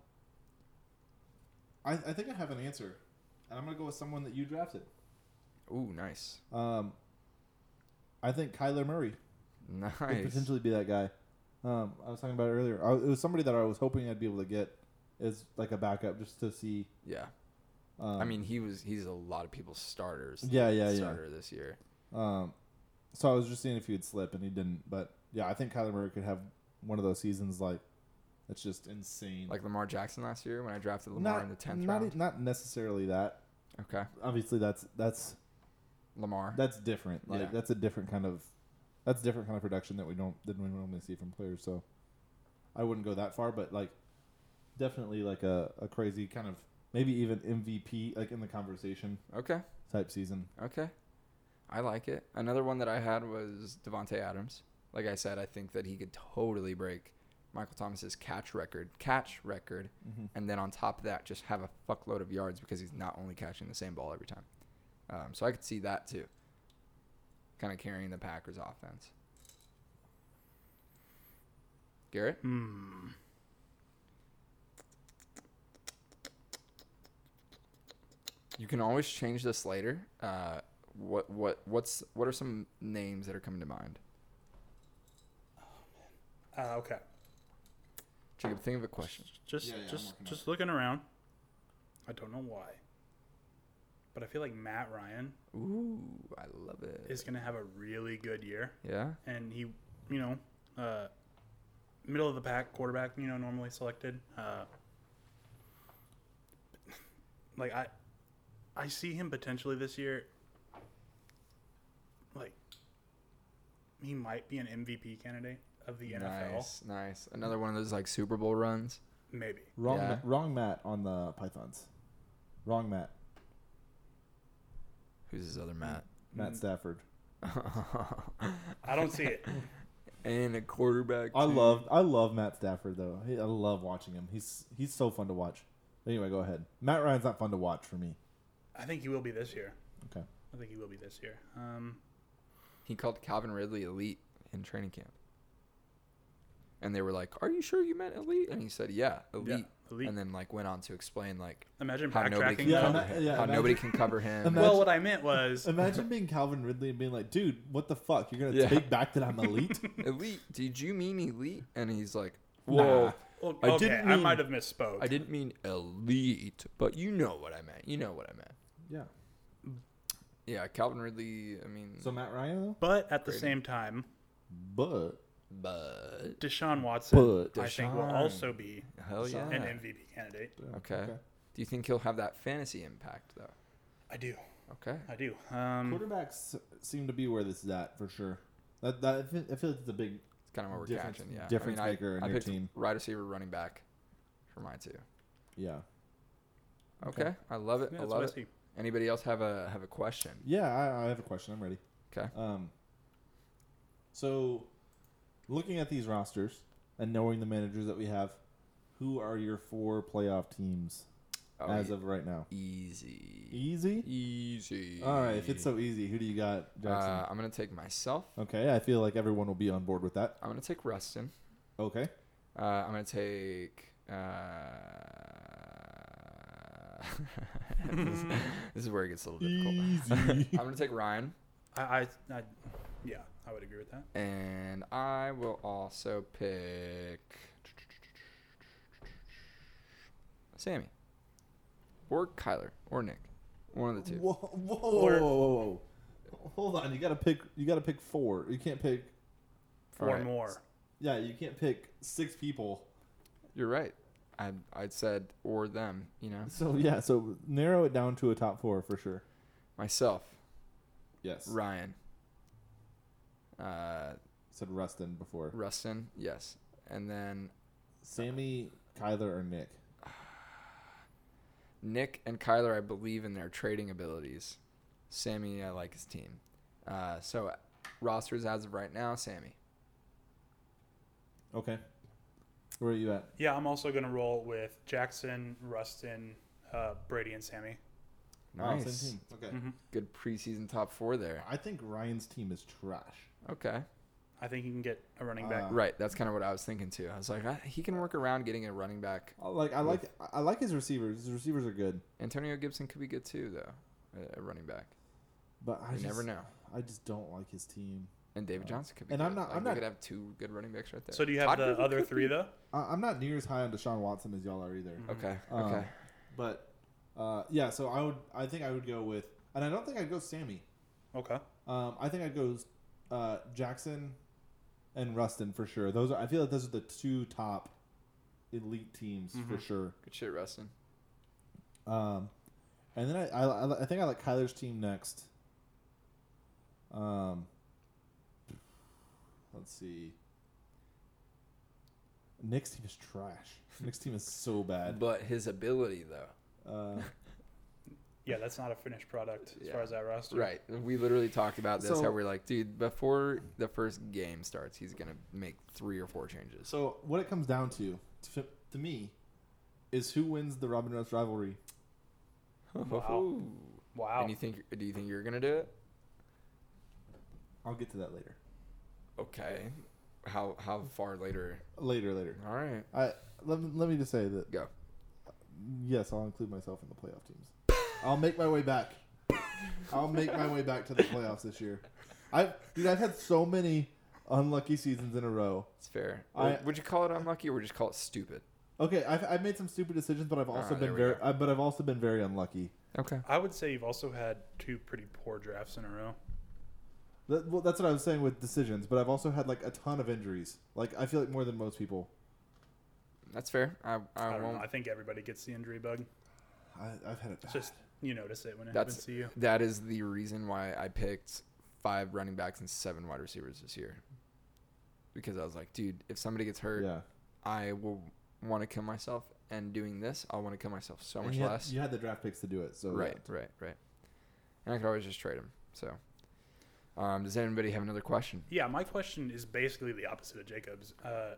[SPEAKER 1] I, I think I have an answer, and I'm gonna go with someone that you drafted. Oh.
[SPEAKER 2] Ooh, nice,
[SPEAKER 1] Um, I think Kyler Murray could
[SPEAKER 2] nice.
[SPEAKER 1] potentially be that guy. Um, I was talking about it earlier. I, it was somebody that I was hoping I'd be able to get as like a backup just to see.
[SPEAKER 2] Yeah,
[SPEAKER 1] Um,
[SPEAKER 2] I mean he was he's a lot of people's starters.
[SPEAKER 1] Yeah, yeah, yeah.
[SPEAKER 2] starter this year.
[SPEAKER 1] um, so I was just seeing if he would slip, and he didn't. But yeah, I think Kyler Murray could have one of those seasons like that's just insane.
[SPEAKER 2] Like Lamar Jackson last year when I drafted Lamar
[SPEAKER 1] not
[SPEAKER 2] in the tenth
[SPEAKER 1] not
[SPEAKER 2] round.
[SPEAKER 1] not necessarily that.
[SPEAKER 2] okay,
[SPEAKER 1] Obviously, that's that's
[SPEAKER 2] Lamar.
[SPEAKER 1] that's different. Like
[SPEAKER 2] Yeah.
[SPEAKER 1] that's a different kind of that's a different kind of production that we don't than we normally see from players. So I wouldn't go that far, but like definitely like a, a crazy kind of maybe even MVP like in the conversation
[SPEAKER 2] okay,
[SPEAKER 1] type season.
[SPEAKER 2] okay, I like it. Another one that I had was Devonte Adams. Like I said, I think that he could totally break Michael Thomas's catch record, catch record, and then on top of that, just have a fuckload of yards because he's not only catching the same ball every time. Um, so I could see that too, kind of carrying the Packers offense. Garrett,
[SPEAKER 3] Hmm.
[SPEAKER 2] you can always change this later. Uh, what what what's what are some names that are coming to mind?
[SPEAKER 3] Uh, okay.
[SPEAKER 2] Jacob, think of a question.
[SPEAKER 3] Just
[SPEAKER 1] Yeah, yeah, I'm
[SPEAKER 3] just
[SPEAKER 1] working on
[SPEAKER 3] just looking around. I don't know why. But I feel like Matt Ryan
[SPEAKER 2] Ooh, I love it.
[SPEAKER 3] is going to have a really good year
[SPEAKER 2] yeah,
[SPEAKER 3] and he, you know, uh, middle of the pack quarterback, you know, normally selected. Uh, like I, I see him potentially this year. Like he might be an MVP candidate of the NFL,
[SPEAKER 2] nice, nice. Another one of those like Super Bowl runs.
[SPEAKER 3] maybe.
[SPEAKER 1] Wrong
[SPEAKER 2] Yeah.
[SPEAKER 1] Ma- wrong Matt on the Pythons. Wrong Matt.
[SPEAKER 2] Who's his other Matt?
[SPEAKER 1] Matt Stafford.
[SPEAKER 3] I don't see it.
[SPEAKER 2] and a quarterback.
[SPEAKER 1] I
[SPEAKER 2] too.
[SPEAKER 1] love I love Matt Stafford though. He- I love watching him. He's he's so fun to watch. Anyway, go ahead. Matt Ryan's not fun to watch for me.
[SPEAKER 3] I think he will be this year.
[SPEAKER 1] Okay.
[SPEAKER 3] I think he will be this year. Um,
[SPEAKER 2] He called Calvin Ridley elite in training camp. And they were like, "Are you sure you meant elite?" And he said, "Yeah, elite."
[SPEAKER 3] elite.
[SPEAKER 2] And then like went on to explain like
[SPEAKER 3] imagine
[SPEAKER 2] how nobody
[SPEAKER 3] backtracking.
[SPEAKER 2] can
[SPEAKER 1] Yeah,
[SPEAKER 3] from-
[SPEAKER 2] cover
[SPEAKER 1] ima-
[SPEAKER 2] him,
[SPEAKER 1] yeah,
[SPEAKER 2] how
[SPEAKER 1] imagine-
[SPEAKER 2] nobody can cover him.
[SPEAKER 1] Imagine-
[SPEAKER 3] well, what I meant was
[SPEAKER 1] Imagine being Calvin Ridley and being like, dude, what the fuck? You're gonna
[SPEAKER 2] Yeah.
[SPEAKER 1] take back that I'm elite?
[SPEAKER 2] elite? Did you mean elite? And he's like,
[SPEAKER 1] Nah.
[SPEAKER 2] "Whoa,
[SPEAKER 3] Well,
[SPEAKER 2] I
[SPEAKER 3] okay,
[SPEAKER 2] didn't
[SPEAKER 3] I
[SPEAKER 2] mean-
[SPEAKER 3] might have misspoke.
[SPEAKER 2] I didn't mean elite, but you know what I meant. You know what I meant."
[SPEAKER 1] yeah.
[SPEAKER 2] Yeah, Calvin Ridley. I mean,
[SPEAKER 1] So Matt Ryan though?
[SPEAKER 3] But at the
[SPEAKER 2] Brady.
[SPEAKER 3] same time,
[SPEAKER 1] But
[SPEAKER 2] but
[SPEAKER 3] Deshaun Watson,
[SPEAKER 1] But-
[SPEAKER 3] I think, will
[SPEAKER 2] Deshaun.
[SPEAKER 3] also be
[SPEAKER 2] hell yeah.
[SPEAKER 3] an MVP candidate.
[SPEAKER 2] Okay. Do you think he'll have that fantasy impact though?
[SPEAKER 3] I do.
[SPEAKER 2] Okay.
[SPEAKER 3] I do.
[SPEAKER 2] Hmm.
[SPEAKER 3] Um,
[SPEAKER 1] Quarterbacks seem to be where this is at for sure. That, that I feel, I feel like it's a big
[SPEAKER 2] It's kind of what we're
[SPEAKER 1] Difference-
[SPEAKER 2] catching. Yeah.
[SPEAKER 1] difference
[SPEAKER 2] I mean, I-
[SPEAKER 1] maker in
[SPEAKER 2] I,
[SPEAKER 1] your
[SPEAKER 2] picked
[SPEAKER 1] team.
[SPEAKER 2] Wide receiver, running back, for mine too.
[SPEAKER 1] yeah.
[SPEAKER 2] Okay. I love it.
[SPEAKER 3] yeah,
[SPEAKER 2] I
[SPEAKER 3] that's what
[SPEAKER 2] love
[SPEAKER 3] I
[SPEAKER 2] it.
[SPEAKER 3] see.
[SPEAKER 2] Anybody else have a have a question?
[SPEAKER 1] Yeah, I, I have a question. I'm ready.
[SPEAKER 2] Okay.
[SPEAKER 1] Um, so, looking at these rosters and knowing the managers that we have, who are your four playoff teams
[SPEAKER 2] Oh,
[SPEAKER 1] as
[SPEAKER 2] e-
[SPEAKER 1] of right now?
[SPEAKER 2] easy,
[SPEAKER 1] Easy.
[SPEAKER 2] easy.
[SPEAKER 1] All right, if it's so easy, who do you got, Jackson?
[SPEAKER 2] Uh, I'm gonna take myself.
[SPEAKER 1] okay, I feel like everyone will be on board with that.
[SPEAKER 2] I'm gonna take Rustin.
[SPEAKER 1] Okay,
[SPEAKER 2] Uh, I'm gonna take. Uh, this, this is where it gets a little difficult.
[SPEAKER 1] Easy.
[SPEAKER 2] I'm gonna take Ryan,
[SPEAKER 3] I, I, I, yeah, I would agree with that.
[SPEAKER 2] and I will also pick Sammy, or Kyler, or Nick, one of the two.
[SPEAKER 1] whoa, whoa, whoa, whoa, whoa. hold on. You gotta pick. You gotta pick four. You can't pick.
[SPEAKER 3] Four
[SPEAKER 2] Alright.
[SPEAKER 3] more.
[SPEAKER 1] Yeah, you can't pick six people.
[SPEAKER 2] You're right. I I said or them. You know,
[SPEAKER 1] So yeah, so narrow it down to a top four for sure.
[SPEAKER 2] myself,
[SPEAKER 1] Yes,
[SPEAKER 2] Ryan, uh,
[SPEAKER 1] said Rustin before.
[SPEAKER 2] Rustin, yes, and then
[SPEAKER 1] Sammy, Kyler, or Nick?
[SPEAKER 2] Nick and Kyler, I believe in their trading abilities. Sammy, I like his team. Uh, so rosters as of right now, Sammy.
[SPEAKER 1] Okay. Where are you at?
[SPEAKER 3] Yeah, I'm also going to roll with Jackson, Rustin, uh, Brady, and Sammy.
[SPEAKER 1] Wow, same
[SPEAKER 2] Nice. Mm-hmm.
[SPEAKER 1] team. Okay.
[SPEAKER 2] Good preseason top four there.
[SPEAKER 1] I think Ryan's team is trash.
[SPEAKER 2] Okay.
[SPEAKER 3] I think you can get a running back.
[SPEAKER 1] Uh,
[SPEAKER 2] Right. That's kind of what I was thinking too. I was like, I, he can work around getting a running back.
[SPEAKER 1] I Like I like I like his receivers. His receivers are good,
[SPEAKER 2] Antonio Gibson could be good too, though. A- A running back.
[SPEAKER 1] but I
[SPEAKER 2] You
[SPEAKER 1] just,
[SPEAKER 2] never know.
[SPEAKER 1] I just don't like his team.
[SPEAKER 2] And David Johnson could be.
[SPEAKER 1] and
[SPEAKER 2] good.
[SPEAKER 1] I'm not-
[SPEAKER 2] Like,
[SPEAKER 1] I'm
[SPEAKER 2] they
[SPEAKER 1] not-
[SPEAKER 2] could have two good running backs right there.
[SPEAKER 3] so do you have
[SPEAKER 2] Todd
[SPEAKER 3] the
[SPEAKER 2] Gurley
[SPEAKER 3] other
[SPEAKER 2] could
[SPEAKER 3] three
[SPEAKER 2] be-
[SPEAKER 3] though?
[SPEAKER 1] I, I'm not near as high on Deshaun Watson as y'all are either.
[SPEAKER 2] Okay.
[SPEAKER 1] Um,
[SPEAKER 2] Okay.
[SPEAKER 1] But uh, yeah, so I would I think I would go with, and I don't think I'd go Sammy.
[SPEAKER 3] Okay.
[SPEAKER 1] Um, I think I'd go uh, Jackson and Rustin for sure. Those are, I feel like those are the two top elite teams for sure.
[SPEAKER 2] good shit, Rustin.
[SPEAKER 1] Um, and then I, I, I- I think I like Kyler's team next. Um, let's see. Nick's team is trash. Nick's team is so bad.
[SPEAKER 2] But his ability though.
[SPEAKER 1] Uh,
[SPEAKER 3] Yeah, that's not a finished product as
[SPEAKER 2] Yeah.
[SPEAKER 3] far as that roster.
[SPEAKER 2] Right. We literally talked about this.
[SPEAKER 1] So-
[SPEAKER 2] how we're like, dude, before the first game starts, he's gonna make three or four changes.
[SPEAKER 1] so what it comes down to, to, to me, is who wins the Robin Ross rivalry.
[SPEAKER 3] Wow. Wow.
[SPEAKER 2] And you think? Do you think you're gonna do it?
[SPEAKER 1] I'll get to that later.
[SPEAKER 2] Okay. How how far later?
[SPEAKER 1] Later, later.
[SPEAKER 2] All right.
[SPEAKER 1] I let me, let me just say that
[SPEAKER 2] Go.
[SPEAKER 1] yes, I'll include myself in the playoff teams. I'll make my way back. I'll make my way back to the playoffs this year. I dude, I've had so many unlucky seasons in a row.
[SPEAKER 2] It's fair.
[SPEAKER 1] I-
[SPEAKER 2] Or would you call it unlucky or just call it stupid?
[SPEAKER 1] Okay, I've, I've made some stupid decisions, but I've also
[SPEAKER 2] Ah, there
[SPEAKER 1] been
[SPEAKER 2] we
[SPEAKER 1] very,
[SPEAKER 2] go.
[SPEAKER 1] I, but I've also been very unlucky.
[SPEAKER 2] Okay.
[SPEAKER 3] I would say you've also had two pretty poor drafts in a row.
[SPEAKER 1] That, well, that's what I was saying with decisions, but I've also had like a ton of injuries. Like I feel like more than most people.
[SPEAKER 2] That's fair. I I,
[SPEAKER 3] I don't
[SPEAKER 2] won't.
[SPEAKER 3] know. I think everybody gets the injury bug.
[SPEAKER 1] I, I've had it bad.
[SPEAKER 3] It's just you notice it when it
[SPEAKER 2] That's
[SPEAKER 3] happens to you.
[SPEAKER 2] that is the reason why I picked five running backs and seven wide receivers this year. Because I was like, dude, if somebody gets hurt,
[SPEAKER 1] yeah.
[SPEAKER 2] I will want to kill myself. And doing this, I'll want to kill myself so
[SPEAKER 1] And
[SPEAKER 2] much
[SPEAKER 1] you had,
[SPEAKER 2] less.
[SPEAKER 1] You had the draft picks to do it, so yeah.
[SPEAKER 2] Right, right, right. And I could always just trade him. So, Um, does anybody have another question?
[SPEAKER 3] Yeah, my question is basically the opposite of Jacob's. Uh,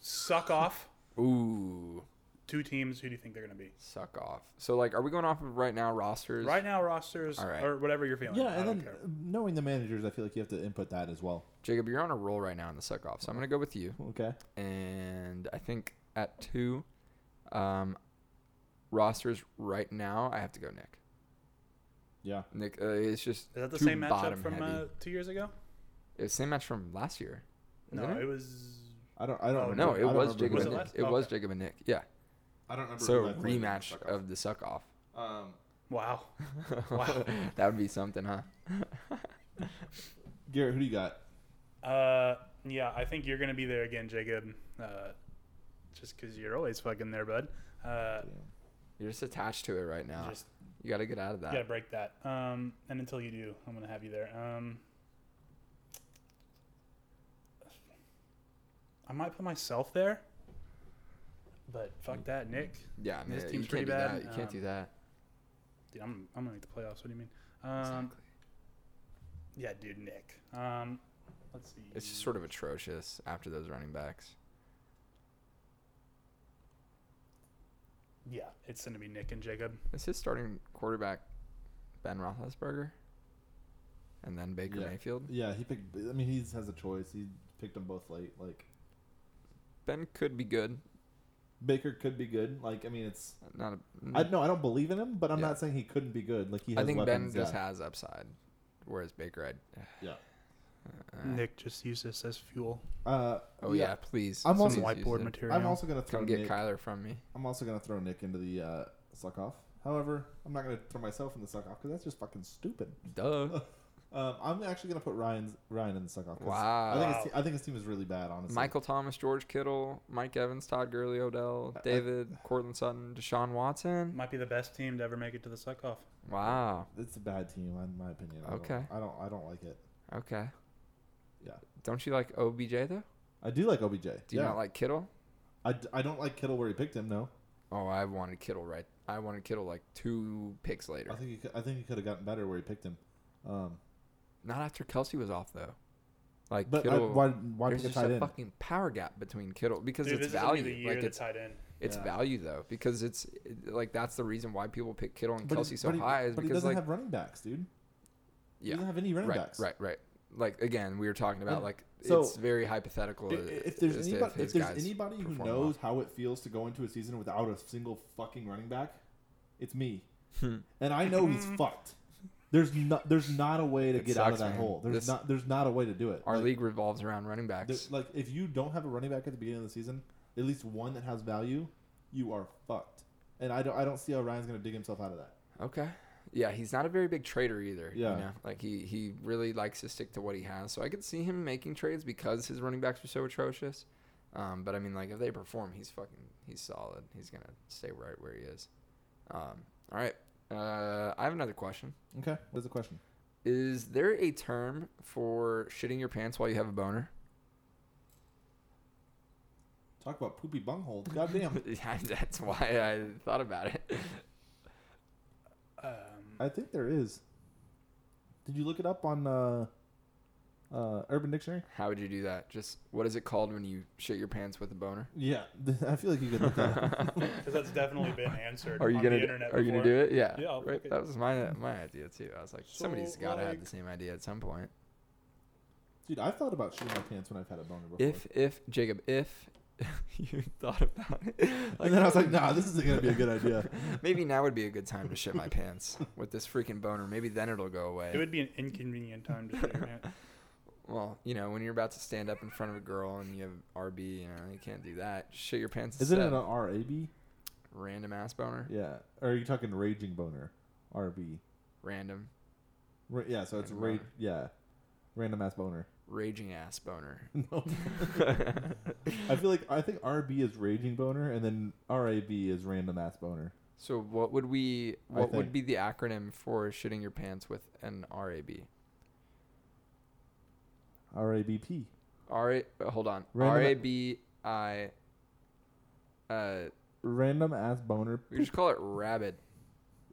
[SPEAKER 3] suck off
[SPEAKER 2] Ooh,
[SPEAKER 3] two teams. Who do you think they're going to be?
[SPEAKER 2] suck off. So like, are we going off of right now rosters?
[SPEAKER 3] Right now, rosters
[SPEAKER 2] All right.
[SPEAKER 3] or whatever you're feeling.
[SPEAKER 1] Yeah,
[SPEAKER 3] I
[SPEAKER 1] and
[SPEAKER 3] don't
[SPEAKER 1] then
[SPEAKER 3] care.
[SPEAKER 1] uh, knowing the managers, I feel like you have to input that as well.
[SPEAKER 2] Jacob, you're on a roll right now in the suck off. So I'm gonna go with you.
[SPEAKER 1] Okay.
[SPEAKER 2] and I think at two, um, rosters right now. I have to go Nick.
[SPEAKER 1] Yeah.
[SPEAKER 2] Nick, uh, it's just
[SPEAKER 3] Is that the
[SPEAKER 2] too
[SPEAKER 3] same matchup
[SPEAKER 2] bottom
[SPEAKER 3] from
[SPEAKER 2] heavy.
[SPEAKER 3] uh, two years ago?
[SPEAKER 2] It's same match from last year.
[SPEAKER 3] No,
[SPEAKER 2] isn't
[SPEAKER 3] it
[SPEAKER 2] it?
[SPEAKER 3] was.
[SPEAKER 1] I don't. I don't.
[SPEAKER 3] Oh,
[SPEAKER 1] remember.
[SPEAKER 2] no,
[SPEAKER 1] I
[SPEAKER 2] it
[SPEAKER 1] don't
[SPEAKER 2] was
[SPEAKER 1] remember
[SPEAKER 2] Jacob
[SPEAKER 1] who
[SPEAKER 3] Was
[SPEAKER 2] and
[SPEAKER 3] it
[SPEAKER 1] they-
[SPEAKER 2] Nick.
[SPEAKER 3] last-
[SPEAKER 2] It was
[SPEAKER 3] okay.
[SPEAKER 2] Jacob and Nick. Yeah.
[SPEAKER 1] I don't remember.
[SPEAKER 2] So
[SPEAKER 1] who they played in the
[SPEAKER 2] rematch
[SPEAKER 1] suck-off.
[SPEAKER 2] of the suck off.
[SPEAKER 1] Um,
[SPEAKER 3] Wow. Wow.
[SPEAKER 2] that would be something, huh?
[SPEAKER 1] Garrett, who do you got?
[SPEAKER 3] Uh, yeah, I think you're gonna be there again, Jacob. Uh, just because you're always fucking there, bud. Uh,
[SPEAKER 2] You're just attached to it right now.
[SPEAKER 3] just
[SPEAKER 2] you got to get out of that.
[SPEAKER 3] gotta break that. Um, and until you do, I'm gonna have you there. Um, I might put myself there, but fuck that, Nick.
[SPEAKER 2] yeah, I mean,
[SPEAKER 3] This
[SPEAKER 2] you
[SPEAKER 3] team's
[SPEAKER 2] can't
[SPEAKER 3] pretty
[SPEAKER 2] do
[SPEAKER 3] bad,
[SPEAKER 2] that. You can't do
[SPEAKER 3] um,
[SPEAKER 2] that.
[SPEAKER 3] Dude, I'm I'm gonna make the playoffs. What do you mean? Um,
[SPEAKER 2] Exactly.
[SPEAKER 3] yeah, dude, Nick. Um, let's see.
[SPEAKER 2] It's just sort of atrocious after those running backs.
[SPEAKER 3] yeah, it's gonna be Nick and Jacob.
[SPEAKER 2] Is his starting quarterback Ben Roethlisberger, and then Baker
[SPEAKER 1] Yeah.
[SPEAKER 2] Mayfield?
[SPEAKER 1] Yeah, he picked. I mean, he has a choice. He picked them both late. Like
[SPEAKER 2] Ben could be good.
[SPEAKER 1] Baker could be good. Like I mean, it's.
[SPEAKER 2] Not. A,
[SPEAKER 1] I no, I don't believe in him, but I'm
[SPEAKER 2] Mm. Yeah.
[SPEAKER 1] not saying he couldn't be good. Like he
[SPEAKER 2] I
[SPEAKER 1] has
[SPEAKER 2] think
[SPEAKER 1] weapons.
[SPEAKER 2] Ben just
[SPEAKER 1] yeah.
[SPEAKER 2] has upside, whereas Baker, I'd.
[SPEAKER 1] Yeah.
[SPEAKER 2] Uh,
[SPEAKER 3] Nick just used this as fuel.
[SPEAKER 1] Uh,
[SPEAKER 2] oh yeah, please.
[SPEAKER 1] I'm
[SPEAKER 2] someone
[SPEAKER 1] also-
[SPEAKER 2] use
[SPEAKER 3] Whiteboard
[SPEAKER 2] it.
[SPEAKER 3] material.
[SPEAKER 1] I'm also gonna throw
[SPEAKER 2] Come get
[SPEAKER 1] Nick.
[SPEAKER 2] Kyler from me.
[SPEAKER 1] I'm also gonna throw Nick into the uh, suck off. However, I'm not gonna throw myself in the suck off because that's just fucking stupid.
[SPEAKER 2] Duh.
[SPEAKER 1] Um, I'm actually gonna put Ryan's Ryan in the suck off. 'cause
[SPEAKER 2] Wow.
[SPEAKER 1] I think his, te- I think his team is really bad. Honestly,
[SPEAKER 2] Michael Thomas, George Kittle, Mike Evans, Todd Gurley, Odell,
[SPEAKER 1] I- I-
[SPEAKER 2] David, Cortland Sutton, Deshaun Watson.
[SPEAKER 3] Might be the best team to ever make it to the suck off.
[SPEAKER 2] Wow.
[SPEAKER 1] It's a bad team, in my opinion. I don't-
[SPEAKER 2] Okay.
[SPEAKER 1] I don't. I don't like it.
[SPEAKER 2] Okay.
[SPEAKER 1] Yeah.
[SPEAKER 2] Don't you like OBJ though?
[SPEAKER 1] I do like OBJ.
[SPEAKER 2] Do you
[SPEAKER 1] yeah.
[SPEAKER 2] not like Kittle?
[SPEAKER 1] I, d- I don't like Kittle where he picked him. No,
[SPEAKER 2] Oh, I wanted Kittle right. I wanted Kittle like two picks later.
[SPEAKER 1] I think he, cou- I think he could have gotten better where he picked him. Um,
[SPEAKER 2] Not after Kelsey was off though. Like
[SPEAKER 1] but I,
[SPEAKER 2] Kittle,
[SPEAKER 1] why why
[SPEAKER 2] there's
[SPEAKER 1] pick a
[SPEAKER 2] just
[SPEAKER 1] tight
[SPEAKER 2] a
[SPEAKER 1] end?
[SPEAKER 2] fucking power gap between Kittle because
[SPEAKER 3] Dude,
[SPEAKER 2] it's
[SPEAKER 3] this is gonna
[SPEAKER 2] value.
[SPEAKER 3] be the year
[SPEAKER 2] like
[SPEAKER 3] the
[SPEAKER 2] it's
[SPEAKER 3] tight end.
[SPEAKER 2] it's
[SPEAKER 1] Yeah.
[SPEAKER 2] value though because it's like that's the reason why people pick Kittle and
[SPEAKER 1] But he-
[SPEAKER 2] Kelsey so
[SPEAKER 1] but he-
[SPEAKER 2] high is
[SPEAKER 1] but he
[SPEAKER 2] because
[SPEAKER 1] doesn't
[SPEAKER 2] like
[SPEAKER 1] have running backs, dude. He
[SPEAKER 2] yeah
[SPEAKER 1] doesn't have any running
[SPEAKER 2] right
[SPEAKER 1] backs.
[SPEAKER 2] right right like again we were talking about
[SPEAKER 1] And
[SPEAKER 2] like
[SPEAKER 1] so-
[SPEAKER 2] it's very hypothetical
[SPEAKER 1] I- i- If there's
[SPEAKER 2] as to
[SPEAKER 1] anybody, if
[SPEAKER 2] his
[SPEAKER 1] there's
[SPEAKER 2] guys
[SPEAKER 1] anybody who
[SPEAKER 2] perform well.
[SPEAKER 1] knows how it feels to go into a season without a single fucking running back, it's me. and I know he's fucked. There's not there's not a way to
[SPEAKER 2] It
[SPEAKER 1] get out of
[SPEAKER 2] sucks,
[SPEAKER 1] that
[SPEAKER 2] man.
[SPEAKER 1] hole. There's
[SPEAKER 2] This-
[SPEAKER 1] not there's not a way to do it.
[SPEAKER 2] our
[SPEAKER 1] Like,
[SPEAKER 2] league revolves around running
[SPEAKER 1] there-
[SPEAKER 2] backs
[SPEAKER 1] like if you don't have a running back at the beginning of the season, at least one that has value, you are fucked. And I don't I don't see how Ryan's gonna dig himself out of that.
[SPEAKER 2] okay yeah he's not a very big trader either
[SPEAKER 1] Yeah.
[SPEAKER 2] you know like he he really likes to stick to what he has so I could see him making trades because his running backs are so atrocious um, but I mean like if they perform he's fucking he's solid he's gonna stay right where he is um, all right uh, I have another question
[SPEAKER 1] Okay, what is the question?
[SPEAKER 2] Is there a term for shitting your pants while you have a boner?
[SPEAKER 1] Talk about poopy bunghole. Goddamn.
[SPEAKER 2] Yeah, That's why I thought about it.
[SPEAKER 3] Um,
[SPEAKER 1] I think there is. Did you look it up on uh, uh, Urban Dictionary?
[SPEAKER 2] How would you do that? Just what is it called when you shit your pants with a boner?
[SPEAKER 1] Yeah, I feel like you could look that up.
[SPEAKER 3] because that's definitely been answered
[SPEAKER 2] Are you
[SPEAKER 3] on
[SPEAKER 2] gonna
[SPEAKER 3] the internet
[SPEAKER 2] are you gonna
[SPEAKER 3] before.
[SPEAKER 2] do it? Yeah.
[SPEAKER 3] Yeah, I'll
[SPEAKER 2] right?
[SPEAKER 3] fuck it.
[SPEAKER 2] That was my my idea too. I was like, somebody's
[SPEAKER 3] So,
[SPEAKER 2] got to have
[SPEAKER 3] like-
[SPEAKER 2] the same idea at some point.
[SPEAKER 1] Dude, I've thought about shooting my pants when I've had a boner before.
[SPEAKER 2] If if Jacob, if you thought about it,
[SPEAKER 1] and then I was like, nah, this isn't going to be a good idea.
[SPEAKER 2] maybe now would be a good time to shit my pants with this freaking boner. Maybe then it'll go away.
[SPEAKER 3] It would be an inconvenient time to shit your pants.
[SPEAKER 2] Well, you know, when you're about to stand up in front of a girl and you have RB, you know, you can't do that. Shit your pants.
[SPEAKER 1] Isn't it
[SPEAKER 2] instead.
[SPEAKER 1] an RAB?
[SPEAKER 2] random ass boner?
[SPEAKER 1] Yeah. Or are you talking raging boner? RB.
[SPEAKER 2] Random
[SPEAKER 1] Ra- yeah, so it's
[SPEAKER 2] Random
[SPEAKER 1] rage.
[SPEAKER 2] boner.
[SPEAKER 1] Yeah. Random ass boner.
[SPEAKER 2] raging ass boner.
[SPEAKER 1] No. I feel like, I think RB is raging boner, and then RAB is random ass boner.
[SPEAKER 2] so what would we? What would
[SPEAKER 1] think-
[SPEAKER 2] be the acronym for shitting your pants with an RAB?
[SPEAKER 1] RABP.
[SPEAKER 2] R A. uh, Hold on.
[SPEAKER 1] Random-
[SPEAKER 2] R A B I. Uh,
[SPEAKER 1] Random ass boner.
[SPEAKER 2] we just call it rabid.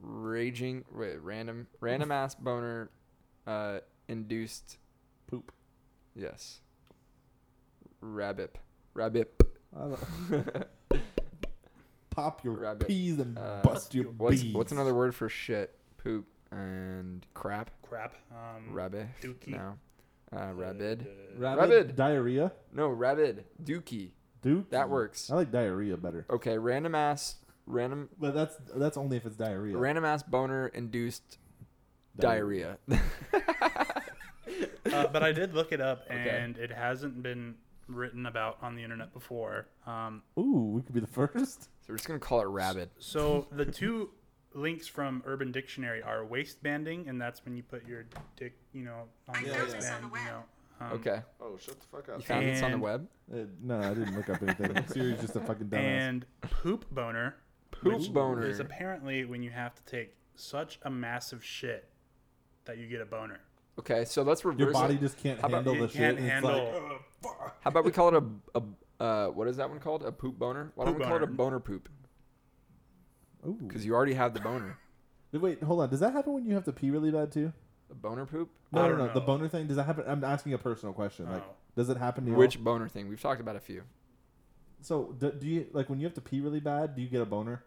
[SPEAKER 2] Raging. Wait, random. Random ass boner. Uh, induced.
[SPEAKER 1] Poop.
[SPEAKER 2] Yes. Rabbit. Rabbit.
[SPEAKER 1] I don't pop your
[SPEAKER 2] Rabbit.
[SPEAKER 1] peas and
[SPEAKER 2] Uh,
[SPEAKER 1] bust your
[SPEAKER 2] What's
[SPEAKER 1] bees.
[SPEAKER 2] what's another word for shit? Poop and crap.
[SPEAKER 3] Crap. Um,
[SPEAKER 2] Rabbish.
[SPEAKER 3] dookie.
[SPEAKER 2] No. Uh, rabid.
[SPEAKER 3] uh,
[SPEAKER 1] Rabbit,
[SPEAKER 2] Rabid.
[SPEAKER 1] Diarrhea.
[SPEAKER 2] No, rabid. Dookie.
[SPEAKER 1] Duke.
[SPEAKER 2] That works.
[SPEAKER 1] I like diarrhea better.
[SPEAKER 2] Okay, random ass random
[SPEAKER 1] But that's that's only if it's diarrhea.
[SPEAKER 2] random ass boner induced diarrhea.
[SPEAKER 3] uh, but I did look it up,
[SPEAKER 2] Okay.
[SPEAKER 3] and it hasn't been written about on the internet before. Um,
[SPEAKER 1] Ooh, we could be the first.
[SPEAKER 2] so we're just gonna call it rabid.
[SPEAKER 3] so the two links from Urban Dictionary are waistbanding, and that's when you put your dick, you know, on the
[SPEAKER 1] found this
[SPEAKER 3] waistband.
[SPEAKER 4] on the
[SPEAKER 3] You
[SPEAKER 4] web.
[SPEAKER 3] know, um,
[SPEAKER 2] Okay.
[SPEAKER 5] Oh, shut the fuck
[SPEAKER 2] You
[SPEAKER 5] up.
[SPEAKER 2] found this on the
[SPEAKER 3] And-
[SPEAKER 2] web?
[SPEAKER 1] Uh, no, I didn't look up anything. Siri's just a fucking dumbass.
[SPEAKER 3] And poop boner.
[SPEAKER 2] Poop
[SPEAKER 3] which
[SPEAKER 2] boner.
[SPEAKER 3] is apparently when you have to take such a massive shit that you get a boner.
[SPEAKER 2] Okay, so let's reverse
[SPEAKER 1] your body
[SPEAKER 2] it.
[SPEAKER 1] just can't
[SPEAKER 2] How about-
[SPEAKER 1] handle
[SPEAKER 3] You
[SPEAKER 1] the shit.
[SPEAKER 3] can't
[SPEAKER 1] and it's
[SPEAKER 3] handle.
[SPEAKER 1] like,
[SPEAKER 2] How about we call it a, a uh, what is that one called? A poop boner? Why don't
[SPEAKER 3] Poop
[SPEAKER 2] we call it a boner
[SPEAKER 3] boner.
[SPEAKER 2] poop?
[SPEAKER 1] ooh.
[SPEAKER 2] Because you already have the boner.
[SPEAKER 1] Wait, hold on. Does that happen when you have to pee really bad too?
[SPEAKER 2] A boner poop?
[SPEAKER 1] No,
[SPEAKER 3] I
[SPEAKER 1] no,
[SPEAKER 3] don't
[SPEAKER 1] no. The
[SPEAKER 3] know.
[SPEAKER 1] boner thing does that happen? I'm asking a personal question. Like,
[SPEAKER 3] Oh.
[SPEAKER 1] does it happen to you?
[SPEAKER 2] Which boner thing? We've talked about a few.
[SPEAKER 1] So, do, do you like when you have to pee really bad? Do you get a boner?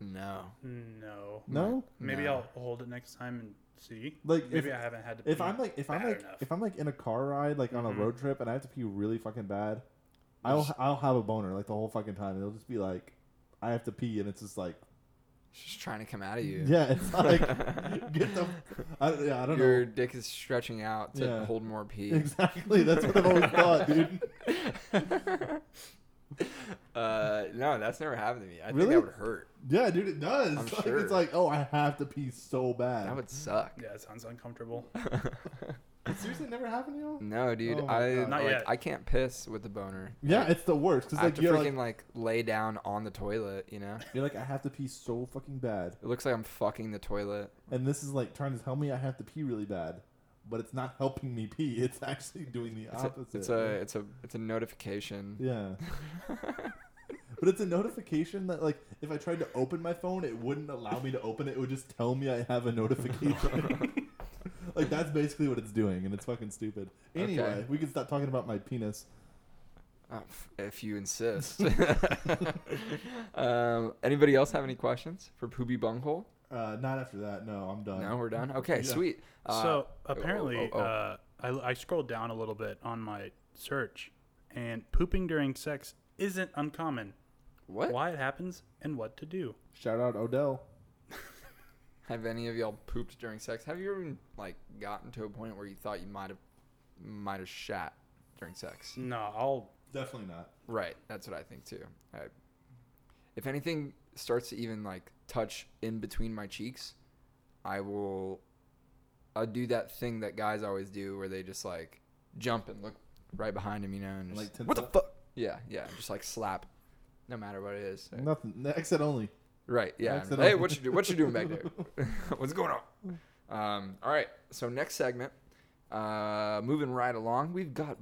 [SPEAKER 2] No.
[SPEAKER 3] No.
[SPEAKER 1] No.
[SPEAKER 3] Maybe
[SPEAKER 2] No.
[SPEAKER 3] I'll hold it next time and see.
[SPEAKER 1] Like,
[SPEAKER 3] maybe
[SPEAKER 1] if-
[SPEAKER 3] I haven't had to.
[SPEAKER 1] If
[SPEAKER 2] Hmm.
[SPEAKER 3] pee
[SPEAKER 1] I'm like, if I'm
[SPEAKER 3] bad
[SPEAKER 1] like,
[SPEAKER 3] enough.
[SPEAKER 1] if I'm like in a car ride, like on a
[SPEAKER 2] Mm-hmm.
[SPEAKER 3] Mhm.
[SPEAKER 1] road trip, and I have to pee really fucking bad, I'll I'll have a boner like the whole fucking time. It'll just be like, I have to pee, and it's just like,
[SPEAKER 2] It's just trying to come out of you.
[SPEAKER 1] yeah, it's like, get the, I, don't- yeah, I don't
[SPEAKER 2] Your
[SPEAKER 1] know.
[SPEAKER 2] dick is stretching out to
[SPEAKER 1] Yeah.
[SPEAKER 2] hold more pee.
[SPEAKER 1] Exactly, that's what I've always thought, dude.
[SPEAKER 2] uh, no, that's never happened to me. I think
[SPEAKER 1] Really?
[SPEAKER 2] that would hurt.
[SPEAKER 1] Yeah, dude, it does.
[SPEAKER 2] I'm
[SPEAKER 1] like,
[SPEAKER 2] sure.
[SPEAKER 1] It's like, oh, I have to pee so bad.
[SPEAKER 2] That would suck.
[SPEAKER 3] Yeah, it sounds uncomfortable.
[SPEAKER 2] Uh,
[SPEAKER 1] Seriously, never happened to you?
[SPEAKER 2] no, dude,
[SPEAKER 1] Oh my
[SPEAKER 2] I
[SPEAKER 1] God.
[SPEAKER 3] Not
[SPEAKER 2] like,
[SPEAKER 3] yet.
[SPEAKER 2] I can't piss with the boner.
[SPEAKER 1] Yeah, it's the worst because
[SPEAKER 2] I have
[SPEAKER 1] like
[SPEAKER 2] to
[SPEAKER 1] you're
[SPEAKER 2] freaking like,
[SPEAKER 1] like,
[SPEAKER 2] lay down on the toilet. You know,
[SPEAKER 1] you're like I have to pee so fucking bad,
[SPEAKER 2] it looks like I'm fucking the toilet.
[SPEAKER 1] and this is like trying to tell me I have to pee really bad, but it's not helping me pee. It's actually doing the
[SPEAKER 2] It's a,
[SPEAKER 1] opposite.
[SPEAKER 2] it's a it's a it's a notification.
[SPEAKER 1] yeah. But it's a notification that, like, if I tried to open my phone, it wouldn't allow me to open it. It would just tell me I have a notification. like, that's basically what it's doing, and it's fucking stupid. Anyway,
[SPEAKER 2] Okay.
[SPEAKER 1] we can stop talking about my penis.
[SPEAKER 2] Uh, f- if you insist. um, anybody else have any questions for Poopy Bunghole?
[SPEAKER 1] Uh, not after that. No, I'm done.
[SPEAKER 2] No, we're done. Okay,
[SPEAKER 1] yeah.
[SPEAKER 2] sweet. Uh,
[SPEAKER 3] so
[SPEAKER 2] oh,
[SPEAKER 3] apparently,
[SPEAKER 2] oh, oh.
[SPEAKER 3] Uh, I, I scrolled down a little bit on my search, and pooping during sex isn't uncommon.
[SPEAKER 2] what?
[SPEAKER 3] Why it happens and what to do.
[SPEAKER 1] Shout out Odell.
[SPEAKER 2] Have any of y'all pooped during sex? Have you ever even, like gotten to a point where you thought you might have might have shat during sex?
[SPEAKER 3] No, I'll.
[SPEAKER 1] Definitely not.
[SPEAKER 2] Right, that's what I think too. I, if anything starts to even like touch in between my cheeks, I will I'll do that thing that guys always do where they just like jump and look right behind them, you know, and
[SPEAKER 1] Like
[SPEAKER 2] just,
[SPEAKER 1] tense
[SPEAKER 2] what
[SPEAKER 1] up?
[SPEAKER 2] the fuck? Yeah, yeah, just like slap no matter what it is.
[SPEAKER 1] Nothing. Exit only.
[SPEAKER 2] Right. Yeah.
[SPEAKER 1] Accidental.
[SPEAKER 2] Hey, what you do? What you doing back there? What's going on? Um, all right. So next segment. Uh, moving right along, we've got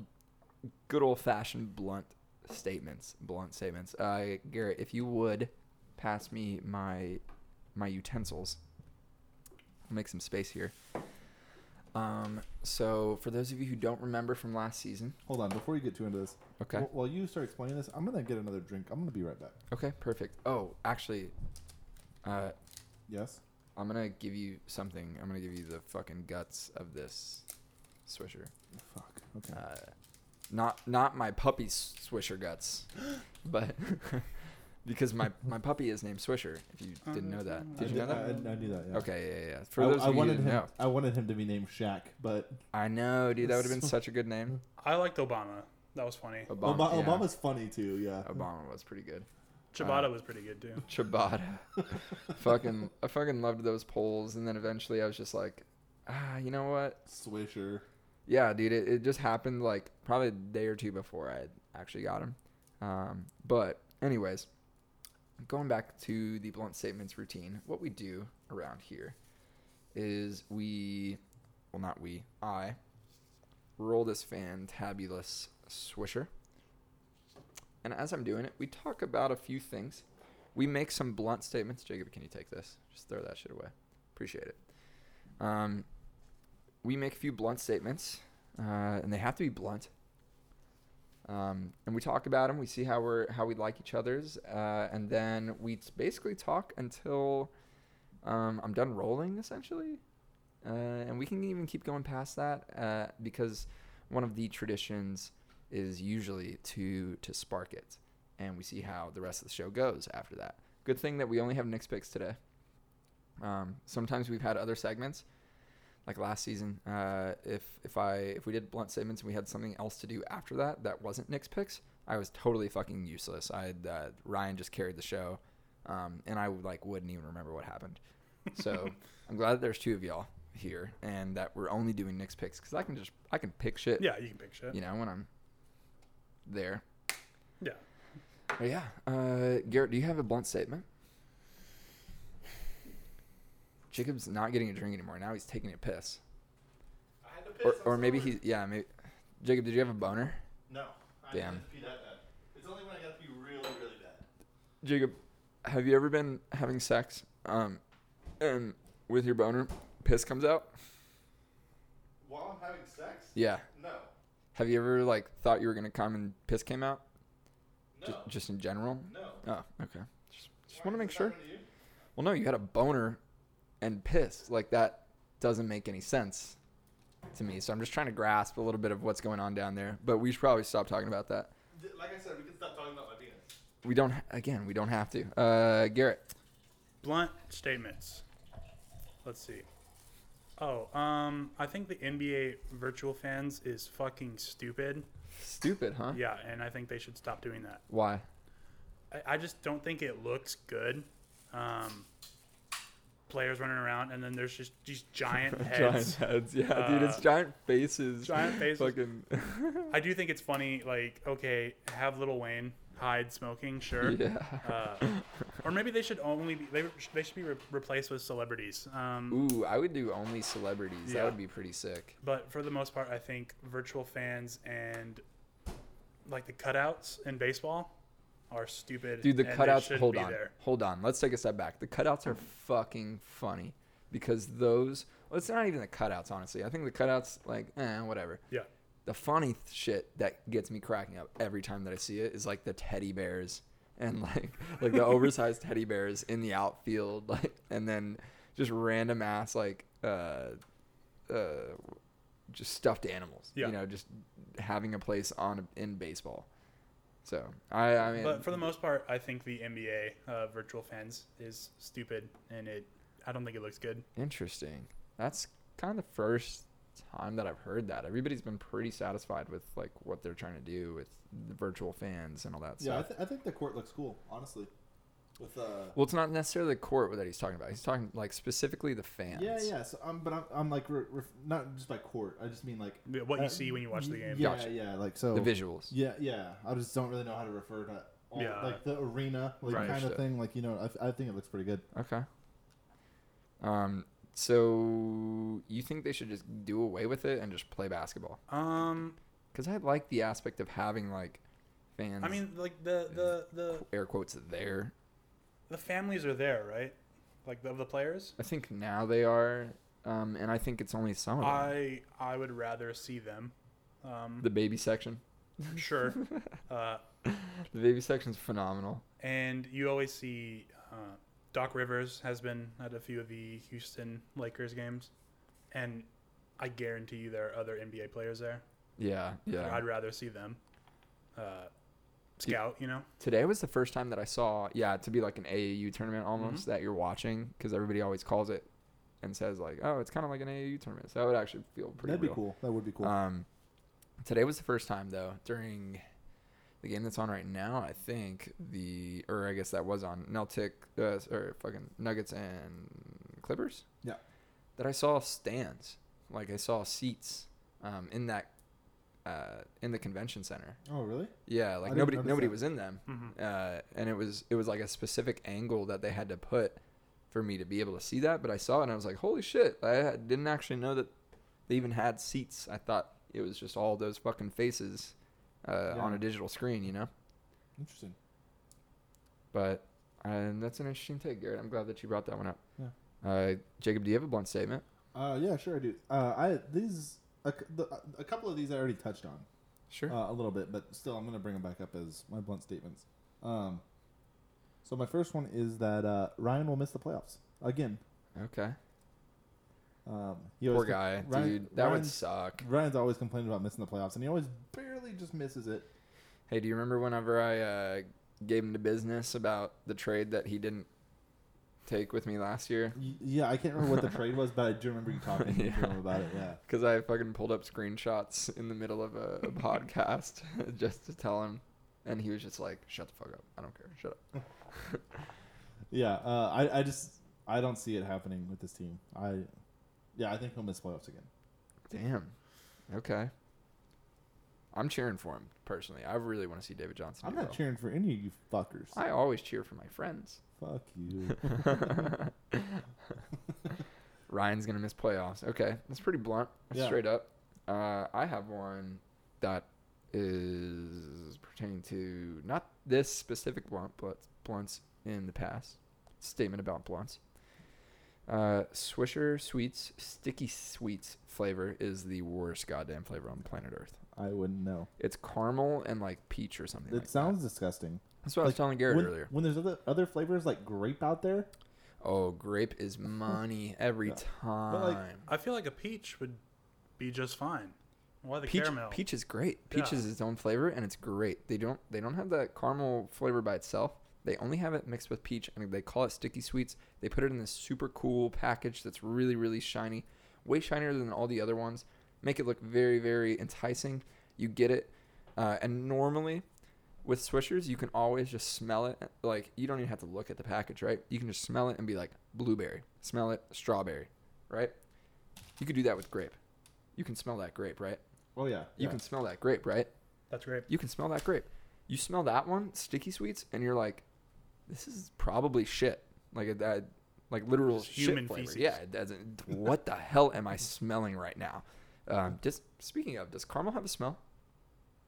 [SPEAKER 2] good old fashioned blunt statements. Blunt statements. Uh, Garrett, if you would pass me my my utensils. I'll make some space here. Um, so for those of you who don't remember from last season,
[SPEAKER 1] Hold on. Before you get too into this,
[SPEAKER 2] Okay.
[SPEAKER 1] wh- while you start explaining this, I'm gonna get another drink. I'm gonna be right back.
[SPEAKER 2] okay, perfect. Oh, actually, uh,
[SPEAKER 1] Yes.
[SPEAKER 2] I'm gonna give you something. I'm gonna give you the fucking guts of this swisher.
[SPEAKER 1] Fuck. Okay.
[SPEAKER 2] Uh, not not my puppy's swisher guts, but because my my puppy is named Swisher. If you didn't know that, did
[SPEAKER 1] I
[SPEAKER 2] you know that?
[SPEAKER 1] I, I knew that. Yeah.
[SPEAKER 2] Okay, yeah, yeah. yeah. For
[SPEAKER 1] I,
[SPEAKER 2] those
[SPEAKER 1] I
[SPEAKER 2] of you who
[SPEAKER 1] wanted
[SPEAKER 2] didn't
[SPEAKER 1] him.
[SPEAKER 2] know,
[SPEAKER 1] I wanted him to be named Shaq, but
[SPEAKER 2] I know, dude. That would have been such a good name.
[SPEAKER 3] I liked Obama. That was funny.
[SPEAKER 2] Obama,
[SPEAKER 1] Obama,
[SPEAKER 2] yeah.
[SPEAKER 1] Obama's funny too. Yeah.
[SPEAKER 2] Obama was pretty good. uh,
[SPEAKER 3] Ciabatta was pretty good too.
[SPEAKER 2] Ciabatta. fucking, I fucking loved those polls, and then eventually I was just like, ah, you know what?
[SPEAKER 1] Swisher.
[SPEAKER 2] Yeah, dude, it, it just happened like probably a day or two before I had actually got him. Um, but anyways, going back to the blunt statements routine, what we do around here is we, well, not we, I roll this fantabulous swisher, and as I'm doing it, we talk about a few things. We make some blunt statements. Jacob, can you take this? Just throw that shit away. Appreciate it. Um, we make a few blunt statements, uh, and they have to be blunt. Um, and we talk about them. We see how we're how we like each other's, uh, and then we t- basically talk until um, I'm done rolling, essentially. Uh, and we can even keep going past that uh, because one of the traditions is usually to to spark it, and we see how the rest of the show goes after that. Good thing that we only have Nick's picks today. Um, sometimes we've had other segments, like last season. Uh, if if I if we did blunt statements and we had something else to do after that that wasn't Nick's picks, I was totally fucking useless. I had, uh, Ryan just carried the show, um, and I like wouldn't even remember what happened. So I'm glad that there's two of y'all here and that we're only doing Nick's picks because I can just I can pick shit.
[SPEAKER 3] Yeah, you can pick shit.
[SPEAKER 2] You know when I'm there.
[SPEAKER 3] Yeah.
[SPEAKER 2] But yeah, uh, Garrett, do you have a blunt statement? Jacob's not getting a drink anymore. Now he's taking a piss.
[SPEAKER 1] I had to
[SPEAKER 2] Or, or maybe he, yeah, maybe. Jacob, did you have a boner?
[SPEAKER 1] No. I
[SPEAKER 2] Damn.
[SPEAKER 1] to pee that bad. It's only when I got to pee really, really bad.
[SPEAKER 2] Jacob, have you ever been having sex, um, and with your boner, piss comes out?
[SPEAKER 1] While I'm having sex?
[SPEAKER 2] Yeah.
[SPEAKER 1] No.
[SPEAKER 2] Have you ever like thought you were gonna come and piss came out?
[SPEAKER 1] No.
[SPEAKER 2] Just, just in general?
[SPEAKER 1] no.
[SPEAKER 2] Oh, okay. Just, just want to make sure. Well, no, you had a boner and piss. Like that doesn't make any sense to me. So I'm just trying to grasp a little bit of what's going on down there. But we should probably stop talking about that.
[SPEAKER 1] Like I said, we can stop talking about my penis.
[SPEAKER 2] We don't. Again, we don't have to. Uh, Garrett.
[SPEAKER 3] Blunt statements. Let's see. Oh, um, I think the NBA virtual fans is fucking stupid.
[SPEAKER 2] Stupid, huh?
[SPEAKER 3] Yeah, and I think they should stop doing that.
[SPEAKER 2] Why?
[SPEAKER 3] I, I just don't think it looks good. Um, players running around, and then there's just these giant heads.
[SPEAKER 2] heads. Yeah,
[SPEAKER 3] dude, it's Uh,
[SPEAKER 2] giant faces.
[SPEAKER 3] giant faces.
[SPEAKER 2] Fucking.
[SPEAKER 3] I do think it's funny. Like, okay, have Little Wayne hide smoking, sure.
[SPEAKER 2] yeah.
[SPEAKER 3] Uh, or maybe they should only be they, they should be re- replaced with celebrities. Um,
[SPEAKER 2] Ooh, I would do only celebrities. That
[SPEAKER 3] Yeah.
[SPEAKER 2] would be pretty sick.
[SPEAKER 3] but for the most part, I think virtual fans and like the cutouts in baseball are stupid.
[SPEAKER 2] Dude, the
[SPEAKER 3] and they
[SPEAKER 2] cutouts.
[SPEAKER 3] shouldn't
[SPEAKER 2] Hold
[SPEAKER 3] be
[SPEAKER 2] on,
[SPEAKER 3] there.
[SPEAKER 2] hold on. Let's take a step back. The cutouts are fucking funny because those. Well, it's not even the cutouts, honestly. I think the cutouts, like, eh, whatever.
[SPEAKER 3] Yeah,
[SPEAKER 2] The funny th- shit that gets me cracking up every time that I see it is like the teddy bears and like like the oversized teddy bears in the outfield, like, and then just random ass like uh uh just stuffed animals.
[SPEAKER 3] Yeah.
[SPEAKER 2] You know, just having a place on in baseball. So I I mean
[SPEAKER 3] but for the most part, I think the NBA uh, virtual fans is stupid, and it I don't think it looks good.
[SPEAKER 2] Interesting. That's kind of the first time that I've heard that. Everybody's been pretty satisfied with like what they're trying to do with the virtual fans and all that
[SPEAKER 1] Yeah, I,
[SPEAKER 2] stuff.
[SPEAKER 1] th- I think the court looks cool, honestly. With uh,
[SPEAKER 2] well, it's not necessarily the court that he's talking about. He's talking like specifically the fans.
[SPEAKER 1] yeah, yeah. So, um, but I'm, I'm like, re- ref not just by court. I just mean like
[SPEAKER 3] What you
[SPEAKER 1] Uh,
[SPEAKER 3] see when you watch the
[SPEAKER 1] y-
[SPEAKER 3] game.
[SPEAKER 1] Yeah,
[SPEAKER 2] Gotcha.
[SPEAKER 1] yeah. Like so.
[SPEAKER 2] The visuals.
[SPEAKER 1] Yeah, yeah. I just don't really know how to refer to. All,
[SPEAKER 3] Yeah.
[SPEAKER 1] Like the arena, like
[SPEAKER 2] Right.
[SPEAKER 1] kind of
[SPEAKER 2] Understood.
[SPEAKER 1] thing. Like you know, I, th- I think it looks pretty good.
[SPEAKER 2] Okay. Um. So you think they should just do away with it and just play basketball?
[SPEAKER 3] Um,
[SPEAKER 2] Because I like the aspect of having like fans.
[SPEAKER 3] I mean, like the the the
[SPEAKER 2] air quotes there.
[SPEAKER 3] the families are there, right? Like of the players.
[SPEAKER 2] I think now they are, um, and I think it's only some of them.
[SPEAKER 3] I I would rather see them. Um,
[SPEAKER 2] the baby section.
[SPEAKER 3] sure. Uh,
[SPEAKER 2] The baby section's phenomenal.
[SPEAKER 3] and you always see uh, Doc Rivers has been at a few of the Houston Lakers games, and I guarantee you there are other NBA players there.
[SPEAKER 2] Yeah, yeah.
[SPEAKER 3] I'd rather see them. Uh, scout, you know.
[SPEAKER 2] Today was the first time that I saw, yeah, to be like an AAU tournament
[SPEAKER 1] Mm-hmm.
[SPEAKER 2] almost that you're watching because everybody always calls it and says like, oh, it's kind of like an AAU tournament. So that would actually feel pretty.
[SPEAKER 1] That'd
[SPEAKER 2] real.
[SPEAKER 1] be cool. That would be cool.
[SPEAKER 2] Um, today was the first time though during the game that's on right now. I think the or I guess that was on Celtic uh, or fucking Nuggets and Clippers.
[SPEAKER 1] Yeah.
[SPEAKER 2] That I saw stands, like I saw seats, um, in that, uh, in the convention center.
[SPEAKER 1] oh, really?
[SPEAKER 2] Yeah, like
[SPEAKER 1] didn't
[SPEAKER 2] nobody
[SPEAKER 1] notice
[SPEAKER 2] nobody
[SPEAKER 1] that.
[SPEAKER 2] was in them, uh, and it was it was like a specific angle that they had to put for me to be able to see that. But I saw it and I was like, holy shit! I had- didn't actually know that they even had seats. I thought it was just all those fucking faces uh, on
[SPEAKER 1] Yeah.
[SPEAKER 2] a digital screen, you know.
[SPEAKER 1] Interesting.
[SPEAKER 2] But uh, and that's an interesting take, Garrett. I'm glad that you brought that one up.
[SPEAKER 1] Yeah.
[SPEAKER 2] Uh, Jacob, do you have a blunt statement?
[SPEAKER 1] Uh, yeah, sure I do. Uh, I these a, c- the, a couple of these I already touched on
[SPEAKER 2] Sure.
[SPEAKER 1] uh, a little bit, but still I'm gonna bring them back up as my blunt statements. Um, so my first one is that uh, Ryan will miss the playoffs again.
[SPEAKER 2] okay.
[SPEAKER 1] Um, he
[SPEAKER 2] Poor
[SPEAKER 1] always com-
[SPEAKER 2] guy,
[SPEAKER 1] Ryan-
[SPEAKER 2] dude. That would
[SPEAKER 1] Ryan's,
[SPEAKER 2] suck.
[SPEAKER 1] Ryan's always complaining about missing the playoffs, and he always barely just misses it.
[SPEAKER 2] Hey, do you remember whenever I uh, gave him the business about the trade that he didn't take with me last year?
[SPEAKER 1] Y- yeah, I can't remember what the trade was, but I do remember you talking to
[SPEAKER 2] Yeah.
[SPEAKER 1] him about it. Yeah.
[SPEAKER 2] Because I fucking pulled up screenshots in the middle of a, a podcast just to tell him. And he was just like, shut the fuck up. I don't care. Shut up.
[SPEAKER 1] Yeah, uh, I, I just I don't see it happening with this team. I yeah, I think he'll miss playoffs again.
[SPEAKER 2] Damn. Okay. I'm cheering for him personally. I really want to see David Johnson.
[SPEAKER 1] I'm
[SPEAKER 2] do
[SPEAKER 1] not
[SPEAKER 2] well.
[SPEAKER 1] cheering for any of you fuckers.
[SPEAKER 2] I always cheer for my friends.
[SPEAKER 1] Fuck you.
[SPEAKER 2] Ryan's gonna miss playoffs. Okay, that's pretty blunt. That's
[SPEAKER 1] Yeah.
[SPEAKER 2] straight up. Uh, I have one that is pertaining to not this specific blunt, but blunts in the past. Statement about blunts. Uh, Swisher Sweets Sticky Sweets flavor is the worst goddamn flavor on planet Earth.
[SPEAKER 1] I wouldn't know.
[SPEAKER 2] It's caramel and like peach or something.
[SPEAKER 1] It
[SPEAKER 2] like
[SPEAKER 1] sounds disgusting.
[SPEAKER 2] That. That's what I was
[SPEAKER 1] like,
[SPEAKER 2] telling Garrett
[SPEAKER 1] when,
[SPEAKER 2] earlier.
[SPEAKER 1] When there's other other flavors like grape out there,
[SPEAKER 2] Oh, grape is money every
[SPEAKER 1] Yeah.
[SPEAKER 2] time.
[SPEAKER 1] like,
[SPEAKER 3] I feel like a peach would be just fine. Why the
[SPEAKER 2] peach,
[SPEAKER 3] caramel?
[SPEAKER 2] peach is great. Peach
[SPEAKER 3] Yeah.
[SPEAKER 2] is its own flavor, and it's great. They don't they don't have that caramel flavor by itself. They only have it mixed with peach, and they call it sticky sweets. They put it in this super cool package that's really really shiny, way shinier than all the other ones. Make it look very very enticing. You get it, uh, and normally. With Swishers, you can always just smell it. Like, you don't even have to look at the package, right? You can just smell it and be like, blueberry. Smell it, strawberry, right? You could do that with grape. You can smell that grape, right?
[SPEAKER 1] oh yeah,
[SPEAKER 2] You
[SPEAKER 1] yeah.
[SPEAKER 2] can smell that grape, right?
[SPEAKER 3] That's great.
[SPEAKER 2] You can smell that grape. You smell that one, sticky sweets, and you're like, this is probably shit. Like a, that, like literal
[SPEAKER 3] Just
[SPEAKER 2] shit
[SPEAKER 3] human
[SPEAKER 2] flavor.
[SPEAKER 3] feces.
[SPEAKER 2] Yeah, it doesn't. What the hell am I smelling right now? Um, just speaking of, does caramel have a smell?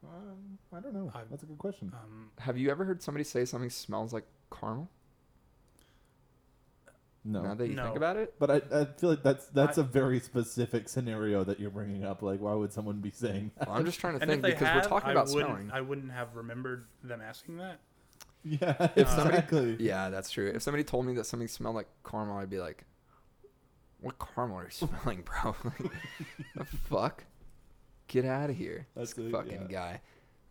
[SPEAKER 1] Um, I don't know.
[SPEAKER 3] I'm-
[SPEAKER 1] That's a good question.
[SPEAKER 3] Um,
[SPEAKER 2] Have you ever heard somebody say something smells like caramel?
[SPEAKER 1] No,
[SPEAKER 2] Now that you
[SPEAKER 3] No.
[SPEAKER 2] think about it,
[SPEAKER 1] but I, I feel like that's that's a
[SPEAKER 3] I-
[SPEAKER 1] very specific scenario that you're bringing up. Like, why would someone be saying that?
[SPEAKER 2] well, I'm just trying to
[SPEAKER 3] and if
[SPEAKER 2] think
[SPEAKER 3] they
[SPEAKER 2] because
[SPEAKER 3] have,
[SPEAKER 2] we're talking
[SPEAKER 3] I
[SPEAKER 2] about
[SPEAKER 3] wouldn't,
[SPEAKER 2] smelling.
[SPEAKER 3] I wouldn't have remembered them asking that.
[SPEAKER 1] Yeah,
[SPEAKER 2] If somebody-
[SPEAKER 1] exactly.
[SPEAKER 2] Um, Yeah, that's true. If somebody told me that something smelled like caramel, I'd be like, "What caramel are you smelling, bro? like, the fuck? Get out of here,
[SPEAKER 1] That's
[SPEAKER 2] this
[SPEAKER 1] it,
[SPEAKER 2] fucking guy."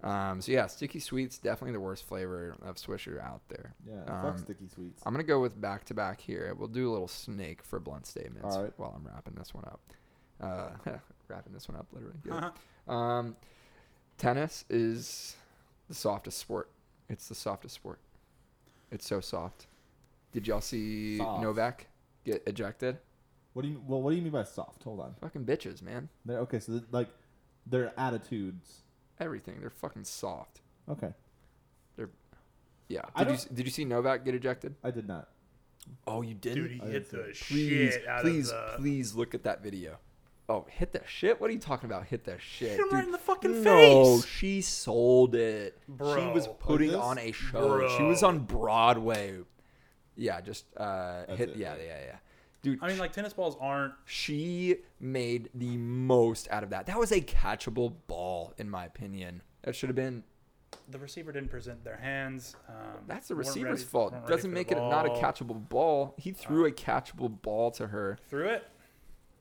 [SPEAKER 2] Um, so yeah, sticky sweets definitely the worst flavor of Swisher out there.
[SPEAKER 1] Yeah, fuck
[SPEAKER 2] Um,
[SPEAKER 1] sticky sweets.
[SPEAKER 2] I'm gonna go with back to back here. We'll do a little snake for blunt statements
[SPEAKER 1] All right.
[SPEAKER 2] while I'm wrapping this one up. Uh, wrapping this one up literally. Get it?
[SPEAKER 3] Uh-huh.
[SPEAKER 2] Um, tennis is the softest sport. It's the softest sport. It's so soft. Did y'all see
[SPEAKER 1] Soft.
[SPEAKER 2] Novak get ejected?
[SPEAKER 1] What do you well? What do you mean by soft? Hold on.
[SPEAKER 2] Fucking bitches, man.
[SPEAKER 1] They're, okay, so th- like their attitudes.
[SPEAKER 2] Everything. They're fucking soft.
[SPEAKER 1] Okay,
[SPEAKER 2] Yeah.
[SPEAKER 1] I
[SPEAKER 2] Did you
[SPEAKER 1] don't-
[SPEAKER 2] did you see Novak get ejected?
[SPEAKER 1] I did not.
[SPEAKER 2] Oh, you
[SPEAKER 3] Dude, he
[SPEAKER 1] I
[SPEAKER 3] hit the
[SPEAKER 1] didn't
[SPEAKER 2] Please,
[SPEAKER 3] shit out
[SPEAKER 2] please,
[SPEAKER 3] of the.
[SPEAKER 2] please look at that video. Oh, hit the shit? What are you talking about? Hit the shit.
[SPEAKER 3] him right
[SPEAKER 2] dude.
[SPEAKER 3] in the fucking
[SPEAKER 2] No,
[SPEAKER 3] face.
[SPEAKER 2] she sold it. she was
[SPEAKER 3] Bro.
[SPEAKER 2] putting
[SPEAKER 1] Like this?
[SPEAKER 2] on a show. She was
[SPEAKER 3] Bro.
[SPEAKER 2] on Broadway. Yeah, just uh, hit.
[SPEAKER 1] it,
[SPEAKER 2] yeah,
[SPEAKER 1] right?
[SPEAKER 2] yeah, yeah. Dude,
[SPEAKER 3] I mean, like tennis balls aren't.
[SPEAKER 2] she made the most out of that. That was a catchable ball, in my opinion. That should have been.
[SPEAKER 3] The receiver didn't present their hands. Um,
[SPEAKER 2] That's the
[SPEAKER 3] weren't
[SPEAKER 2] receiver's
[SPEAKER 3] ready-
[SPEAKER 2] fault.
[SPEAKER 3] weren't ready
[SPEAKER 2] Doesn't
[SPEAKER 3] for the
[SPEAKER 2] make it not a
[SPEAKER 3] ball. Uh.
[SPEAKER 2] catchable ball. He threw a catchable ball to her.
[SPEAKER 3] Threw it.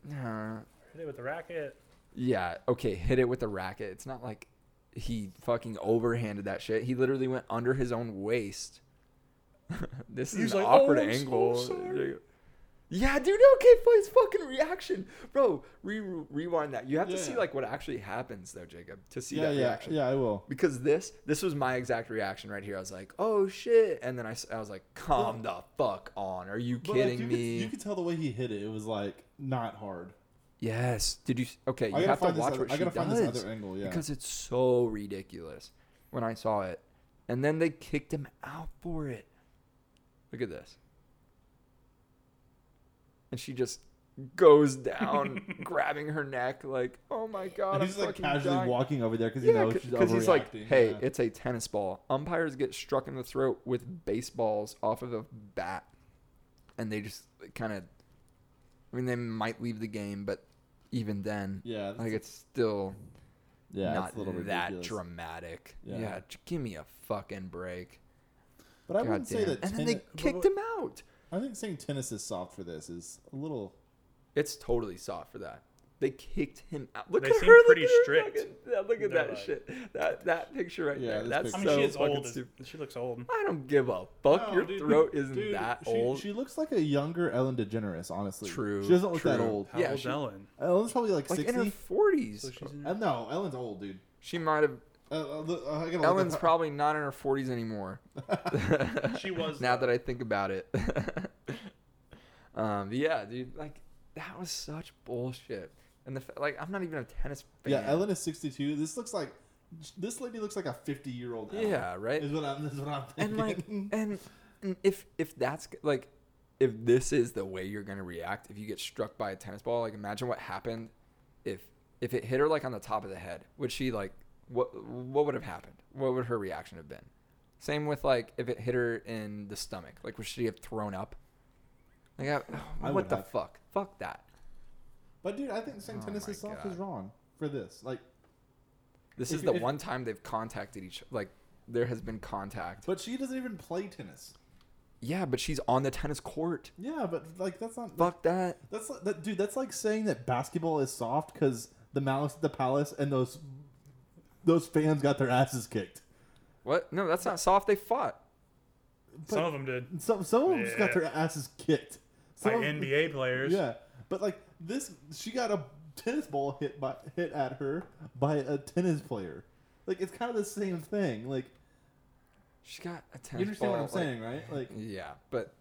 [SPEAKER 2] Nah.
[SPEAKER 3] Hit it with the racket.
[SPEAKER 2] Yeah, okay, hit it with the racket. It's not like he fucking overhanded that shit. He literally went under his own waist. this is
[SPEAKER 3] He's
[SPEAKER 2] an
[SPEAKER 3] like,
[SPEAKER 2] awkward
[SPEAKER 3] "Oh, I'm so
[SPEAKER 2] angle.
[SPEAKER 3] sorry."
[SPEAKER 2] Yeah, dude, okay, play his fucking reaction. Bro, re- rewind that. You have to see
[SPEAKER 1] Yeah.
[SPEAKER 2] like what actually happens though, Jacob, to see
[SPEAKER 1] Yeah,
[SPEAKER 2] that
[SPEAKER 1] yeah,
[SPEAKER 2] reaction.
[SPEAKER 1] yeah. I will.
[SPEAKER 2] Because this, this was my exact reaction right here. I was like, "Oh shit!" and then I, s- I was like, "Calm the fuck on! Are you
[SPEAKER 1] But, like,
[SPEAKER 2] kidding
[SPEAKER 1] you could-
[SPEAKER 2] me?"
[SPEAKER 1] you could tell the way he hit it. It was like not hard.
[SPEAKER 2] Yes. Did you? s- Okay, you
[SPEAKER 1] gotta
[SPEAKER 2] have to
[SPEAKER 1] find this
[SPEAKER 2] watch
[SPEAKER 1] other-
[SPEAKER 2] what
[SPEAKER 1] I
[SPEAKER 2] she
[SPEAKER 1] gotta
[SPEAKER 2] does
[SPEAKER 1] find this other angle, yeah.
[SPEAKER 2] because it's so ridiculous. When I saw it, and then they kicked him out for it. Look at this. And she just goes down, grabbing her neck, like, "Oh my god!"
[SPEAKER 1] And
[SPEAKER 2] I'm
[SPEAKER 1] he's just, like
[SPEAKER 2] fucking
[SPEAKER 1] casually
[SPEAKER 2] dying."
[SPEAKER 1] walking over there because you
[SPEAKER 2] Yeah,
[SPEAKER 1] know she's
[SPEAKER 2] because he's like,
[SPEAKER 1] overreacting,
[SPEAKER 2] "Hey,
[SPEAKER 1] yeah.
[SPEAKER 2] it's a tennis ball. Umpires get struck in the throat with baseballs off of a bat, and they just kind of I mean, they might leave the game, but even then,
[SPEAKER 1] Yeah, that's-
[SPEAKER 2] like it's still
[SPEAKER 1] yeah,
[SPEAKER 2] not
[SPEAKER 1] it's a little
[SPEAKER 2] that
[SPEAKER 1] ridiculous.
[SPEAKER 2] dramatic.
[SPEAKER 1] Yeah.
[SPEAKER 2] Yeah. j- give me a fucking break.
[SPEAKER 1] But I
[SPEAKER 2] God
[SPEAKER 1] wouldn't say
[SPEAKER 2] damn.
[SPEAKER 1] that.
[SPEAKER 2] and then
[SPEAKER 1] Ten-
[SPEAKER 2] they kicked him out.
[SPEAKER 1] I think saying tennis is soft for this is a little.
[SPEAKER 2] It's totally soft for that. They kicked him out. Look
[SPEAKER 3] They
[SPEAKER 2] at
[SPEAKER 3] seem
[SPEAKER 2] her.
[SPEAKER 3] pretty
[SPEAKER 2] look at her
[SPEAKER 3] strict.
[SPEAKER 2] fucking- yeah, look at that
[SPEAKER 3] They're like-
[SPEAKER 2] shit. That that picture right there.
[SPEAKER 1] Yeah, this
[SPEAKER 2] That's
[SPEAKER 1] picture.
[SPEAKER 3] I mean,
[SPEAKER 2] so
[SPEAKER 3] she is
[SPEAKER 2] fucking
[SPEAKER 3] old. As,
[SPEAKER 2] stupid.
[SPEAKER 3] she looks old.
[SPEAKER 2] I don't give a fuck. Your throat isn't
[SPEAKER 1] dude,
[SPEAKER 2] that
[SPEAKER 1] she,
[SPEAKER 2] old.
[SPEAKER 1] She looks like a younger Ellen DeGeneres, honestly.
[SPEAKER 2] True,
[SPEAKER 1] She doesn't look that
[SPEAKER 2] true.
[SPEAKER 1] old.
[SPEAKER 3] How
[SPEAKER 2] Yeah,
[SPEAKER 3] old's
[SPEAKER 2] she-
[SPEAKER 3] Ellen?
[SPEAKER 1] Ellen's probably like
[SPEAKER 2] like
[SPEAKER 1] sixty.
[SPEAKER 2] in her forties.
[SPEAKER 3] So she's in
[SPEAKER 1] Uh, no, Ellen's old, dude.
[SPEAKER 2] She might have.
[SPEAKER 1] Uh, uh, look, uh, I gotta look
[SPEAKER 2] Ellen's
[SPEAKER 1] up-
[SPEAKER 2] probably not in her forties anymore.
[SPEAKER 3] She was,
[SPEAKER 2] Now
[SPEAKER 3] though.
[SPEAKER 2] that I think about it. um. but Yeah, dude. Like that was such bullshit. And the fa- like, I'm not even a tennis fan.
[SPEAKER 1] Yeah, Ellen is sixty-two. This looks like this lady looks like a fifty-year-old. Ellen,
[SPEAKER 2] Yeah. Right.
[SPEAKER 1] is what I'm. Is what I'm
[SPEAKER 2] and
[SPEAKER 1] thinking.
[SPEAKER 2] like and and if if that's like if this is the way you're gonna react if you get struck by a tennis ball like imagine what happened if if it hit her like on the top of the head would she like what what would have happened what would her reaction have been same with like if it hit her in the stomach like would she have thrown up like I,
[SPEAKER 1] I
[SPEAKER 2] what
[SPEAKER 1] would
[SPEAKER 2] the
[SPEAKER 1] have.
[SPEAKER 2] fuck fuck that
[SPEAKER 1] but dude, I think saying
[SPEAKER 2] Oh
[SPEAKER 1] tennis
[SPEAKER 2] my
[SPEAKER 1] is soft
[SPEAKER 2] God.
[SPEAKER 1] is wrong for this. Like,
[SPEAKER 2] this
[SPEAKER 1] If
[SPEAKER 2] is
[SPEAKER 1] you-
[SPEAKER 2] the
[SPEAKER 1] if-
[SPEAKER 2] one time they've contacted each like there has been contact
[SPEAKER 1] but she doesn't even play tennis.
[SPEAKER 2] yeah but she's on the tennis court
[SPEAKER 1] Yeah, but like that's not.
[SPEAKER 2] fuck that
[SPEAKER 1] That's like, that, dude. That's like saying that basketball is soft because the Malice at the Palace and those those fans got their asses kicked.
[SPEAKER 2] what no that's not soft they fought
[SPEAKER 3] Some of them did.
[SPEAKER 1] Some some of them just got
[SPEAKER 3] Yeah.
[SPEAKER 1] their asses kicked.
[SPEAKER 3] By
[SPEAKER 1] Some of-
[SPEAKER 3] NBA players.
[SPEAKER 1] Yeah, but like this, she got a tennis ball hit by hit at her by a tennis player. Like it's kind of the same thing. Like
[SPEAKER 2] She got a tennis
[SPEAKER 1] you understand
[SPEAKER 2] ball,
[SPEAKER 1] what I'm
[SPEAKER 2] like-
[SPEAKER 1] saying, right? Like
[SPEAKER 2] Yeah, but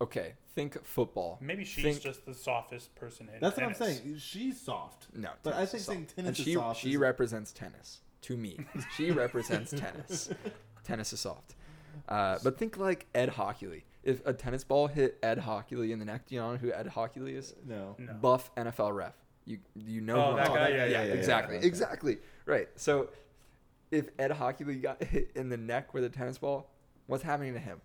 [SPEAKER 2] okay. Think football.
[SPEAKER 3] Maybe she's
[SPEAKER 2] Think-
[SPEAKER 3] just the softest person in
[SPEAKER 1] that's
[SPEAKER 3] tennis.
[SPEAKER 1] what I'm saying. She's soft.
[SPEAKER 2] no.
[SPEAKER 1] but I
[SPEAKER 2] tennis
[SPEAKER 1] think
[SPEAKER 2] is
[SPEAKER 1] saying
[SPEAKER 2] soft.
[SPEAKER 1] tennis
[SPEAKER 2] and
[SPEAKER 1] is
[SPEAKER 2] she
[SPEAKER 1] soft.
[SPEAKER 2] she
[SPEAKER 1] is-
[SPEAKER 2] represents tennis to me. she represents tennis. Tennis is soft. Uh, but think like Ed Hockley. If a tennis ball hit Ed Hockley in the neck, do you know who Ed Hockley is?
[SPEAKER 1] no.
[SPEAKER 3] No.
[SPEAKER 2] Buff NFL ref. You you know
[SPEAKER 3] Oh,
[SPEAKER 2] who I'm
[SPEAKER 3] that
[SPEAKER 2] talking
[SPEAKER 3] guy?
[SPEAKER 2] about.
[SPEAKER 3] Yeah, yeah, yeah, yeah.
[SPEAKER 2] exactly,
[SPEAKER 1] Okay.
[SPEAKER 2] exactly. Right. So if Ed Hockley got hit in the neck with a tennis ball, what's happening to him?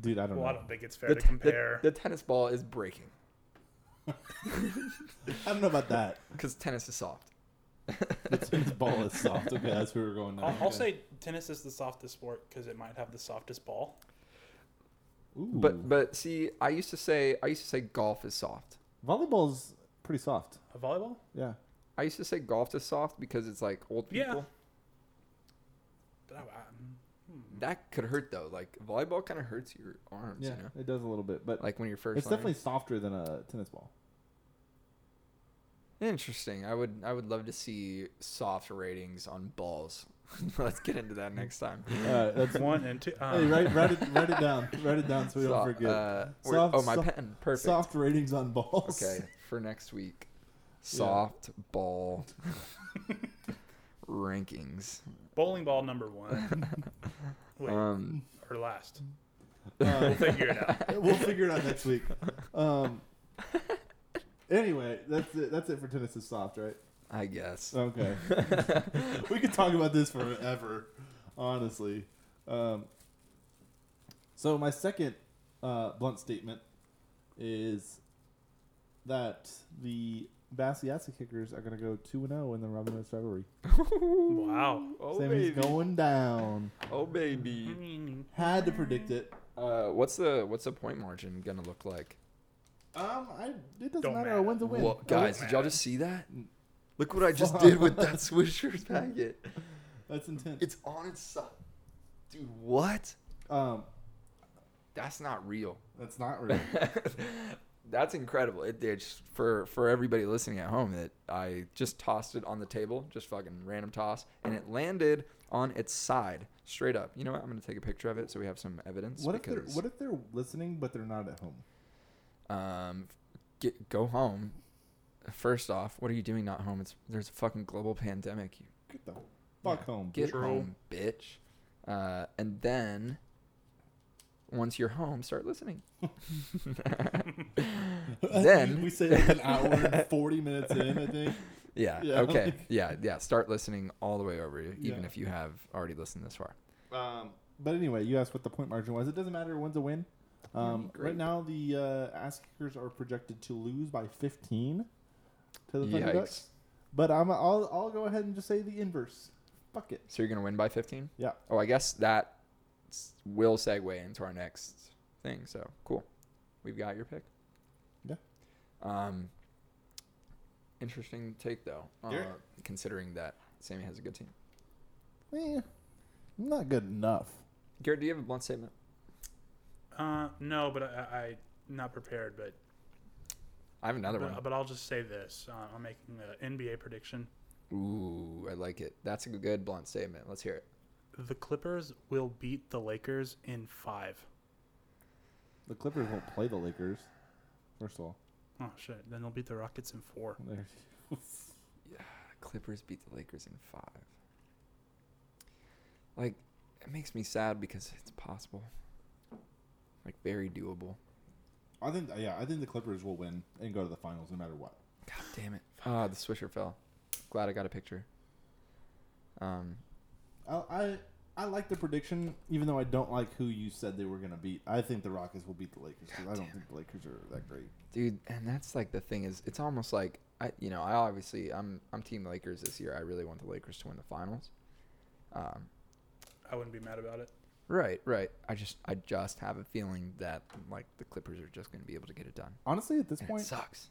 [SPEAKER 1] Dude, I don't
[SPEAKER 3] Well, I
[SPEAKER 1] know.
[SPEAKER 3] don't think it's fair
[SPEAKER 2] The
[SPEAKER 3] to
[SPEAKER 2] te- the-
[SPEAKER 3] compare.
[SPEAKER 2] the tennis ball is breaking.
[SPEAKER 1] I don't know about that.
[SPEAKER 2] Because tennis is soft.
[SPEAKER 1] The tennis ball is soft. Okay, that's where we're going now.
[SPEAKER 3] I'll, I'll
[SPEAKER 1] Okay.
[SPEAKER 3] say tennis is the softest sport because it might have the softest ball.
[SPEAKER 1] Ooh.
[SPEAKER 2] But but see, I used to say I used to say golf is soft.
[SPEAKER 1] volleyball's pretty soft.
[SPEAKER 3] A volleyball?
[SPEAKER 1] Yeah.
[SPEAKER 2] I used to say golf is soft because it's like old
[SPEAKER 3] Yeah.
[SPEAKER 2] people.
[SPEAKER 3] But I, I,
[SPEAKER 2] That could hurt though. Like volleyball kind of hurts your arms.
[SPEAKER 1] Yeah,
[SPEAKER 2] You know,
[SPEAKER 1] it does a little bit, but
[SPEAKER 2] like when you're first.
[SPEAKER 1] it's
[SPEAKER 2] learning.
[SPEAKER 1] definitely softer than a tennis ball.
[SPEAKER 2] interesting. I would I would love to see soft ratings on balls. Let's get into that next time.
[SPEAKER 1] All right, that's
[SPEAKER 3] one and two.
[SPEAKER 1] hey,
[SPEAKER 3] Um,
[SPEAKER 1] write, write it write it down, write it down so we
[SPEAKER 2] So-
[SPEAKER 1] don't forget.
[SPEAKER 2] uh, we're- oh, my
[SPEAKER 1] soft-
[SPEAKER 2] pen. Perfect.
[SPEAKER 1] Soft ratings on balls.
[SPEAKER 2] Okay, for next week, soft ball rankings.
[SPEAKER 3] Bowling ball number one. Wait,
[SPEAKER 2] Um,
[SPEAKER 3] or last.
[SPEAKER 1] Uh,
[SPEAKER 3] We'll figure it out.
[SPEAKER 1] we'll figure it out next week. Um, anyway, that's it. That's it for tennis is soft, right?
[SPEAKER 2] I guess.
[SPEAKER 1] Okay. we could talk about this forever, honestly. Um, so my second uh, blunt statement is that the Bassiatsa Kickers are going to go two and zero in the Robin Hood rivalry.
[SPEAKER 3] Wow.
[SPEAKER 2] Oh
[SPEAKER 1] Sammy's going down.
[SPEAKER 2] Oh baby.
[SPEAKER 1] Had to predict it.
[SPEAKER 2] Uh, what's the what's the point margin gonna look like?
[SPEAKER 1] Um, I, it doesn't
[SPEAKER 3] Don't
[SPEAKER 1] matter.
[SPEAKER 3] matter.
[SPEAKER 1] A win's a win.
[SPEAKER 2] Well, guys,
[SPEAKER 3] man.
[SPEAKER 2] did y'all just see that? Look what I just did with that Swishers packet.
[SPEAKER 1] that's intense.
[SPEAKER 2] It's on its side. Dude, what?
[SPEAKER 1] um,
[SPEAKER 2] That's not real.
[SPEAKER 1] that's not real.
[SPEAKER 2] That's incredible. It, it's for for everybody listening at home that I just tossed it on the table, just fucking random toss, and it landed on its side, straight up. You know what? I'm gonna take a picture of it so we have some evidence.
[SPEAKER 1] What if they're
[SPEAKER 2] because,
[SPEAKER 1] What if they're listening but they're not at home?
[SPEAKER 2] um, get, go home. First off, what are you doing not home? It's there's a fucking global pandemic. You
[SPEAKER 1] Get the fuck home.
[SPEAKER 2] get
[SPEAKER 3] True.
[SPEAKER 2] home, bitch. Uh, and then once you're home, start listening. then-
[SPEAKER 1] we say like an hour and forty minutes in. I think.
[SPEAKER 2] Yeah.
[SPEAKER 1] Yeah,
[SPEAKER 2] okay.
[SPEAKER 1] like-
[SPEAKER 2] yeah. Yeah. Start listening all the way over, even
[SPEAKER 1] Yeah.
[SPEAKER 2] if you have already listened this far.
[SPEAKER 1] Um, but anyway, you asked what the point margin was. It doesn't matter. One's a win. Um,
[SPEAKER 2] Mm, Great.
[SPEAKER 1] right now, the uh, ass kickers are projected to lose by 15 to the Thunder
[SPEAKER 2] Yikes.
[SPEAKER 1] Ducks. But I'm, I'll, I'll go ahead and just say the inverse. Fuck it.
[SPEAKER 2] So you're gonna win by 15.
[SPEAKER 1] Yeah.
[SPEAKER 2] Oh, I guess that s- will segue into our next thing. So cool. We've got your pick.
[SPEAKER 1] Yeah.
[SPEAKER 2] Um. Interesting take though, uh,
[SPEAKER 1] Yeah.
[SPEAKER 2] considering that Sammy has a good team.
[SPEAKER 1] Eh, not good enough.
[SPEAKER 2] Garrett, do you have a blunt statement?
[SPEAKER 3] Uh, no, but I, I not prepared, but uh,
[SPEAKER 2] I have another
[SPEAKER 3] but, but I'll just say this: uh, I'm making an NBA prediction.
[SPEAKER 2] one. Ooh, I like it. That's a good blunt statement. Let's hear it.
[SPEAKER 3] The Clippers will beat the Lakers in five.
[SPEAKER 1] The Clippers won't play the Lakers. First of all,
[SPEAKER 3] Oh shit! Then they'll beat the Rockets in four.
[SPEAKER 1] They're-
[SPEAKER 2] Clippers beat the Lakers in five. Like, it makes me sad because it's possible. Like, very doable.
[SPEAKER 1] I think yeah, I think the Clippers will win and go to the finals no matter what.
[SPEAKER 2] God damn it. Ah, the swisher fell. Glad I got a picture. Um,
[SPEAKER 1] I I, I like the prediction, even though I don't like who you said they were going to beat. I think the Rockets will beat the Lakers 'cause I don't think the Lakers are that great.
[SPEAKER 2] dude, and that's like the thing is, it's almost like I, you know, I obviously I'm I'm team Lakers this year. I really want the Lakers to win the finals. Um,
[SPEAKER 3] I wouldn't be mad about it.
[SPEAKER 2] right, right. I just I just have a feeling that like the Clippers are just gonna be able to get it done.
[SPEAKER 1] Honestly, at this
[SPEAKER 2] And it
[SPEAKER 1] point, Uh,
[SPEAKER 2] sucks.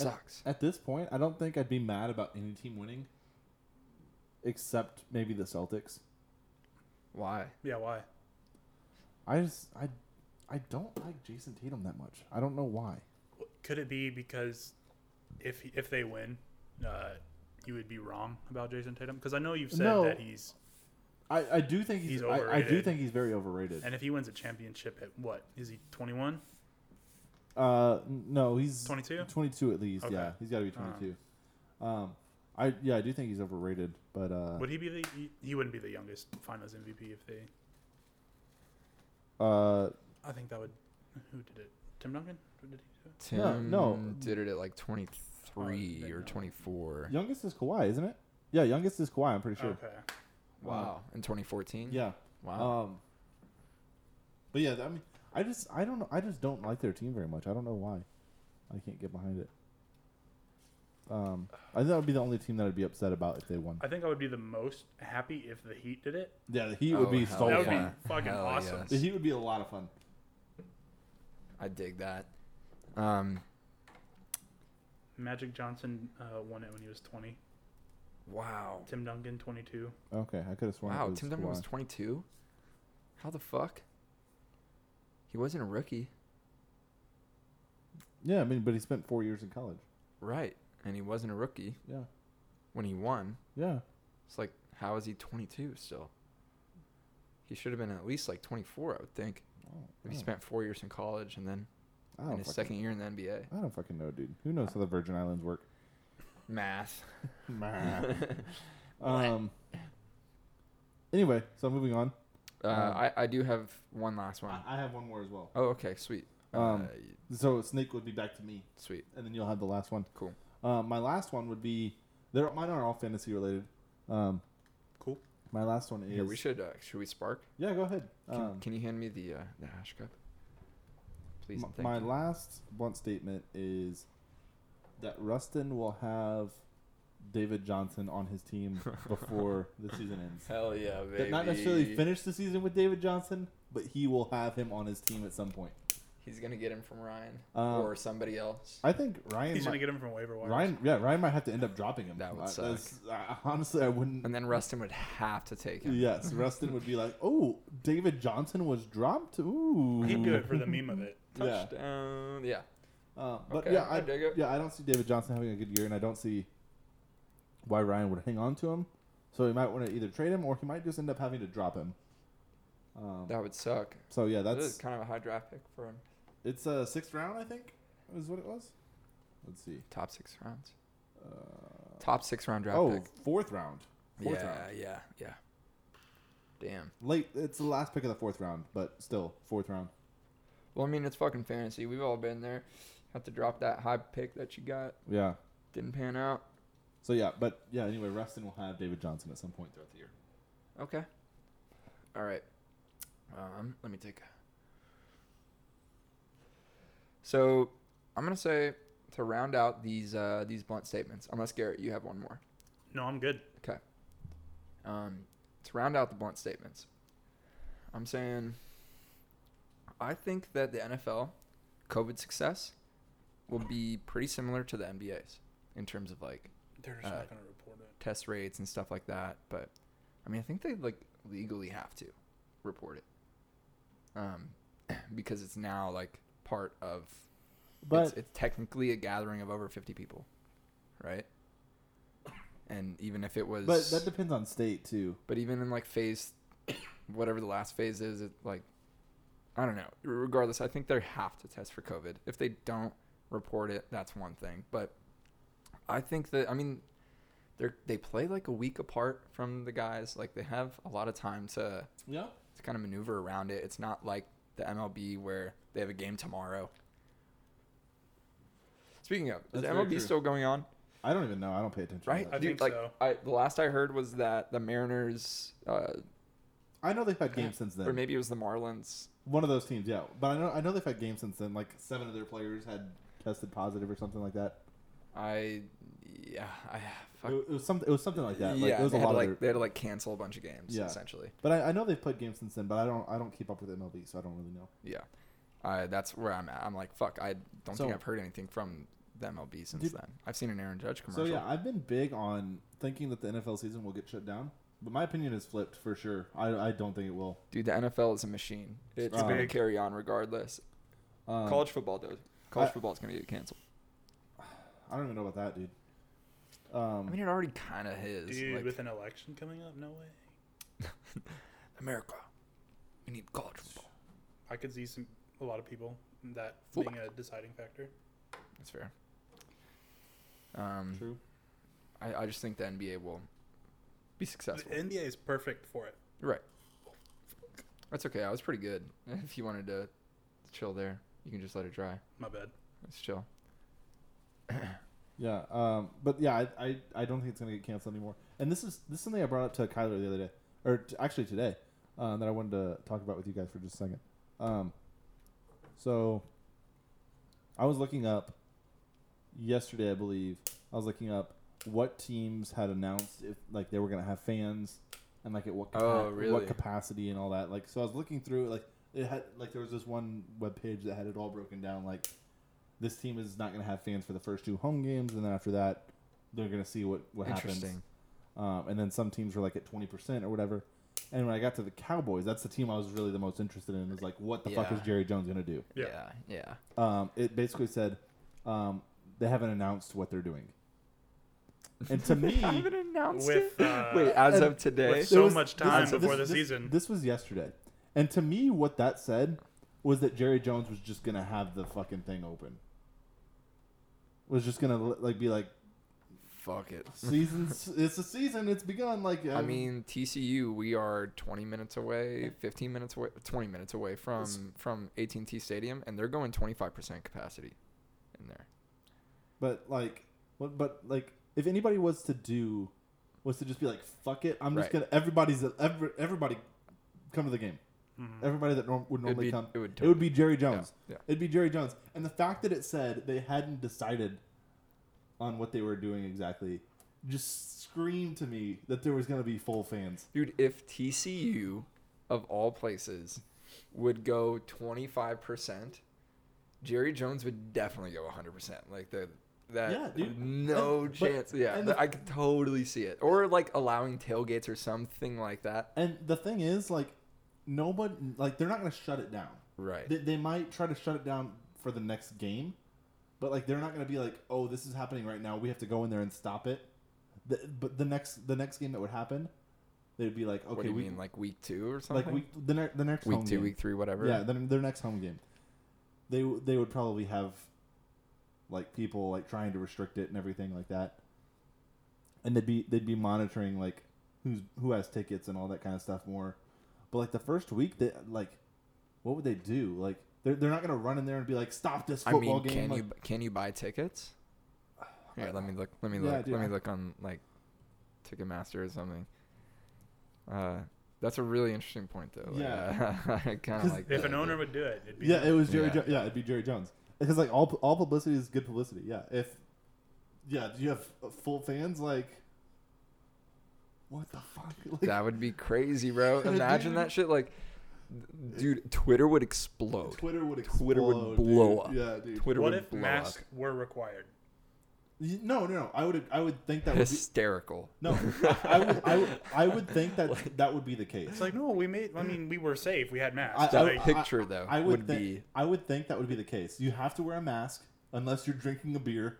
[SPEAKER 1] At-
[SPEAKER 2] Sucks.
[SPEAKER 1] At this point, I don't think I'd be mad about any team winning, except maybe the Celtics.
[SPEAKER 2] Why?
[SPEAKER 3] Yeah, why?
[SPEAKER 1] I just I I don't like Jason Tatum that much. I don't know why.
[SPEAKER 3] Could it be because if if they win, uh, you would be wrong about Jason Tatum? Because I know you've said
[SPEAKER 1] No.
[SPEAKER 3] that he's
[SPEAKER 1] I, I do think he's,
[SPEAKER 3] He's
[SPEAKER 1] I, I do
[SPEAKER 3] overrated.
[SPEAKER 1] think he's very overrated.
[SPEAKER 3] and if he wins a championship at what is he 21?
[SPEAKER 1] Uh, n- no, he's
[SPEAKER 3] 22?
[SPEAKER 1] 22 at least.
[SPEAKER 3] Okay.
[SPEAKER 1] Yeah, he's got to be
[SPEAKER 3] Uh-huh.
[SPEAKER 1] 22. Um, I yeah, I do think he's overrated, but uh,
[SPEAKER 3] Would he be the he, he wouldn't be the youngest Finals MVP if they?
[SPEAKER 1] uh,
[SPEAKER 3] I think that would. Who did it? Tim Duncan? Who did he do? it?
[SPEAKER 2] Tim
[SPEAKER 1] no.
[SPEAKER 2] did it at like
[SPEAKER 3] Oh,
[SPEAKER 2] 23
[SPEAKER 3] then
[SPEAKER 2] or
[SPEAKER 3] no.
[SPEAKER 2] 24.
[SPEAKER 1] youngest is Kawhi, isn't it? Yeah, youngest is Kawhi. I'm pretty sure.
[SPEAKER 3] Okay.
[SPEAKER 2] Wow, in 2014.
[SPEAKER 1] Yeah.
[SPEAKER 2] Wow.
[SPEAKER 1] Um, but yeah, I mean, I just I don't know. I just don't like their team very much. I don't know why. I can't get behind it. Um, I think that would be the only team that I'd be upset about if they won.
[SPEAKER 3] I think I would be the most happy if the Heat did it.
[SPEAKER 1] Yeah, the Heat
[SPEAKER 2] Oh,
[SPEAKER 1] would be
[SPEAKER 2] hell
[SPEAKER 1] so
[SPEAKER 3] that would
[SPEAKER 1] fun.
[SPEAKER 2] yeah.
[SPEAKER 3] be fucking
[SPEAKER 2] Hell
[SPEAKER 3] awesome.
[SPEAKER 2] yes.
[SPEAKER 1] The Heat would be a lot of fun.
[SPEAKER 2] I dig that. Um,
[SPEAKER 3] Magic Johnson uh, won it when he was 20.
[SPEAKER 2] wow.
[SPEAKER 3] Tim Duncan 22.
[SPEAKER 1] Okay, I could have sworn. it
[SPEAKER 2] Wow,
[SPEAKER 1] was
[SPEAKER 2] Tim Duncan was
[SPEAKER 1] Kawhi.
[SPEAKER 2] 22. How the fuck? He wasn't a rookie,
[SPEAKER 1] yeah, I mean, but he spent four years in college.
[SPEAKER 2] right? And he wasn't a rookie
[SPEAKER 1] Yeah,
[SPEAKER 2] when he won.
[SPEAKER 1] yeah.
[SPEAKER 2] It's like, how is he 22 still? He should have been at least like 24, I would think.
[SPEAKER 1] Oh,
[SPEAKER 2] If
[SPEAKER 1] oh.
[SPEAKER 2] he spent four years in college and then
[SPEAKER 1] I
[SPEAKER 2] in
[SPEAKER 1] don't
[SPEAKER 2] his
[SPEAKER 1] fucking-
[SPEAKER 2] second year in the NBA.
[SPEAKER 1] I don't fucking know, dude. Who knows how the Virgin Islands work?
[SPEAKER 2] Math.
[SPEAKER 1] Uh, um. Anyway, so moving on.
[SPEAKER 2] Uh,
[SPEAKER 1] Um,
[SPEAKER 2] I, I do have one last one.
[SPEAKER 1] I have one more as well.
[SPEAKER 2] Oh, okay, sweet.
[SPEAKER 1] Um,
[SPEAKER 2] uh,
[SPEAKER 1] So Snake would be back to me,
[SPEAKER 2] sweet.
[SPEAKER 1] and then you'll have the last one.
[SPEAKER 2] Cool.
[SPEAKER 1] Uh, my last one would be. They're, mine are all fantasy related. Um,
[SPEAKER 3] Cool.
[SPEAKER 1] my last one is.
[SPEAKER 2] Here, we should, uh, should we spark?
[SPEAKER 1] Yeah, go ahead.
[SPEAKER 2] Can,
[SPEAKER 1] Um,
[SPEAKER 2] can you hand me the uh, the ash cup, please?
[SPEAKER 1] m-
[SPEAKER 2] and thank
[SPEAKER 1] my
[SPEAKER 2] you.
[SPEAKER 1] last blunt statement is that Rustin will have David Johnson on his team before the season ends.
[SPEAKER 2] Hell yeah, baby!
[SPEAKER 1] That Not necessarily finish the season with David Johnson, but he will have him on his team at some point.
[SPEAKER 2] He's gonna get him from Ryan
[SPEAKER 1] Um,
[SPEAKER 2] or somebody else.
[SPEAKER 1] I think Ryan.
[SPEAKER 3] He's
[SPEAKER 1] might,
[SPEAKER 3] gonna get him from waiver wire.
[SPEAKER 1] Ryan, yeah, Ryan might have to end up dropping him.
[SPEAKER 2] That would
[SPEAKER 1] I-
[SPEAKER 2] suck.
[SPEAKER 1] that's- I- honestly, I wouldn't.
[SPEAKER 2] and then Rustin would have to take him.
[SPEAKER 1] Yes, Rustin would be like, "Oh, David Johnson was dropped. Ooh,
[SPEAKER 3] He'd do it for the meme of it.
[SPEAKER 1] Yeah,
[SPEAKER 2] Touchdown. Yeah.
[SPEAKER 1] Uh, but
[SPEAKER 2] Okay,
[SPEAKER 1] yeah,
[SPEAKER 2] I
[SPEAKER 1] I,
[SPEAKER 2] dig it.
[SPEAKER 1] yeah, I don't see David Johnson having a good year, and I don't see why Ryan would hang on to him. So he might want to either trade him, or he might just end up having to drop him. Um,
[SPEAKER 2] That would suck.
[SPEAKER 1] so yeah,
[SPEAKER 2] That's
[SPEAKER 1] that's
[SPEAKER 2] kind of a high draft pick for him.
[SPEAKER 1] it's a sixth round, I think, is what it was. Let's see.
[SPEAKER 2] Top six rounds.
[SPEAKER 1] Uh,
[SPEAKER 2] Top six round draft
[SPEAKER 1] oh,
[SPEAKER 2] pick.
[SPEAKER 1] fourth round. Fourth
[SPEAKER 2] yeah,
[SPEAKER 1] round.
[SPEAKER 2] yeah, yeah. Damn.
[SPEAKER 1] Late. It's the last pick of the fourth round, but still fourth round.
[SPEAKER 2] Well, I mean, it's fucking fantasy. We've all been there. Have to drop that high pick that you got.
[SPEAKER 1] Yeah.
[SPEAKER 2] Didn't pan out.
[SPEAKER 1] So yeah, but yeah. Anyway, Rustin will have David Johnson at some point throughout the year.
[SPEAKER 2] Okay. All right. Um, let me take. a- So I'm gonna say to round out these uh, these blunt statements. Unless Garrett, you have one more.
[SPEAKER 3] No, I'm good.
[SPEAKER 2] Okay. Um, to round out the blunt statements, I'm saying I think that the NFL COVID success will be pretty similar to the NBA's in terms of like
[SPEAKER 3] They're just
[SPEAKER 2] Uh,
[SPEAKER 3] not going to report it.
[SPEAKER 2] test rates and stuff like that. But I mean, I think they like legally have to report it, um, because it's now like part of.
[SPEAKER 1] But
[SPEAKER 2] it's, it's technically a gathering of over fifty people, right? And even if it was,
[SPEAKER 1] but that depends on state too.
[SPEAKER 2] but even in like phase, whatever the last phase is, it like, I don't know. Regardless, I think they have to test for COVID. If they don't report it, that's one thing. But I think that I mean, they are they play like a week apart from the guys. Like they have a lot of time to
[SPEAKER 1] Yeah.
[SPEAKER 2] to kind of maneuver around it. It's not like the MLB where they have a game tomorrow. Speaking of, is
[SPEAKER 1] That's
[SPEAKER 2] the
[SPEAKER 1] very
[SPEAKER 2] MLB
[SPEAKER 1] true.
[SPEAKER 2] still going on?
[SPEAKER 1] I don't even know. I don't pay attention. to
[SPEAKER 2] Right,
[SPEAKER 1] that.
[SPEAKER 3] I
[SPEAKER 2] dude.
[SPEAKER 3] think
[SPEAKER 2] like
[SPEAKER 3] so.
[SPEAKER 2] I, the last I heard was that the Mariners uh,
[SPEAKER 1] I know they've had games since
[SPEAKER 2] Or
[SPEAKER 1] then.
[SPEAKER 2] maybe it was the Marlins.
[SPEAKER 1] One of those teams, yeah. But I know I know they've had games since then. Like seven of their players had tested positive or something like that.
[SPEAKER 2] I yeah, I fuck.
[SPEAKER 1] It, it was something. It was something like that. Like,
[SPEAKER 2] yeah,
[SPEAKER 1] it was
[SPEAKER 2] they
[SPEAKER 1] a
[SPEAKER 2] had
[SPEAKER 1] lot
[SPEAKER 2] to
[SPEAKER 1] of
[SPEAKER 2] like
[SPEAKER 1] their,
[SPEAKER 2] they had to like cancel a bunch of games
[SPEAKER 1] Yeah.
[SPEAKER 2] essentially.
[SPEAKER 1] But I, I know they've played games since then. But I don't. I don't keep up with MLB, so I don't really know.
[SPEAKER 2] Yeah. I that's where I'm at. I'm like fuck, I don't
[SPEAKER 1] So-
[SPEAKER 2] think I've heard anything from the MLB since
[SPEAKER 1] Dude-
[SPEAKER 2] then. I've seen an Aaron Judge
[SPEAKER 1] So
[SPEAKER 2] commercial.
[SPEAKER 1] yeah, I've been big on thinking that the NFL season will get shut down. But my opinion is flipped for sure. I, I don't think it will.
[SPEAKER 2] Dude, the NFL is a machine. It's
[SPEAKER 1] Uh,
[SPEAKER 2] gonna carry on regardless.
[SPEAKER 1] Um,
[SPEAKER 2] College football does. College
[SPEAKER 1] I-
[SPEAKER 2] football's gonna get canceled.
[SPEAKER 1] I don't even know about that, dude. Um,
[SPEAKER 2] I mean, it already kind of is.
[SPEAKER 3] Dude,
[SPEAKER 2] like,
[SPEAKER 3] with an election coming up, no way.
[SPEAKER 2] America, we need college football.
[SPEAKER 3] I could see some a lot of people that
[SPEAKER 2] Full
[SPEAKER 3] being a deciding factor.
[SPEAKER 2] That's fair. Um,
[SPEAKER 1] true.
[SPEAKER 2] I, I just think the NBA will be successful.
[SPEAKER 3] The NBA is perfect for it.
[SPEAKER 2] Right. That's okay. I was pretty good. If you wanted to chill there, you can just let it dry.
[SPEAKER 3] My bad.
[SPEAKER 2] Let's chill.
[SPEAKER 1] Yeah, um, but yeah, I, I, I don't think it's gonna get canceled anymore. And this is this is something I brought up to Kyler the other day, or t- actually today, uh, that I wanted to talk about with you guys for just a second. Um, so I was looking up yesterday, I believe. I was looking up what teams had announced if like they were gonna have fans and like at what
[SPEAKER 2] Oh, really?
[SPEAKER 1] what capacity and all that. Like so, I was looking through like it had like there was this one web page that had it all broken down like this team is not going to have fans for the first two home games, and then after that, they're going to see what what happens.
[SPEAKER 2] Interesting.
[SPEAKER 1] Um, and then some teams were like at twenty percent or whatever. And when I got to the Cowboys, that's the team I was really the most interested in. Was like, what the fuck
[SPEAKER 2] Yeah.
[SPEAKER 1] is Jerry Jones going to do?
[SPEAKER 3] Yeah.
[SPEAKER 2] Yeah. Yeah.
[SPEAKER 1] Um, it basically said um, they haven't announced what they're doing. And to me,
[SPEAKER 2] I haven't announced
[SPEAKER 3] With,
[SPEAKER 2] it.
[SPEAKER 3] uh,
[SPEAKER 2] Wait, as
[SPEAKER 1] and-
[SPEAKER 2] of today.
[SPEAKER 3] with- so much time
[SPEAKER 1] was-
[SPEAKER 3] before the season.
[SPEAKER 1] This was yesterday, and to me, what that said was that Jerry Jones was just gonna have the fucking thing open. Was just gonna like be like
[SPEAKER 2] Fuck it.
[SPEAKER 1] seasons. it's a season. It's begun. Like um,
[SPEAKER 2] I mean, TCU. We are 20 minutes away, 15 minutes away, 20 minutes away from from AT&T Stadium, and they're going 25% capacity in there.
[SPEAKER 1] but like, what? But like, if anybody was to do, was to just be like, fuck it. I'm
[SPEAKER 2] Right.
[SPEAKER 1] just gonna. Everybody's every, everybody come to the game. Everybody that norm, would
[SPEAKER 2] It'd
[SPEAKER 1] normally
[SPEAKER 2] be-
[SPEAKER 1] come.
[SPEAKER 2] it would
[SPEAKER 1] it would be Jerry Jones.
[SPEAKER 2] yeah.
[SPEAKER 1] It'd be Jerry Jones. And the fact that it said they hadn't decided on what they were doing exactly just screamed to me that there was going to be full fans.
[SPEAKER 2] Dude, if TCU of all places would go 25%, Jerry Jones would definitely go 100%. Like the that
[SPEAKER 1] Yeah, dude.
[SPEAKER 2] no
[SPEAKER 1] And- but-
[SPEAKER 2] chance. yeah,
[SPEAKER 1] and the-
[SPEAKER 2] I could totally see it. Or like allowing tailgates or something like that.
[SPEAKER 1] And the thing is, like, nobody, like, they're not going to shut it down.
[SPEAKER 2] Right.
[SPEAKER 1] They, they might try to shut it down for the next game, but, like, they're not going to be like, oh, this is happening right now. We have to go in there and stop it. The, but the next the next game that would happen, they'd be like, okay,
[SPEAKER 2] what do you
[SPEAKER 1] we
[SPEAKER 2] mean like week 2 or something?
[SPEAKER 1] like week the, ne- the next
[SPEAKER 2] Week
[SPEAKER 1] home
[SPEAKER 2] 2,
[SPEAKER 1] game.
[SPEAKER 2] week 3, whatever.
[SPEAKER 1] Yeah, then their next home game, they w- they would probably have like people like trying to restrict it and everything like that, and they'd be they'd be monitoring like who's who has tickets and all that kind of stuff more. But like the first week, that like what would they do? Like they're they're not gonna run in there and be like stop this
[SPEAKER 2] I
[SPEAKER 1] football
[SPEAKER 2] mean,
[SPEAKER 1] game.
[SPEAKER 2] can
[SPEAKER 1] like,
[SPEAKER 2] you can you buy tickets? Here, let me look. Let me
[SPEAKER 1] Yeah,
[SPEAKER 2] look.
[SPEAKER 1] dude,
[SPEAKER 2] let me
[SPEAKER 1] I-
[SPEAKER 2] look on like Ticketmaster or something. Uh, that's a really interesting point, though. Like,
[SPEAKER 1] Yeah.
[SPEAKER 2] I kind of
[SPEAKER 1] 'Cause
[SPEAKER 2] like.
[SPEAKER 3] If
[SPEAKER 2] that,
[SPEAKER 3] an
[SPEAKER 2] but-
[SPEAKER 3] owner would do it, it'd be
[SPEAKER 1] yeah, it was Jerry.
[SPEAKER 2] Yeah.
[SPEAKER 1] Jo- yeah, it'd be Jerry Jones. because like all all publicity is good publicity. Yeah, if yeah, do you have uh, full fans? Like, what the fuck? Like,
[SPEAKER 2] That would be crazy, bro. Imagine that shit. Like, dude, Twitter would explode.
[SPEAKER 1] Twitter would explode.
[SPEAKER 2] Twitter would blow
[SPEAKER 1] dude.
[SPEAKER 2] up.
[SPEAKER 1] Yeah, dude.
[SPEAKER 2] Twitter
[SPEAKER 3] What
[SPEAKER 2] would
[SPEAKER 3] if
[SPEAKER 2] blow
[SPEAKER 3] masks
[SPEAKER 2] up.
[SPEAKER 3] were required?
[SPEAKER 1] Y- No, no, no. I would I would think that would be,
[SPEAKER 2] Hysterical.
[SPEAKER 1] no. I would, I would I would think that that would be the case.
[SPEAKER 3] It's like no, we made. I mean, we were safe. We had masks.
[SPEAKER 1] I-
[SPEAKER 2] That
[SPEAKER 1] I-
[SPEAKER 3] Like,
[SPEAKER 2] picture though
[SPEAKER 1] I
[SPEAKER 2] would,
[SPEAKER 1] would, think,
[SPEAKER 2] be
[SPEAKER 1] I would think that would be the case. You have to wear a mask unless you're drinking a beer.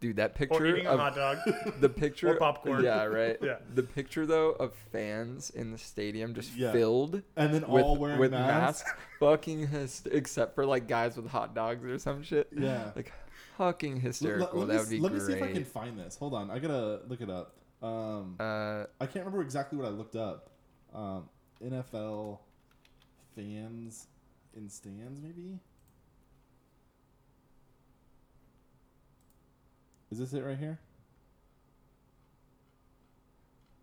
[SPEAKER 2] dude. That
[SPEAKER 3] or
[SPEAKER 2] picture
[SPEAKER 3] eating a
[SPEAKER 2] of
[SPEAKER 3] hot dog.
[SPEAKER 2] the picture
[SPEAKER 3] or popcorn.
[SPEAKER 2] Yeah, right.
[SPEAKER 3] Yeah.
[SPEAKER 2] The picture though of fans in the stadium just
[SPEAKER 1] Yeah.
[SPEAKER 2] filled
[SPEAKER 1] And then
[SPEAKER 2] with
[SPEAKER 1] all wearing
[SPEAKER 2] with
[SPEAKER 1] masks.
[SPEAKER 2] masks, fucking hyst- except for like guys with hot dogs or some shit.
[SPEAKER 1] Yeah.
[SPEAKER 2] Like fucking
[SPEAKER 1] L-
[SPEAKER 2] hysterical.
[SPEAKER 1] let- let me
[SPEAKER 2] that would
[SPEAKER 1] s-
[SPEAKER 2] be
[SPEAKER 1] let
[SPEAKER 2] great.
[SPEAKER 1] me see if I can find this. Hold on, I gotta look it up. Um,
[SPEAKER 2] uh,
[SPEAKER 1] I can't remember exactly what I looked up. Um, NFL fans in stands, maybe. Is this it right here?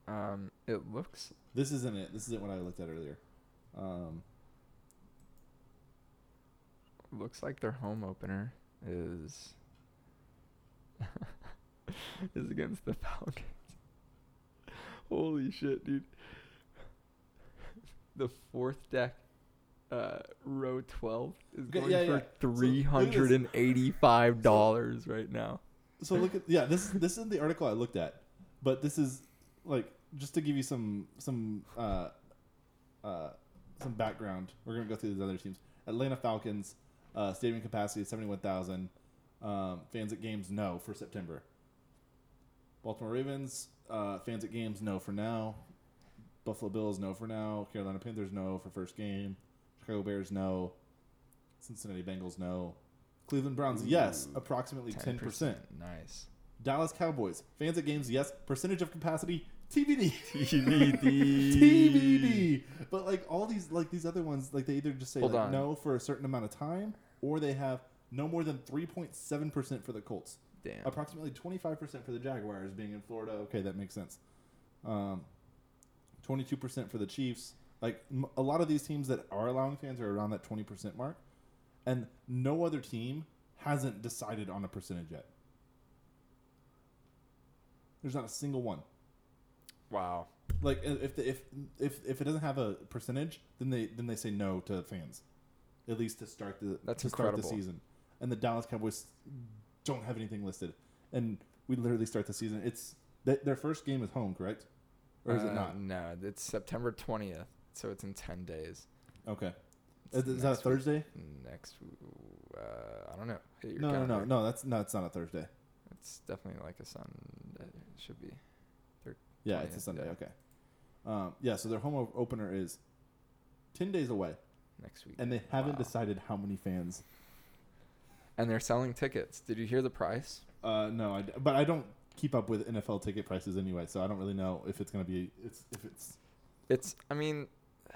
[SPEAKER 2] um, it looks
[SPEAKER 1] This isn't it. This isn't what I looked at earlier. Um,
[SPEAKER 2] looks like their home opener is is against the Falcons. Holy shit, dude. The fourth deck uh row 12 is
[SPEAKER 1] Okay,
[SPEAKER 2] going
[SPEAKER 1] yeah, yeah.
[SPEAKER 2] for
[SPEAKER 1] So, look at this.
[SPEAKER 2] $385 right now.
[SPEAKER 1] so look at yeah. This this is the article I looked at, but this is like just to give you some some uh, uh, some background. We're gonna go through these other teams. Atlanta Falcons uh, stadium capacity seventy one thousand um, fans at games. No for September. Baltimore Ravens uh, fans at games. No for now. Buffalo Bills no for now. Carolina Panthers no for first game. Chicago Bears no. Cincinnati Bengals no. Cleveland Browns yes, approximately ten percent.
[SPEAKER 2] Nice.
[SPEAKER 1] Dallas Cowboys. Fans at games, yes. Percentage of capacity, TBD.
[SPEAKER 2] TBD.
[SPEAKER 1] TBD. But like all these, like these other ones, like they either just say
[SPEAKER 2] Hold
[SPEAKER 1] like,
[SPEAKER 2] on.
[SPEAKER 1] no for a certain amount of time, or they have no more than three point seven percent for the Colts.
[SPEAKER 2] Damn.
[SPEAKER 1] Approximately twenty five percent for the Jaguars being in Florida. Okay, that makes sense. Um, twenty two percent for the Chiefs. Like m- a lot of these teams that are allowing fans are around that twenty percent mark, and no other team hasn't decided on a percentage yet. There's not a single one.
[SPEAKER 2] Wow.
[SPEAKER 1] Like i- if the, if if if it doesn't have a percentage, then they then they say no to fans, at least to start the
[SPEAKER 2] That's
[SPEAKER 1] to start the
[SPEAKER 2] incredible.
[SPEAKER 1] season. And the Dallas Cowboys don't have anything listed, and we literally start the season. It's th- their first game is home, correct? Or is
[SPEAKER 2] Uh,
[SPEAKER 1] it not?
[SPEAKER 2] No, it's September 20th, so it's in 10 days.
[SPEAKER 1] Okay,
[SPEAKER 2] It's
[SPEAKER 1] is, is that a
[SPEAKER 2] next week.
[SPEAKER 1] Thursday?
[SPEAKER 2] next uh, I don't know. Hit your
[SPEAKER 1] No, no, no,
[SPEAKER 2] calendar.
[SPEAKER 1] no. That's no, it's not a Thursday.
[SPEAKER 2] It's definitely like a Sunday. It should be.
[SPEAKER 1] Yeah,
[SPEAKER 2] 20th,
[SPEAKER 1] it's a Sunday.
[SPEAKER 2] Oh, yeah.
[SPEAKER 1] Okay. Um, yeah, so their home o- opener is ten days away,
[SPEAKER 2] Next week.
[SPEAKER 1] and they haven't
[SPEAKER 2] Wow.
[SPEAKER 1] decided how many fans.
[SPEAKER 2] And they're selling tickets. Did you hear the price?
[SPEAKER 1] Uh, no, I d but I don't keep up with NFL ticket prices anyway, so I don't really know if it's gonna be it's if it's
[SPEAKER 2] It's. I mean,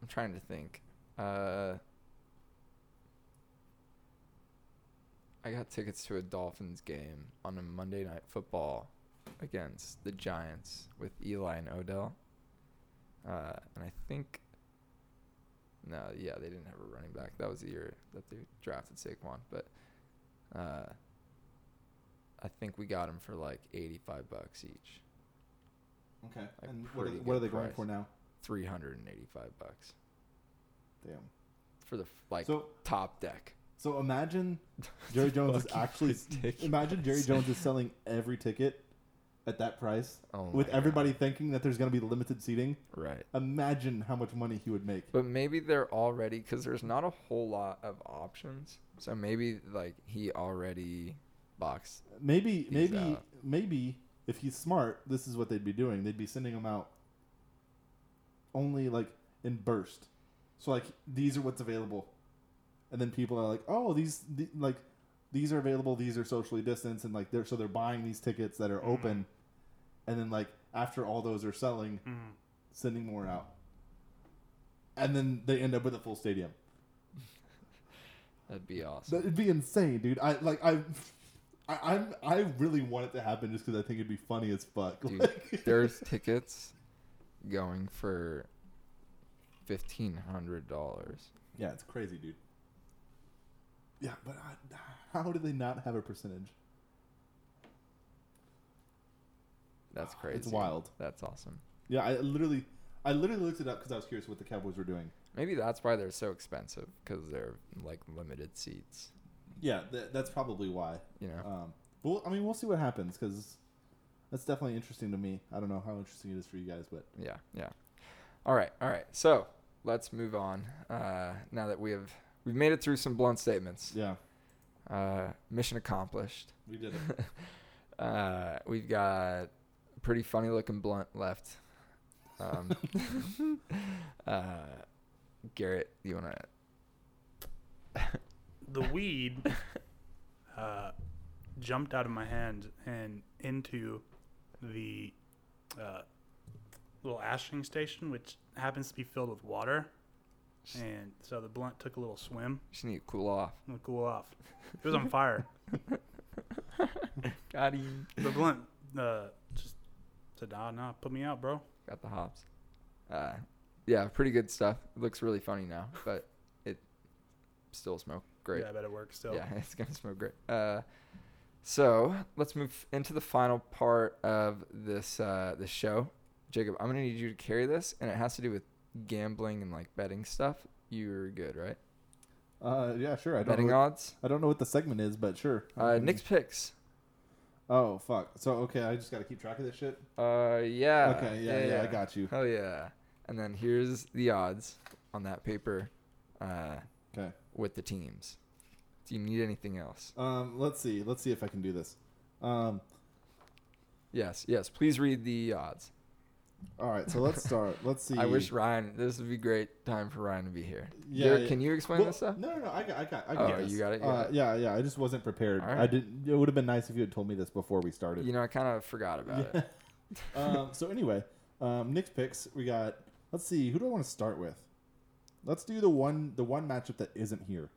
[SPEAKER 2] I'm trying to think. Uh, I got tickets to a Dolphins game on a Monday Night Football against the Giants with Eli and Odell. Uh, and I think. No, yeah, they didn't have a running back. That was the year that they drafted Saquon, but. Uh, I think we got him for like 85 bucks each.
[SPEAKER 1] okay.
[SPEAKER 2] Like,
[SPEAKER 1] and what are,
[SPEAKER 2] pretty
[SPEAKER 1] what are
[SPEAKER 2] good
[SPEAKER 1] they going
[SPEAKER 2] price.
[SPEAKER 1] for now?
[SPEAKER 2] three hundred and eighty-five bucks
[SPEAKER 1] Damn.
[SPEAKER 2] for the f- like
[SPEAKER 1] So-
[SPEAKER 2] top deck.
[SPEAKER 1] So imagine Jerry Jones is
[SPEAKER 2] Fucking
[SPEAKER 1] actually
[SPEAKER 2] ridiculous.
[SPEAKER 1] imagine Jerry Jones is selling every ticket at that price
[SPEAKER 2] Oh
[SPEAKER 1] with
[SPEAKER 2] my
[SPEAKER 1] everybody thinking that there's gonna be limited seating.
[SPEAKER 2] Right.
[SPEAKER 1] Imagine how much money he would make.
[SPEAKER 2] But maybe they're already because there's not a whole lot of options. So maybe like he already boxed.
[SPEAKER 1] Maybe maybe
[SPEAKER 2] out.
[SPEAKER 1] maybe if he's smart, this is what they'd be doing. They'd be sending them out only like in burst. So like these are what's available. And then people are like, "Oh, these the, like these are available, these are socially distanced and like they're so they're buying these tickets that are open." And then like after all those are selling,
[SPEAKER 3] Mhm.
[SPEAKER 1] sending more out. And then they end up with a full stadium.
[SPEAKER 2] That'd be awesome.
[SPEAKER 1] That'd be insane, dude. I like I, I I'm, I really want it to happen just because I think it'd be funny as fuck.
[SPEAKER 2] Dude,
[SPEAKER 1] Like,
[SPEAKER 2] there's tickets going for fifteen hundred dollars
[SPEAKER 1] Yeah, it's crazy, dude. Yeah, but I, how do they not have a percentage?
[SPEAKER 2] That's crazy.
[SPEAKER 1] Ah, wild.
[SPEAKER 2] That's awesome.
[SPEAKER 1] Yeah, I literally, I literally looked it up because I was curious what the Cowboys were doing.
[SPEAKER 2] Maybe that's why they're so expensive because they're like limited seats.
[SPEAKER 1] Yeah, th- that's probably why.
[SPEAKER 2] You know.
[SPEAKER 1] Um, but we'll, I mean, we'll see what happens because that's definitely interesting to me. I don't know how interesting it is for you guys, but
[SPEAKER 2] Yeah, yeah. All right, all right. So let's move on. Uh, now that we have we've made it through some blunt statements.
[SPEAKER 1] yeah,
[SPEAKER 2] Uh, mission accomplished.
[SPEAKER 1] we did it.
[SPEAKER 2] Uh, we've got a pretty funny looking blunt left. Um, uh, Garrett, you wanna?
[SPEAKER 3] the weed uh, jumped out of my hand and into the uh, little ashing station, which happens to be filled with water. And so the blunt took a little swim
[SPEAKER 2] Just need to cool off.
[SPEAKER 3] and would cool off. It was on fire.
[SPEAKER 2] Got him.
[SPEAKER 3] The blunt uh, just said, nah, nah, put me out, bro.
[SPEAKER 2] Got the hops. Uh, yeah, pretty good stuff. It looks really funny now, but it still smoke great.
[SPEAKER 3] Yeah, I bet it works still.
[SPEAKER 2] Yeah, it's gonna smell great. Uh, so let's move into the final part of this uh, this show, Jacob. I'm gonna need you to carry this, and it has to do with gambling and like betting stuff. You're good, right?
[SPEAKER 1] Uh, yeah, sure. I don't. Mm-hmm.
[SPEAKER 2] Betting
[SPEAKER 1] know what,
[SPEAKER 2] odds.
[SPEAKER 1] I don't know what the segment is, but sure.
[SPEAKER 2] Uh, Nick's picks.
[SPEAKER 1] Oh fuck. So okay, I just got to keep track of this shit.
[SPEAKER 2] Uh, yeah.
[SPEAKER 1] Okay, yeah, yeah, I got you.
[SPEAKER 2] Oh yeah. And then here's the odds on that paper, uh,
[SPEAKER 1] Okay.
[SPEAKER 2] with the teams. Do you need anything else?
[SPEAKER 1] Um, let's see. Let's see if I can do this. Um,
[SPEAKER 2] Yes, yes. Please read the odds.
[SPEAKER 1] all right. So let's start. Let's see.
[SPEAKER 2] I wish Ryan. This would be great time for Ryan to be here.
[SPEAKER 1] Yeah,
[SPEAKER 2] Garrett,
[SPEAKER 1] yeah.
[SPEAKER 2] Can you explain
[SPEAKER 1] Well,
[SPEAKER 2] this stuff?
[SPEAKER 1] No, no, no. I got, I got, I
[SPEAKER 2] Oh,
[SPEAKER 1] got this.
[SPEAKER 2] you got it, you
[SPEAKER 1] uh,
[SPEAKER 2] got it.
[SPEAKER 1] Yeah, yeah. I just wasn't prepared.
[SPEAKER 2] All right.
[SPEAKER 1] I didn't. It would have been nice if you had told me this before we started.
[SPEAKER 2] You know, I kind of forgot about it.
[SPEAKER 1] um, so anyway, um, Nick's picks. We got. Let's see. Who do I want to start with? Let's do the one, the one matchup that isn't here.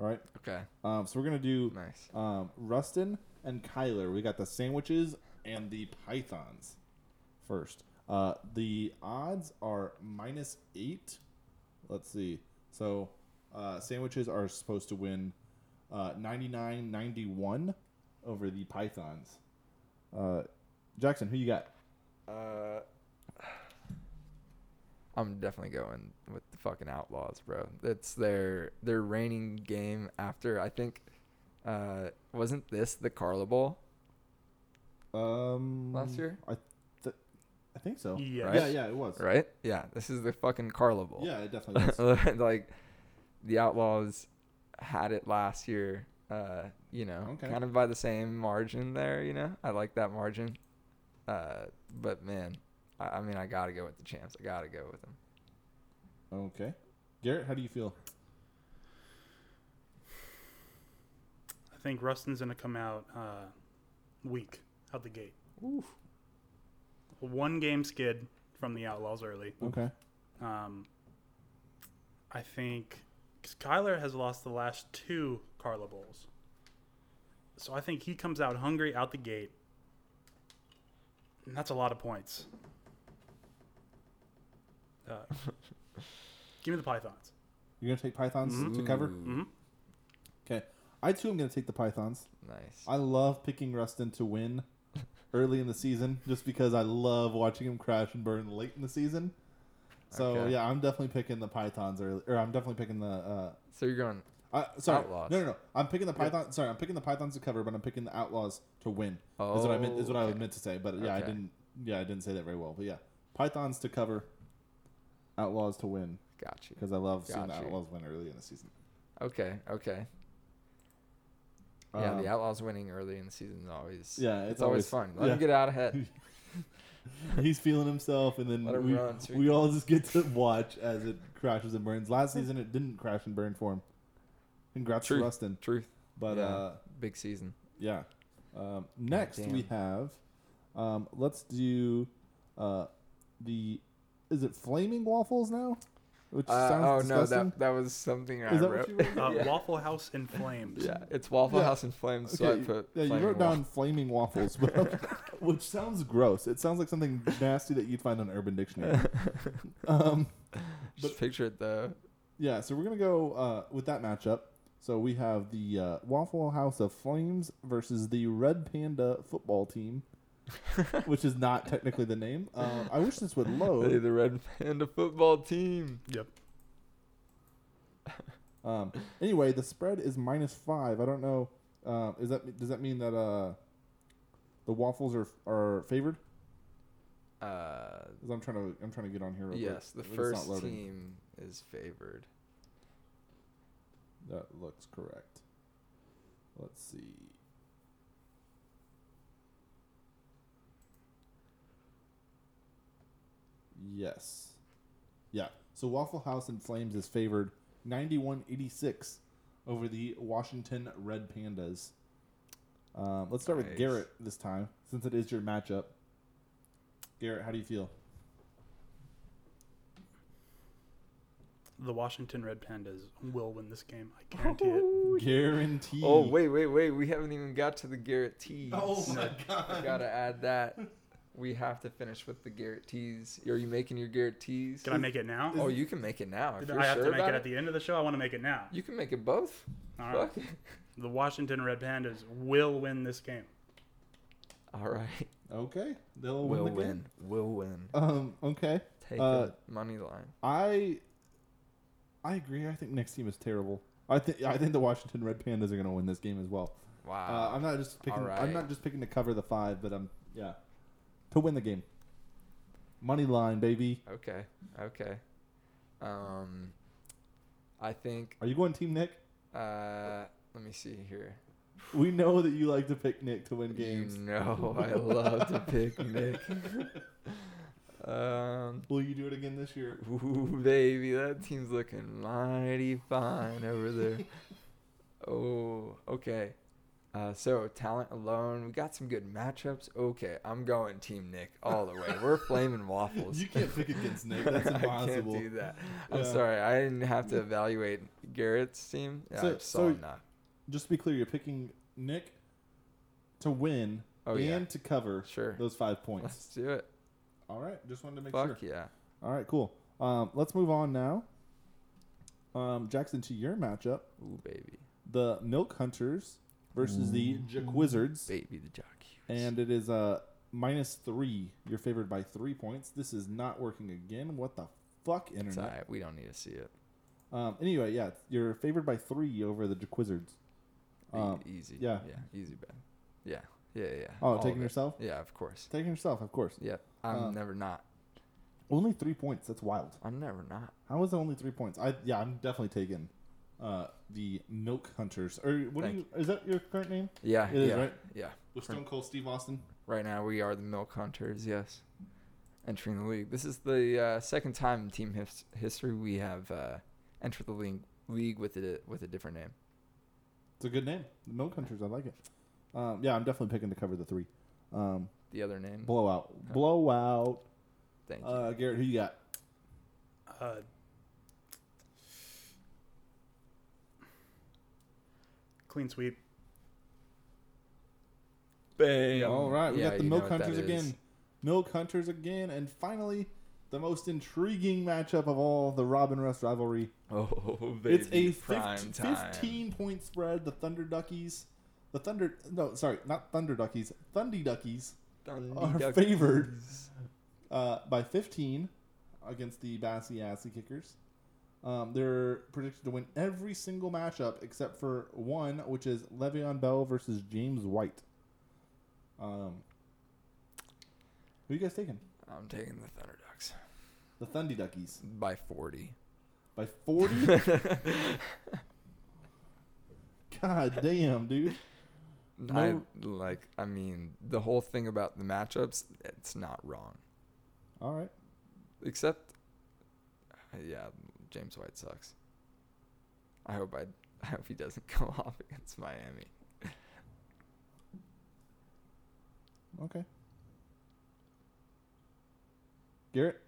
[SPEAKER 1] All right.
[SPEAKER 2] Okay,
[SPEAKER 1] Um, so we're gonna do
[SPEAKER 2] nice.
[SPEAKER 1] um, Rustin and Kyler. We got the sandwiches and the pythons first. Uh, the odds are minus eight. Let's see. So uh, sandwiches are supposed to win uh, 99 91 over the pythons. Uh, Jackson, who you got?
[SPEAKER 2] Uh, I'm definitely going with the fucking Outlaws, bro. That's their their reigning game after I think. Uh, wasn't this the Carla Bowl?
[SPEAKER 1] Um,
[SPEAKER 2] Last year?
[SPEAKER 1] I, th- I think so.
[SPEAKER 3] Yes.
[SPEAKER 1] Yeah, yeah, it was.
[SPEAKER 2] Right? Yeah, this is the fucking Carla Bowl.
[SPEAKER 1] Yeah, it definitely was.
[SPEAKER 2] like the Outlaws had it last year. Uh, you know,
[SPEAKER 1] Okay.
[SPEAKER 2] kind of by the same margin there. You know, I like that margin. Uh, but man, I, I mean, I gotta go with the champs. I gotta go with them.
[SPEAKER 1] okay. Garrett, how do you feel?
[SPEAKER 3] I think Rustin's going to come out uh, weak out the gate. One game skid from the Outlaws early.
[SPEAKER 1] Okay.
[SPEAKER 3] Um, I think because Kyler has lost the last two Carla Bowls, so I think he comes out hungry out the gate. And that's a lot of points. Uh, give me the Pythons.
[SPEAKER 1] You're gonna take pythons to cover.
[SPEAKER 2] Ooh,
[SPEAKER 3] hmm
[SPEAKER 1] Okay. I too am going to take the Pythons.
[SPEAKER 2] Nice.
[SPEAKER 1] I love picking Rustin to win early in the season just because I love watching him crash and burn late in the season. So
[SPEAKER 2] Okay.
[SPEAKER 1] yeah, I'm definitely picking the Pythons early, or I'm definitely picking the. Uh,
[SPEAKER 2] So you're going.
[SPEAKER 1] I, sorry,
[SPEAKER 2] Outlaws.
[SPEAKER 1] no, no, no. I'm picking the Python. Sorry, I'm picking the Pythons to cover, but I'm picking the Outlaws to win. is what I meant. Is what I
[SPEAKER 2] Oh, Okay.
[SPEAKER 1] meant to say. But yeah, I
[SPEAKER 2] Okay.
[SPEAKER 1] didn't. Yeah, I didn't say that very well. But yeah, Pythons to cover, Outlaws to win
[SPEAKER 2] Got you.
[SPEAKER 1] because I love seeing the
[SPEAKER 2] Gotcha.
[SPEAKER 1] Outlaws win early in the season.
[SPEAKER 2] Okay. Okay. Yeah,
[SPEAKER 1] Um,
[SPEAKER 2] the Outlaws winning early in the season is always.
[SPEAKER 1] Yeah,
[SPEAKER 2] it's,
[SPEAKER 1] it's
[SPEAKER 2] always,
[SPEAKER 1] always-
[SPEAKER 2] fun. Let them
[SPEAKER 1] yeah.
[SPEAKER 2] get out ahead.
[SPEAKER 1] he's feeling himself, and
[SPEAKER 2] Let him
[SPEAKER 1] then we,
[SPEAKER 2] run, sweet.
[SPEAKER 1] we all just get to watch as it crashes and burns. Last season, it didn't crash and burn for him. Congrats
[SPEAKER 2] True.
[SPEAKER 1] to Rustin.
[SPEAKER 2] Truth.
[SPEAKER 1] But
[SPEAKER 2] Yeah.
[SPEAKER 1] uh,
[SPEAKER 2] Big season.
[SPEAKER 1] yeah. Um, next,
[SPEAKER 2] damn.
[SPEAKER 1] we have um, let's do uh, the is it flaming waffles now? Which
[SPEAKER 2] Uh,
[SPEAKER 1] sounds
[SPEAKER 2] oh no,
[SPEAKER 1] disgusting.
[SPEAKER 2] that that was something I
[SPEAKER 1] Is that
[SPEAKER 2] wrote.
[SPEAKER 1] what you wrote?
[SPEAKER 3] Uh,
[SPEAKER 2] Yeah.
[SPEAKER 3] Waffle House in flames.
[SPEAKER 2] Yeah, it's Waffle
[SPEAKER 1] Yeah.
[SPEAKER 2] House in flames. So I
[SPEAKER 1] Okay,
[SPEAKER 2] put
[SPEAKER 1] yeah, you
[SPEAKER 2] flaming
[SPEAKER 1] wrote down flaming waffles, but, which sounds gross. It sounds like something nasty that you'd find on Urban Dictionary.
[SPEAKER 2] waffle.
[SPEAKER 1] Um,
[SPEAKER 2] Just picture it though.
[SPEAKER 1] Yeah, so we're gonna go uh, with that matchup. So we have the uh, Waffle House of Flames versus the Red Panda football team, which is not technically the name. Um, I wish this would
[SPEAKER 2] Hey,
[SPEAKER 1] load.
[SPEAKER 2] the Red Panda football team.
[SPEAKER 3] Yep.
[SPEAKER 1] Um, anyway, the spread is minus five. I don't know. Uh, is that does that mean that uh, the waffles are are favored?
[SPEAKER 2] Uh,
[SPEAKER 1] 'Cause I'm trying to I'm trying to get on here. Real
[SPEAKER 2] yes, the
[SPEAKER 1] quick. It's not
[SPEAKER 2] first
[SPEAKER 1] loading.
[SPEAKER 2] team is favored.
[SPEAKER 1] That looks correct. Let's see. Yes. Yeah. So Waffle House and Flames is favored 9186 over the Washington Red Pandas. Um, let's start with
[SPEAKER 2] Nice.
[SPEAKER 1] Garrett this time, since it is your matchup. Garrett, how do you feel?
[SPEAKER 3] The Washington Red Pandas will win this game. I guarantee it.
[SPEAKER 1] Guaranteed.
[SPEAKER 2] Oh wait, wait, wait! We haven't even got to the Garrett tees. I
[SPEAKER 1] Oh god.
[SPEAKER 2] gotta add that. We have to finish with the Garrett tees. Are you making your Garrett tees?
[SPEAKER 3] Can I make it now?
[SPEAKER 2] Oh, you can make it now if
[SPEAKER 3] Did
[SPEAKER 2] you're
[SPEAKER 3] I have
[SPEAKER 2] sure
[SPEAKER 3] to make
[SPEAKER 2] about
[SPEAKER 3] it at the end of the show. I want to make it now.
[SPEAKER 2] You can make it both.
[SPEAKER 3] All right.
[SPEAKER 2] Fuck it.
[SPEAKER 3] The Washington Red Pandas will win this game.
[SPEAKER 2] All right.
[SPEAKER 1] Okay. They'll
[SPEAKER 2] We'll
[SPEAKER 1] win. the game.
[SPEAKER 2] win. We'll win.
[SPEAKER 1] Um, okay.
[SPEAKER 2] Take
[SPEAKER 1] Uh,
[SPEAKER 2] it. Money line.
[SPEAKER 1] I I agree. I think Nick's team is terrible. I think I think the Washington Red Pandas are going to win this game as well. Uh,
[SPEAKER 2] Wow.
[SPEAKER 1] I'm not just picking. I'm
[SPEAKER 2] Ah, alright.
[SPEAKER 1] not just picking to cover the five, but I'm yeah to win the game. Money line, baby.
[SPEAKER 2] okay. Okay. Um, I think.
[SPEAKER 1] Are you going team Nick?
[SPEAKER 2] Uh, let me see here.
[SPEAKER 1] We know that you like to pick Nick to win games.
[SPEAKER 2] You know, I love to pick Nick. um,
[SPEAKER 1] Will you do it again this year?
[SPEAKER 2] Ooh, baby, that team's looking mighty fine over there. oh, okay. Uh, so talent alone, we got some good matchups. Okay, I'm going Team Nick all the way. We're flaming waffles.
[SPEAKER 1] You can't pick against Nick. That's
[SPEAKER 2] I can't
[SPEAKER 1] impossible.
[SPEAKER 2] do that. I'm
[SPEAKER 1] Yeah.
[SPEAKER 2] sorry, I didn't have to evaluate Garrett's team. Yeah,
[SPEAKER 1] So-
[SPEAKER 2] I just saw
[SPEAKER 1] so-
[SPEAKER 2] him not.
[SPEAKER 1] Just to be clear, you're picking Nick to win
[SPEAKER 2] Oh,
[SPEAKER 1] and
[SPEAKER 2] yeah.
[SPEAKER 1] to cover
[SPEAKER 2] Sure.
[SPEAKER 1] those five points.
[SPEAKER 2] Let's do it.
[SPEAKER 1] All right. Just wanted to make sure.
[SPEAKER 2] Fuck yeah.
[SPEAKER 1] All right, cool. Um, let's move on now. Um, Jackson, to your matchup,
[SPEAKER 2] Ooh, baby.
[SPEAKER 1] the Milk Hunters versus the Jack Wizards,
[SPEAKER 2] Baby the jockey.
[SPEAKER 1] and it is uh, minus three. You're favored by three points. This is not working again. What the fuck,
[SPEAKER 2] it's
[SPEAKER 1] internet?
[SPEAKER 2] alright. We don't need to see it.
[SPEAKER 1] Um, anyway, yeah, you're favored by three over the Jack Wizards.
[SPEAKER 2] E-
[SPEAKER 1] Um,
[SPEAKER 2] easy.
[SPEAKER 1] yeah.
[SPEAKER 2] Yeah. Easy bet. Yeah. Yeah. Yeah.
[SPEAKER 1] Oh,
[SPEAKER 2] all of
[SPEAKER 1] taking
[SPEAKER 2] it.
[SPEAKER 1] yourself?
[SPEAKER 2] Yeah, of course.
[SPEAKER 1] Taking yourself, of course.
[SPEAKER 2] Yep. I'm
[SPEAKER 1] Um,
[SPEAKER 2] never not.
[SPEAKER 1] Only three points. That's wild.
[SPEAKER 2] I'm never not.
[SPEAKER 1] How is it only three points? I yeah, I'm definitely taking uh, the Milk Hunters. Or what do
[SPEAKER 2] Thank
[SPEAKER 1] you? Is that your current name?
[SPEAKER 2] Yeah.
[SPEAKER 1] It is,
[SPEAKER 2] yeah.
[SPEAKER 1] right?
[SPEAKER 2] Yeah.
[SPEAKER 1] With Stone Cold Steve Austin.
[SPEAKER 2] Right now we are the milk hunters. Yes. Entering the league. This is the uh, second time in team his- history we have uh, entered the league league with a with a different name.
[SPEAKER 1] It's a good name. The Milk Hunters. I like it. Um, yeah, I'm definitely picking to cover the three. Um,
[SPEAKER 2] The other name.
[SPEAKER 1] blowout. Blowout.
[SPEAKER 2] Thank you.
[SPEAKER 1] Uh, Garrett, who you got?
[SPEAKER 3] Uh, clean sweep.
[SPEAKER 2] Bam.
[SPEAKER 1] All right, we
[SPEAKER 2] Yeah,
[SPEAKER 1] got the
[SPEAKER 2] you know what
[SPEAKER 1] Milk
[SPEAKER 2] that
[SPEAKER 1] Hunters
[SPEAKER 2] is.
[SPEAKER 1] again. Milk Hunters again. And finally, the most intriguing matchup of all the Robin Russ rivalry.
[SPEAKER 2] Oh, baby.
[SPEAKER 1] it's a
[SPEAKER 2] prime
[SPEAKER 1] 15,
[SPEAKER 2] time.
[SPEAKER 1] 15 point spread. The Thunder Duckies. The Thunder. No, sorry, not Thunder Duckies. Thundy Duckies.
[SPEAKER 2] Dundee
[SPEAKER 1] are
[SPEAKER 2] Duckies.
[SPEAKER 1] favored uh, by 15 against the Bassy Assy Kickers. Um, they're predicted to win every single matchup except for one, which is Le'Veon Bell versus James White. Um, who you guys taking?
[SPEAKER 2] I'm taking the Thunder Ducks
[SPEAKER 1] The Thundy Duckies
[SPEAKER 2] by 40.
[SPEAKER 1] by 40. God damn, dude. No-
[SPEAKER 2] I like. I mean, the whole thing about the matchups, it's not wrong.
[SPEAKER 1] All right.
[SPEAKER 2] Except, yeah, James White sucks. I hope I, I hope he doesn't go off against Miami.
[SPEAKER 1] Okay. Garrett,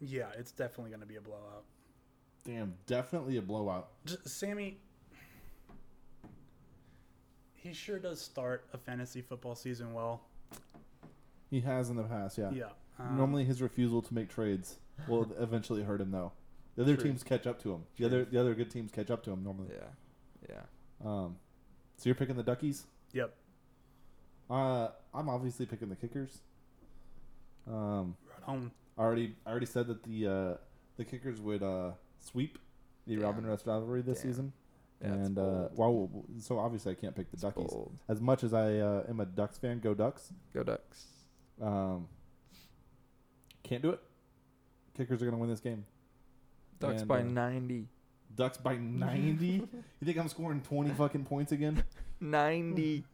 [SPEAKER 3] Yeah, it's definitely going to be a blowout.
[SPEAKER 1] damn, definitely a blowout.
[SPEAKER 3] Just, Sammy, he sure does start a fantasy football season well.
[SPEAKER 1] He has in the past, yeah.
[SPEAKER 3] Yeah. Um,
[SPEAKER 1] Normally, his refusal to make trades will eventually hurt him, though. The other
[SPEAKER 2] True.
[SPEAKER 1] teams catch up to him. The
[SPEAKER 2] True.
[SPEAKER 1] other the other good teams catch up to him normally.
[SPEAKER 2] Yeah. Yeah.
[SPEAKER 1] Um, so you're picking the Duckies.
[SPEAKER 3] Yep.
[SPEAKER 1] Uh, I'm obviously picking the Kickers. Um,
[SPEAKER 3] Right home.
[SPEAKER 1] I already I already said that the uh, the Kickers would uh, sweep the
[SPEAKER 2] Damn.
[SPEAKER 1] Robin Rest rivalry this
[SPEAKER 2] Damn.
[SPEAKER 1] season,
[SPEAKER 2] Yeah, it's
[SPEAKER 1] and uh,
[SPEAKER 2] bold.
[SPEAKER 1] wow. So obviously, I can't pick the
[SPEAKER 2] It's
[SPEAKER 1] Duckies.
[SPEAKER 2] bold.
[SPEAKER 1] As much as I uh, am a Ducks fan, go Ducks.
[SPEAKER 2] Go Ducks.
[SPEAKER 1] Um, can't do it. Kickers are going to win this game.
[SPEAKER 2] Ducks
[SPEAKER 1] And,
[SPEAKER 2] by
[SPEAKER 1] uh,
[SPEAKER 2] 90.
[SPEAKER 1] Ducks by 90. you think I'm scoring 20 fucking points again?
[SPEAKER 2] 90.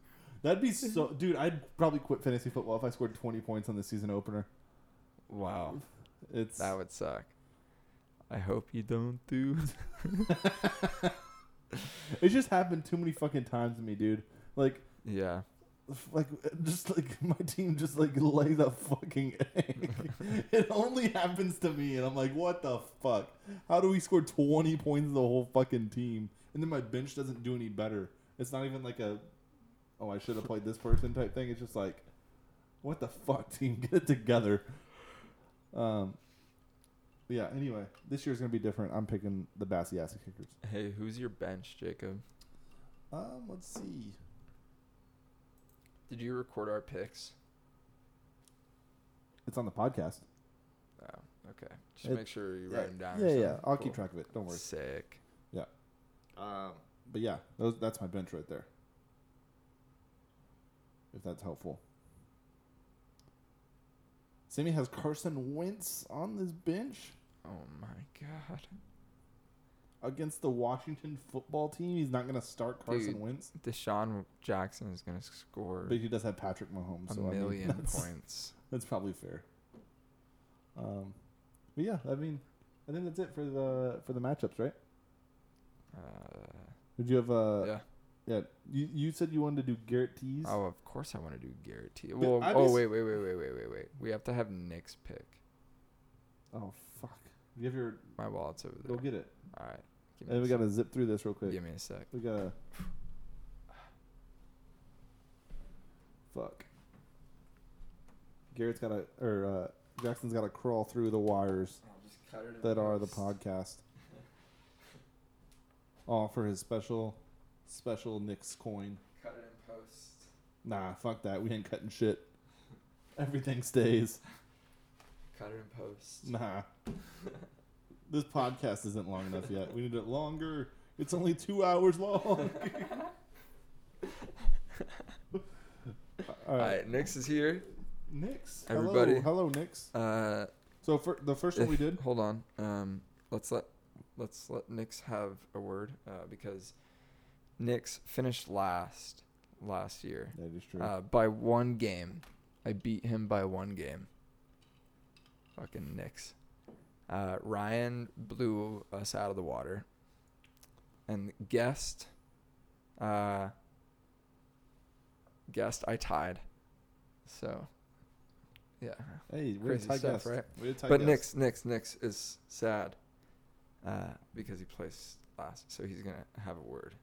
[SPEAKER 1] That'd be so. Dude, I'd probably quit fantasy football if I scored 20 points on the season opener.
[SPEAKER 2] wow.
[SPEAKER 1] It's
[SPEAKER 2] Oh. That would suck. I hope you don't, dude.
[SPEAKER 1] it's just happened too many fucking times to me, dude. Like,
[SPEAKER 2] yeah.
[SPEAKER 1] f- like just like my team just like lay the fucking egg. it only happens to me, and I'm like, what the fuck? How do we score 20 points to the whole fucking team, and then my bench doesn't do any better? It's not even like a, oh, I should have played this person type thing. It's just like, what the fuck, team, get it together. Um. but Yeah. Anyway, this year's gonna be different. I'm picking the Bassiasa kickers.
[SPEAKER 2] Hey, who's your bench, Jacob?
[SPEAKER 1] Um. Let's see.
[SPEAKER 2] Did you record our picks?
[SPEAKER 1] It's on the podcast.
[SPEAKER 2] Oh, okay. Just
[SPEAKER 1] It-
[SPEAKER 2] make sure you
[SPEAKER 1] yeah,
[SPEAKER 2] write them down. or
[SPEAKER 1] yeah, yeah.
[SPEAKER 2] something.
[SPEAKER 1] I'll
[SPEAKER 2] Cool.
[SPEAKER 1] keep track of it. Don't worry.
[SPEAKER 2] Sick.
[SPEAKER 1] Um, but yeah, those, that's my bench right there. If that's helpful. Sammy has Carson Wentz on this bench
[SPEAKER 2] Oh my god.
[SPEAKER 1] against the Washington football team. He's not going to start Carson
[SPEAKER 2] Dude.
[SPEAKER 1] Wentz,
[SPEAKER 2] Deshaun Jackson is gonna score
[SPEAKER 1] but he does have Patrick Mahomes.
[SPEAKER 2] a
[SPEAKER 1] so I mean,
[SPEAKER 2] million
[SPEAKER 1] that's,
[SPEAKER 2] points.
[SPEAKER 1] That's probably fair. Um, but yeah, I mean, I think that's it for the for the matchups, right?
[SPEAKER 2] Uh,
[SPEAKER 1] Did you have uh
[SPEAKER 2] yeah.
[SPEAKER 1] yeah you, you said you wanted to do Garrett Tees.
[SPEAKER 2] Oh, of course I want to do Garrett T. Well,
[SPEAKER 1] I
[SPEAKER 2] oh
[SPEAKER 1] just-
[SPEAKER 2] wait, wait, wait, wait, wait, wait, wait. We have to have Nick's pick.
[SPEAKER 1] oh fuck! You have your
[SPEAKER 2] My wallet's over there.
[SPEAKER 1] go get it.
[SPEAKER 2] All right. Give me,
[SPEAKER 1] Hey,
[SPEAKER 2] a
[SPEAKER 1] we
[SPEAKER 2] sec.
[SPEAKER 1] gotta zip through this real quick.
[SPEAKER 2] Give me a sec.
[SPEAKER 1] We gotta. Fuck. Garrett's gotta, or uh, Jackson's gotta crawl through the wires that are the podcast. All for his special, special Nick's coin.
[SPEAKER 2] Cut it in post.
[SPEAKER 1] Nah, fuck that. We ain't cutting shit. Everything stays.
[SPEAKER 2] Cut it in post.
[SPEAKER 1] Nah. This podcast isn't long enough yet. We need it longer. It's only two hours long. All
[SPEAKER 2] All
[SPEAKER 1] right.
[SPEAKER 2] right, Nick's is here.
[SPEAKER 1] Nix.
[SPEAKER 2] Everybody.
[SPEAKER 1] Hello, hello Nix.
[SPEAKER 2] Uh,
[SPEAKER 1] So for the first one we
[SPEAKER 2] if-
[SPEAKER 1] did,
[SPEAKER 2] Hold on. Um, let's let let's let Nix have a word uh, because Nix finished last last year
[SPEAKER 1] that is true.
[SPEAKER 2] uh, by one game. I beat him by one game. Fucking Nix. Uh, Ryan blew us out of the water. And guessed, uh, guessed I tied. So, yeah
[SPEAKER 1] hey, we're
[SPEAKER 2] crazy
[SPEAKER 1] a tight
[SPEAKER 2] stuff,
[SPEAKER 1] guest.
[SPEAKER 2] right?
[SPEAKER 1] We're a tight
[SPEAKER 2] but
[SPEAKER 1] guest.
[SPEAKER 2] Nick's Nick's Nick's is sad uh, because he placed last, so he's gonna have a word.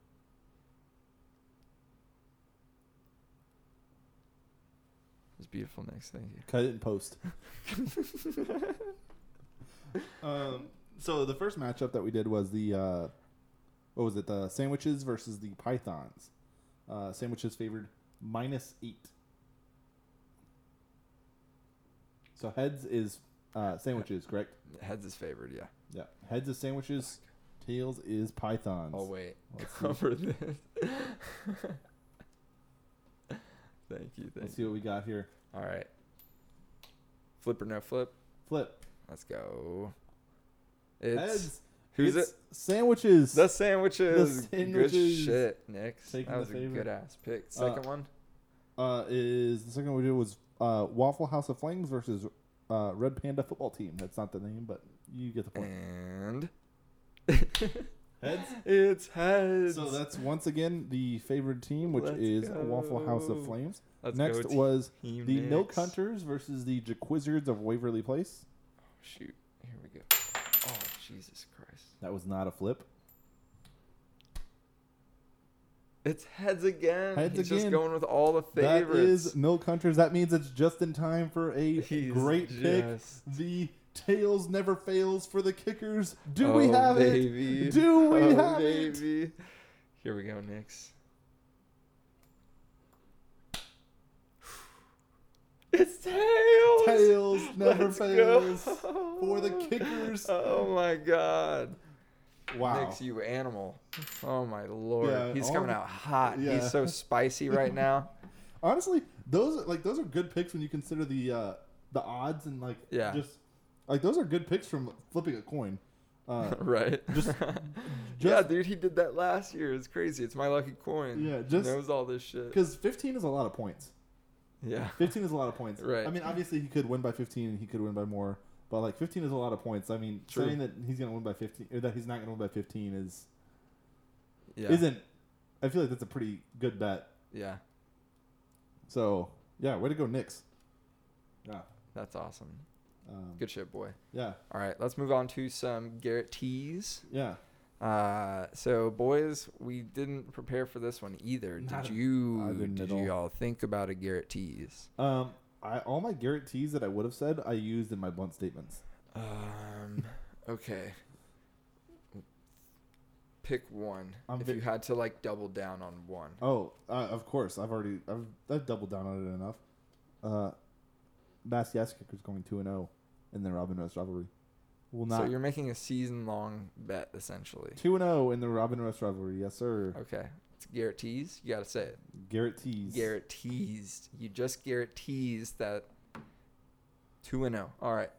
[SPEAKER 2] It was beautiful, Nick's. Thank you.
[SPEAKER 1] cut it and post. um, so the first matchup that we did was the uh, what was it? The sandwiches versus the pythons. Uh, sandwiches favored minus eight. So heads is uh, sandwiches, correct?
[SPEAKER 2] Heads is favored, yeah.
[SPEAKER 1] Yeah, heads is sandwiches, tails is pythons.
[SPEAKER 2] Oh wait,
[SPEAKER 1] Let's see.
[SPEAKER 2] cover this. thank you,
[SPEAKER 1] Let's
[SPEAKER 2] thank
[SPEAKER 1] see
[SPEAKER 2] you.
[SPEAKER 1] what we got here.
[SPEAKER 2] All right, flip or no flip.
[SPEAKER 1] Flip.
[SPEAKER 2] Let's go. It's
[SPEAKER 1] Heads.
[SPEAKER 2] who's
[SPEAKER 1] it's
[SPEAKER 2] it?
[SPEAKER 1] Sandwiches.
[SPEAKER 2] The sandwiches.
[SPEAKER 1] sandwiches.
[SPEAKER 2] Good shit, Nick.
[SPEAKER 1] Taking
[SPEAKER 2] That was a
[SPEAKER 1] the favorite.
[SPEAKER 2] good ass pick. Second one.
[SPEAKER 1] uh, is the second one we did was uh, Waffle House of Flames versus uh, Red Panda Football Team. That's not the name, but you get the point.
[SPEAKER 2] And
[SPEAKER 1] Heads.
[SPEAKER 2] it's heads.
[SPEAKER 1] So that's once again the favored team, which
[SPEAKER 2] Let's
[SPEAKER 1] is Waffle House
[SPEAKER 2] go.
[SPEAKER 1] of Flames.
[SPEAKER 2] Let's
[SPEAKER 1] Next
[SPEAKER 2] go
[SPEAKER 1] was
[SPEAKER 2] team
[SPEAKER 1] the Milk
[SPEAKER 2] Knicks.
[SPEAKER 1] Hunters versus the Jaquizzards of Waverly Place.
[SPEAKER 2] Shoot. Here we go. Oh, Jesus Christ.
[SPEAKER 1] That was not a flip.
[SPEAKER 2] It's heads again.
[SPEAKER 1] Heads
[SPEAKER 2] He's just
[SPEAKER 1] again.
[SPEAKER 2] going with all the
[SPEAKER 1] That
[SPEAKER 2] favorites.
[SPEAKER 1] is milk hunters. That means it's just in time for a
[SPEAKER 2] He's
[SPEAKER 1] great
[SPEAKER 2] just-
[SPEAKER 1] pick. The tails never fails for the kickers. Do we
[SPEAKER 2] Oh,
[SPEAKER 1] have
[SPEAKER 2] baby.
[SPEAKER 1] it? Do we
[SPEAKER 2] Oh,
[SPEAKER 1] have it?
[SPEAKER 2] baby. Here we go, Knicks. It's tails.
[SPEAKER 1] Tails never
[SPEAKER 2] Let's
[SPEAKER 1] fails
[SPEAKER 2] go.
[SPEAKER 1] for the kickers.
[SPEAKER 2] Oh my God,
[SPEAKER 1] Wow.
[SPEAKER 2] Knicks, you animal! Oh my lord,
[SPEAKER 1] Yeah,
[SPEAKER 2] he's
[SPEAKER 1] all
[SPEAKER 2] coming
[SPEAKER 1] the-
[SPEAKER 2] out hot.
[SPEAKER 1] yeah.
[SPEAKER 2] He's so spicy right now.
[SPEAKER 1] Honestly, those like those are good picks when you consider the uh, the odds and like
[SPEAKER 2] Yeah.
[SPEAKER 1] just like those are good picks from flipping a coin. Uh,
[SPEAKER 2] right.
[SPEAKER 1] just-
[SPEAKER 2] yeah,
[SPEAKER 1] just-
[SPEAKER 2] dude, he did that last year. It's crazy. It's my lucky coin.
[SPEAKER 1] Yeah,
[SPEAKER 2] He
[SPEAKER 1] just-
[SPEAKER 2] knows all this shit.
[SPEAKER 1] Because 15 is a lot of points.
[SPEAKER 2] Yeah.
[SPEAKER 1] 15 is a lot of points.
[SPEAKER 2] Right.
[SPEAKER 1] I mean, obviously he could win by 15 and he could win by more, but like 15 is a lot of points. I mean,
[SPEAKER 2] True.
[SPEAKER 1] saying that he's going to win by 15 or that he's not going to win by 15 is
[SPEAKER 2] Yeah.
[SPEAKER 1] isn't I feel like that's a pretty good bet.
[SPEAKER 2] Yeah.
[SPEAKER 1] So, yeah, way to go Knicks. Yeah.
[SPEAKER 2] That's awesome.
[SPEAKER 1] Um,
[SPEAKER 2] Good shit, boy.
[SPEAKER 1] Yeah.
[SPEAKER 2] All right, let's move on to some Garrett teas.
[SPEAKER 1] Yeah.
[SPEAKER 2] Uh, so boys, we didn't prepare for this one either. Did
[SPEAKER 1] Not at-
[SPEAKER 2] you?
[SPEAKER 1] I didn't
[SPEAKER 2] did
[SPEAKER 1] at
[SPEAKER 2] you
[SPEAKER 1] all.
[SPEAKER 2] all think about a Garrett tease?
[SPEAKER 1] Um I all my Garrett teas that I would have said I used in my blunt statements.
[SPEAKER 2] Um, okay. Pick one.
[SPEAKER 1] I'm
[SPEAKER 2] if
[SPEAKER 1] vi-
[SPEAKER 2] you had to like double down on one.
[SPEAKER 1] Oh, uh, of course. I've already I've, I've doubled down on it enough. Uh Bass Yes Kicker's going 2 and 0 in the Robin Rose rivalry. Will not
[SPEAKER 2] So you're making a season long bet essentially.
[SPEAKER 1] Two and zero in the Robin Rush rivalry, yes sir.
[SPEAKER 2] Okay. It's Garrett tease. You gotta say it.
[SPEAKER 1] Garrett Tees.
[SPEAKER 2] Garrett teased. You just Garrett teased that. Two and zero. All right.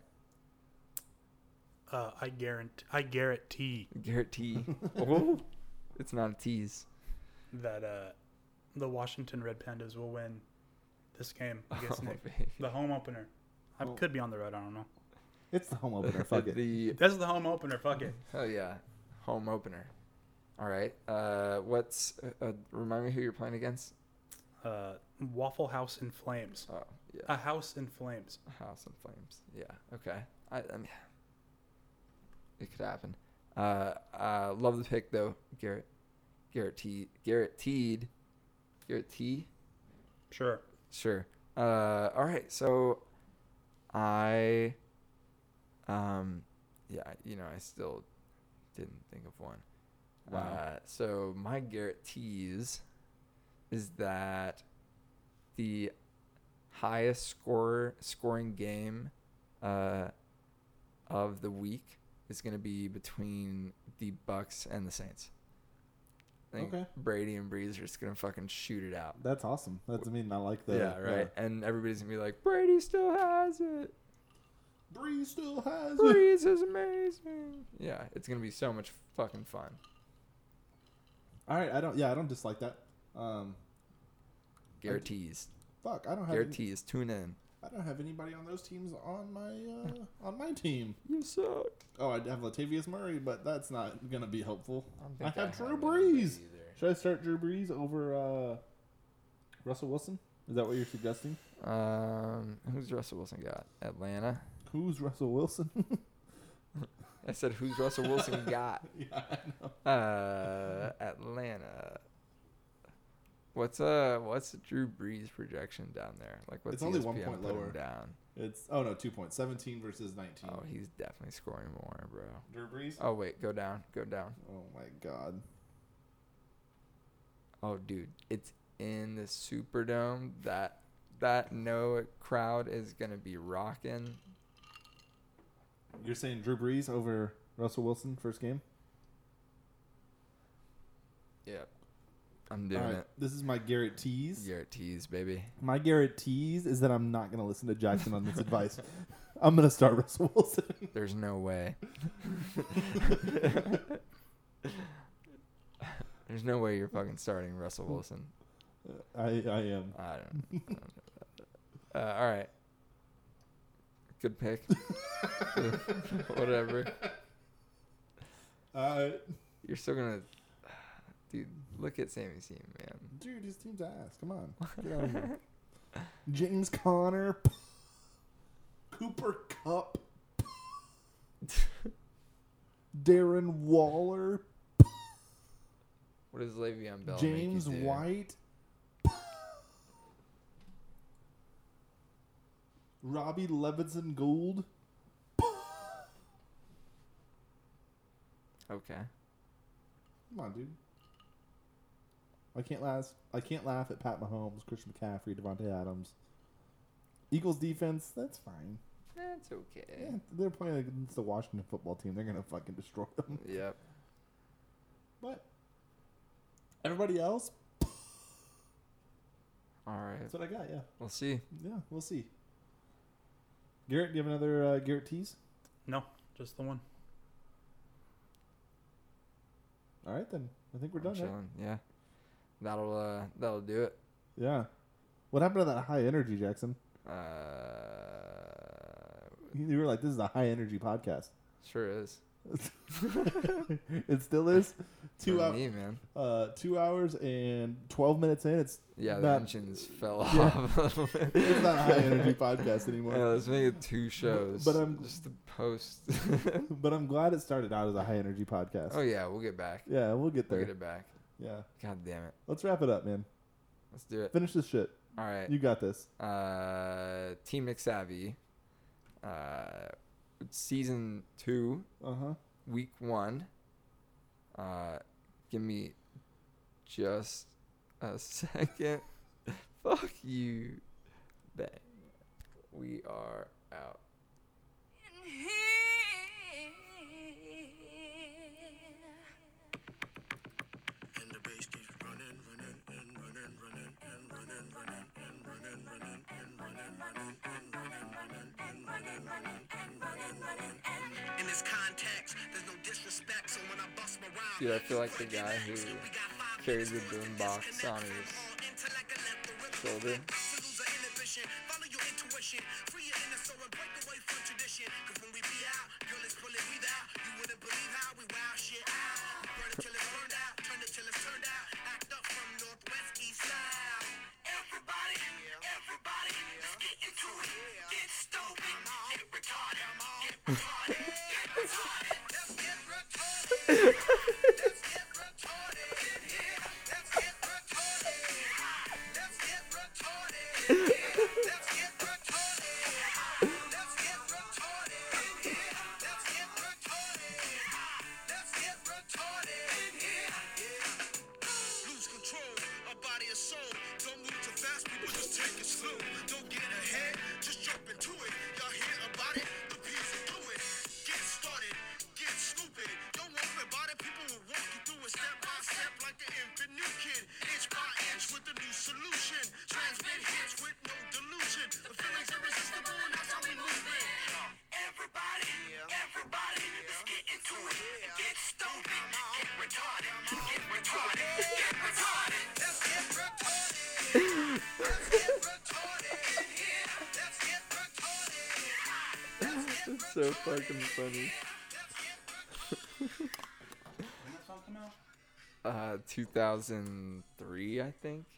[SPEAKER 3] Uh, I guarantee, I guarantee
[SPEAKER 2] Guarantee. oh, it's not a tease.
[SPEAKER 3] that uh, the Washington Red Pandas will win this game against
[SPEAKER 2] Oh,
[SPEAKER 3] Nick.
[SPEAKER 2] baby.
[SPEAKER 3] The home opener. I
[SPEAKER 2] Oh.
[SPEAKER 3] could be on the road. I don't know.
[SPEAKER 1] It's the home opener. Fuck it.
[SPEAKER 2] The
[SPEAKER 3] This is the home opener. Fuck it.
[SPEAKER 2] hell yeah, home opener. All right. Uh, what's uh, uh, remind me who you're playing against?
[SPEAKER 3] Uh, Waffle House in Flames.
[SPEAKER 2] Oh yeah,
[SPEAKER 3] A house in flames.
[SPEAKER 2] House and Flames. Yeah. Okay. I, I mean, it could happen. Uh, uh, love the pick though, Garrett. Garrett T. Garrett Teed. Garrett T.
[SPEAKER 3] Sure.
[SPEAKER 2] Sure. Uh, all right. So, I, um, yeah, I- you know, I still didn't think of one.
[SPEAKER 1] Wow.
[SPEAKER 2] Uh, so my Garrett tease is that the highest scorer scoring game uh, of the week is going to be between the Bucks and the Saints. I think
[SPEAKER 1] Okay.
[SPEAKER 2] Brady and Breeze are just going to fucking shoot it out.
[SPEAKER 1] That's awesome. That's I mean I like that.
[SPEAKER 2] yeah, right. And everybody's gonna be like, Brady still has it.
[SPEAKER 1] Bree still has it.
[SPEAKER 2] Breeze is amazing. Yeah, it's gonna be so much fucking fun.
[SPEAKER 1] All right, I don't. Yeah, I don't dislike that. Um,
[SPEAKER 2] Guarantees.
[SPEAKER 1] fuck, I don't have. Any,
[SPEAKER 2] Guarantees. Tune in.
[SPEAKER 1] I don't have anybody on those teams on my uh, on my team.
[SPEAKER 2] You suck.
[SPEAKER 1] Oh, I'd have Latavius Murray, but that's not gonna be helpful. I,
[SPEAKER 2] think
[SPEAKER 1] have
[SPEAKER 2] I
[SPEAKER 1] Drew
[SPEAKER 2] have
[SPEAKER 1] Brees.
[SPEAKER 2] anybody either.
[SPEAKER 1] Should I start Drew Brees over uh, Russell Wilson? Is that what you're suggesting?
[SPEAKER 2] Um, who's Russell Wilson got? Atlanta.
[SPEAKER 1] Who's Russell Wilson?
[SPEAKER 2] I said, who's Russell Wilson got?
[SPEAKER 1] yeah, I know.
[SPEAKER 2] Uh, Atlanta. What's uh, what's Drew Brees projection down there? Like, what's E
[SPEAKER 1] It's only one
[SPEAKER 2] ESPN
[SPEAKER 1] point
[SPEAKER 2] put him
[SPEAKER 1] lower.
[SPEAKER 2] down?
[SPEAKER 1] It's oh no, two points, seventeen versus nineteen.
[SPEAKER 2] Oh, he's definitely scoring more, bro.
[SPEAKER 1] Drew Brees.
[SPEAKER 2] Oh wait, go down, go down.
[SPEAKER 1] Oh my god.
[SPEAKER 2] Oh, dude, it's in the Superdome. That that no crowd is gonna be rocking.
[SPEAKER 1] You're saying Drew Brees over Russell Wilson first game?
[SPEAKER 2] Yep, I'm doing it.
[SPEAKER 1] This is my Garrett tease.
[SPEAKER 2] Garrett Tees, baby.
[SPEAKER 1] My Garrett tease is that I'm not going to listen to Jackson on this advice. I'm going to start Russell Wilson.
[SPEAKER 2] There's no way. There's no way you're fucking starting Russell Wilson.
[SPEAKER 1] I, I am.
[SPEAKER 2] I don't. I don't know about that. Uh, all right. Good pick. Whatever.
[SPEAKER 1] Uh,
[SPEAKER 2] You're still gonna, dude. Look at Sammy Seam, man.
[SPEAKER 1] dude, his team's ass. Come on. Get out of here. James Conner. Cooper Cup. Darren Waller.
[SPEAKER 2] What does Le'Veon Bell? make you
[SPEAKER 1] James
[SPEAKER 2] do?
[SPEAKER 1] White. Robbie Levinson Gould.
[SPEAKER 2] Okay.
[SPEAKER 1] Come on, dude. I can't last. I can't laugh at Pat Mahomes, Christian McCaffrey, Devontae Adams. Eagles defense, that's fine.
[SPEAKER 2] That's okay.
[SPEAKER 1] Yeah, Eh, they're playing against the Washington football team. They're gonna fucking destroy them.
[SPEAKER 2] Yep.
[SPEAKER 1] But everybody else,
[SPEAKER 2] All right.
[SPEAKER 1] that's what I got. Yeah,
[SPEAKER 2] We'll see.
[SPEAKER 1] yeah, we'll see. Garrett, do you have another uh, Garrett tease?
[SPEAKER 3] No, just the one.
[SPEAKER 1] All right, then I think we're
[SPEAKER 2] I'm
[SPEAKER 1] done. Right?
[SPEAKER 2] chilling. Yeah. That'll uh that'll do it.
[SPEAKER 1] Yeah. What happened to that high energy, Jackson?
[SPEAKER 2] Uh
[SPEAKER 1] You were like, "This is a high energy podcast."
[SPEAKER 2] sure is.
[SPEAKER 1] it still is. Two
[SPEAKER 2] For
[SPEAKER 1] hours.
[SPEAKER 2] me, man.
[SPEAKER 1] Uh, two hours and twelve minutes in. It's
[SPEAKER 2] Yeah, the
[SPEAKER 1] not,
[SPEAKER 2] engines fell
[SPEAKER 1] Yeah.
[SPEAKER 2] off.
[SPEAKER 1] it's not a high energy podcast anymore.
[SPEAKER 2] Yeah, let's make it two shows.
[SPEAKER 1] but I'm-
[SPEAKER 2] just the post.
[SPEAKER 1] But I'm glad it started out as a high energy podcast.
[SPEAKER 2] oh yeah, we'll get back.
[SPEAKER 1] Yeah, we'll get
[SPEAKER 2] We'll
[SPEAKER 1] there.
[SPEAKER 2] get it back.
[SPEAKER 1] Yeah,
[SPEAKER 2] God damn it.
[SPEAKER 1] let's wrap it up, man.
[SPEAKER 2] Let's do it.
[SPEAKER 1] Finish this shit.
[SPEAKER 2] All right.
[SPEAKER 1] You got this.
[SPEAKER 2] Uh, Team McSavvy. Uh, season two,
[SPEAKER 1] Uh huh.
[SPEAKER 2] week one. Uh, give me just a second. Fuck you. Bang. We are out.
[SPEAKER 4] In here.
[SPEAKER 5] And the bass keeps running, running, and running, running, and running, running, and running, running, and running, running, and running, running, and running, running, and running, running, and. In this context, there's no disrespect, so when I bust my rhyme,
[SPEAKER 2] Dude, I feel like the guy who carries the boombox on his shoulder.
[SPEAKER 5] to lose our inhibition. Follow your intuition, free your inner soul and break away from tradition. Cause when we be out, girl, it's pulling we out. You wouldn't believe how we wow shit out. We burn it till it's burned out, turn it till it's turned out. Act up from Northwest East Side. Everybody, everybody, let's get into it. Get stupid, get retarded, get retarded, get retarded. Let's get retarded. Let's get retarded in here. Let's get retarded. Let's get retarded in here. Let's get retarded. Let's get retarded in here. Let's get retarded. Let's get retarded in here. Yeah. Lose control, a body and soul. Don't move too fast, people just take it slow. Don't get ahead, just jump into it. Y'all hear about it? The P's are doing. Get started, get stupid. Don't worry about it, people will walk you through it step by step like an infant new kid. Inch by inch with a new solution. Transmit hits with no delusion. The feeling's irresistible and that's how we move it. Everybody, everybody, let's get into it. Get stupid, get retarded, get retarded, get retarded. Let's get retarded. Let's get retarded in here. Let's get retarded.
[SPEAKER 2] It's so fucking funny.
[SPEAKER 3] When that song come out?
[SPEAKER 2] Uh, 2003, I think.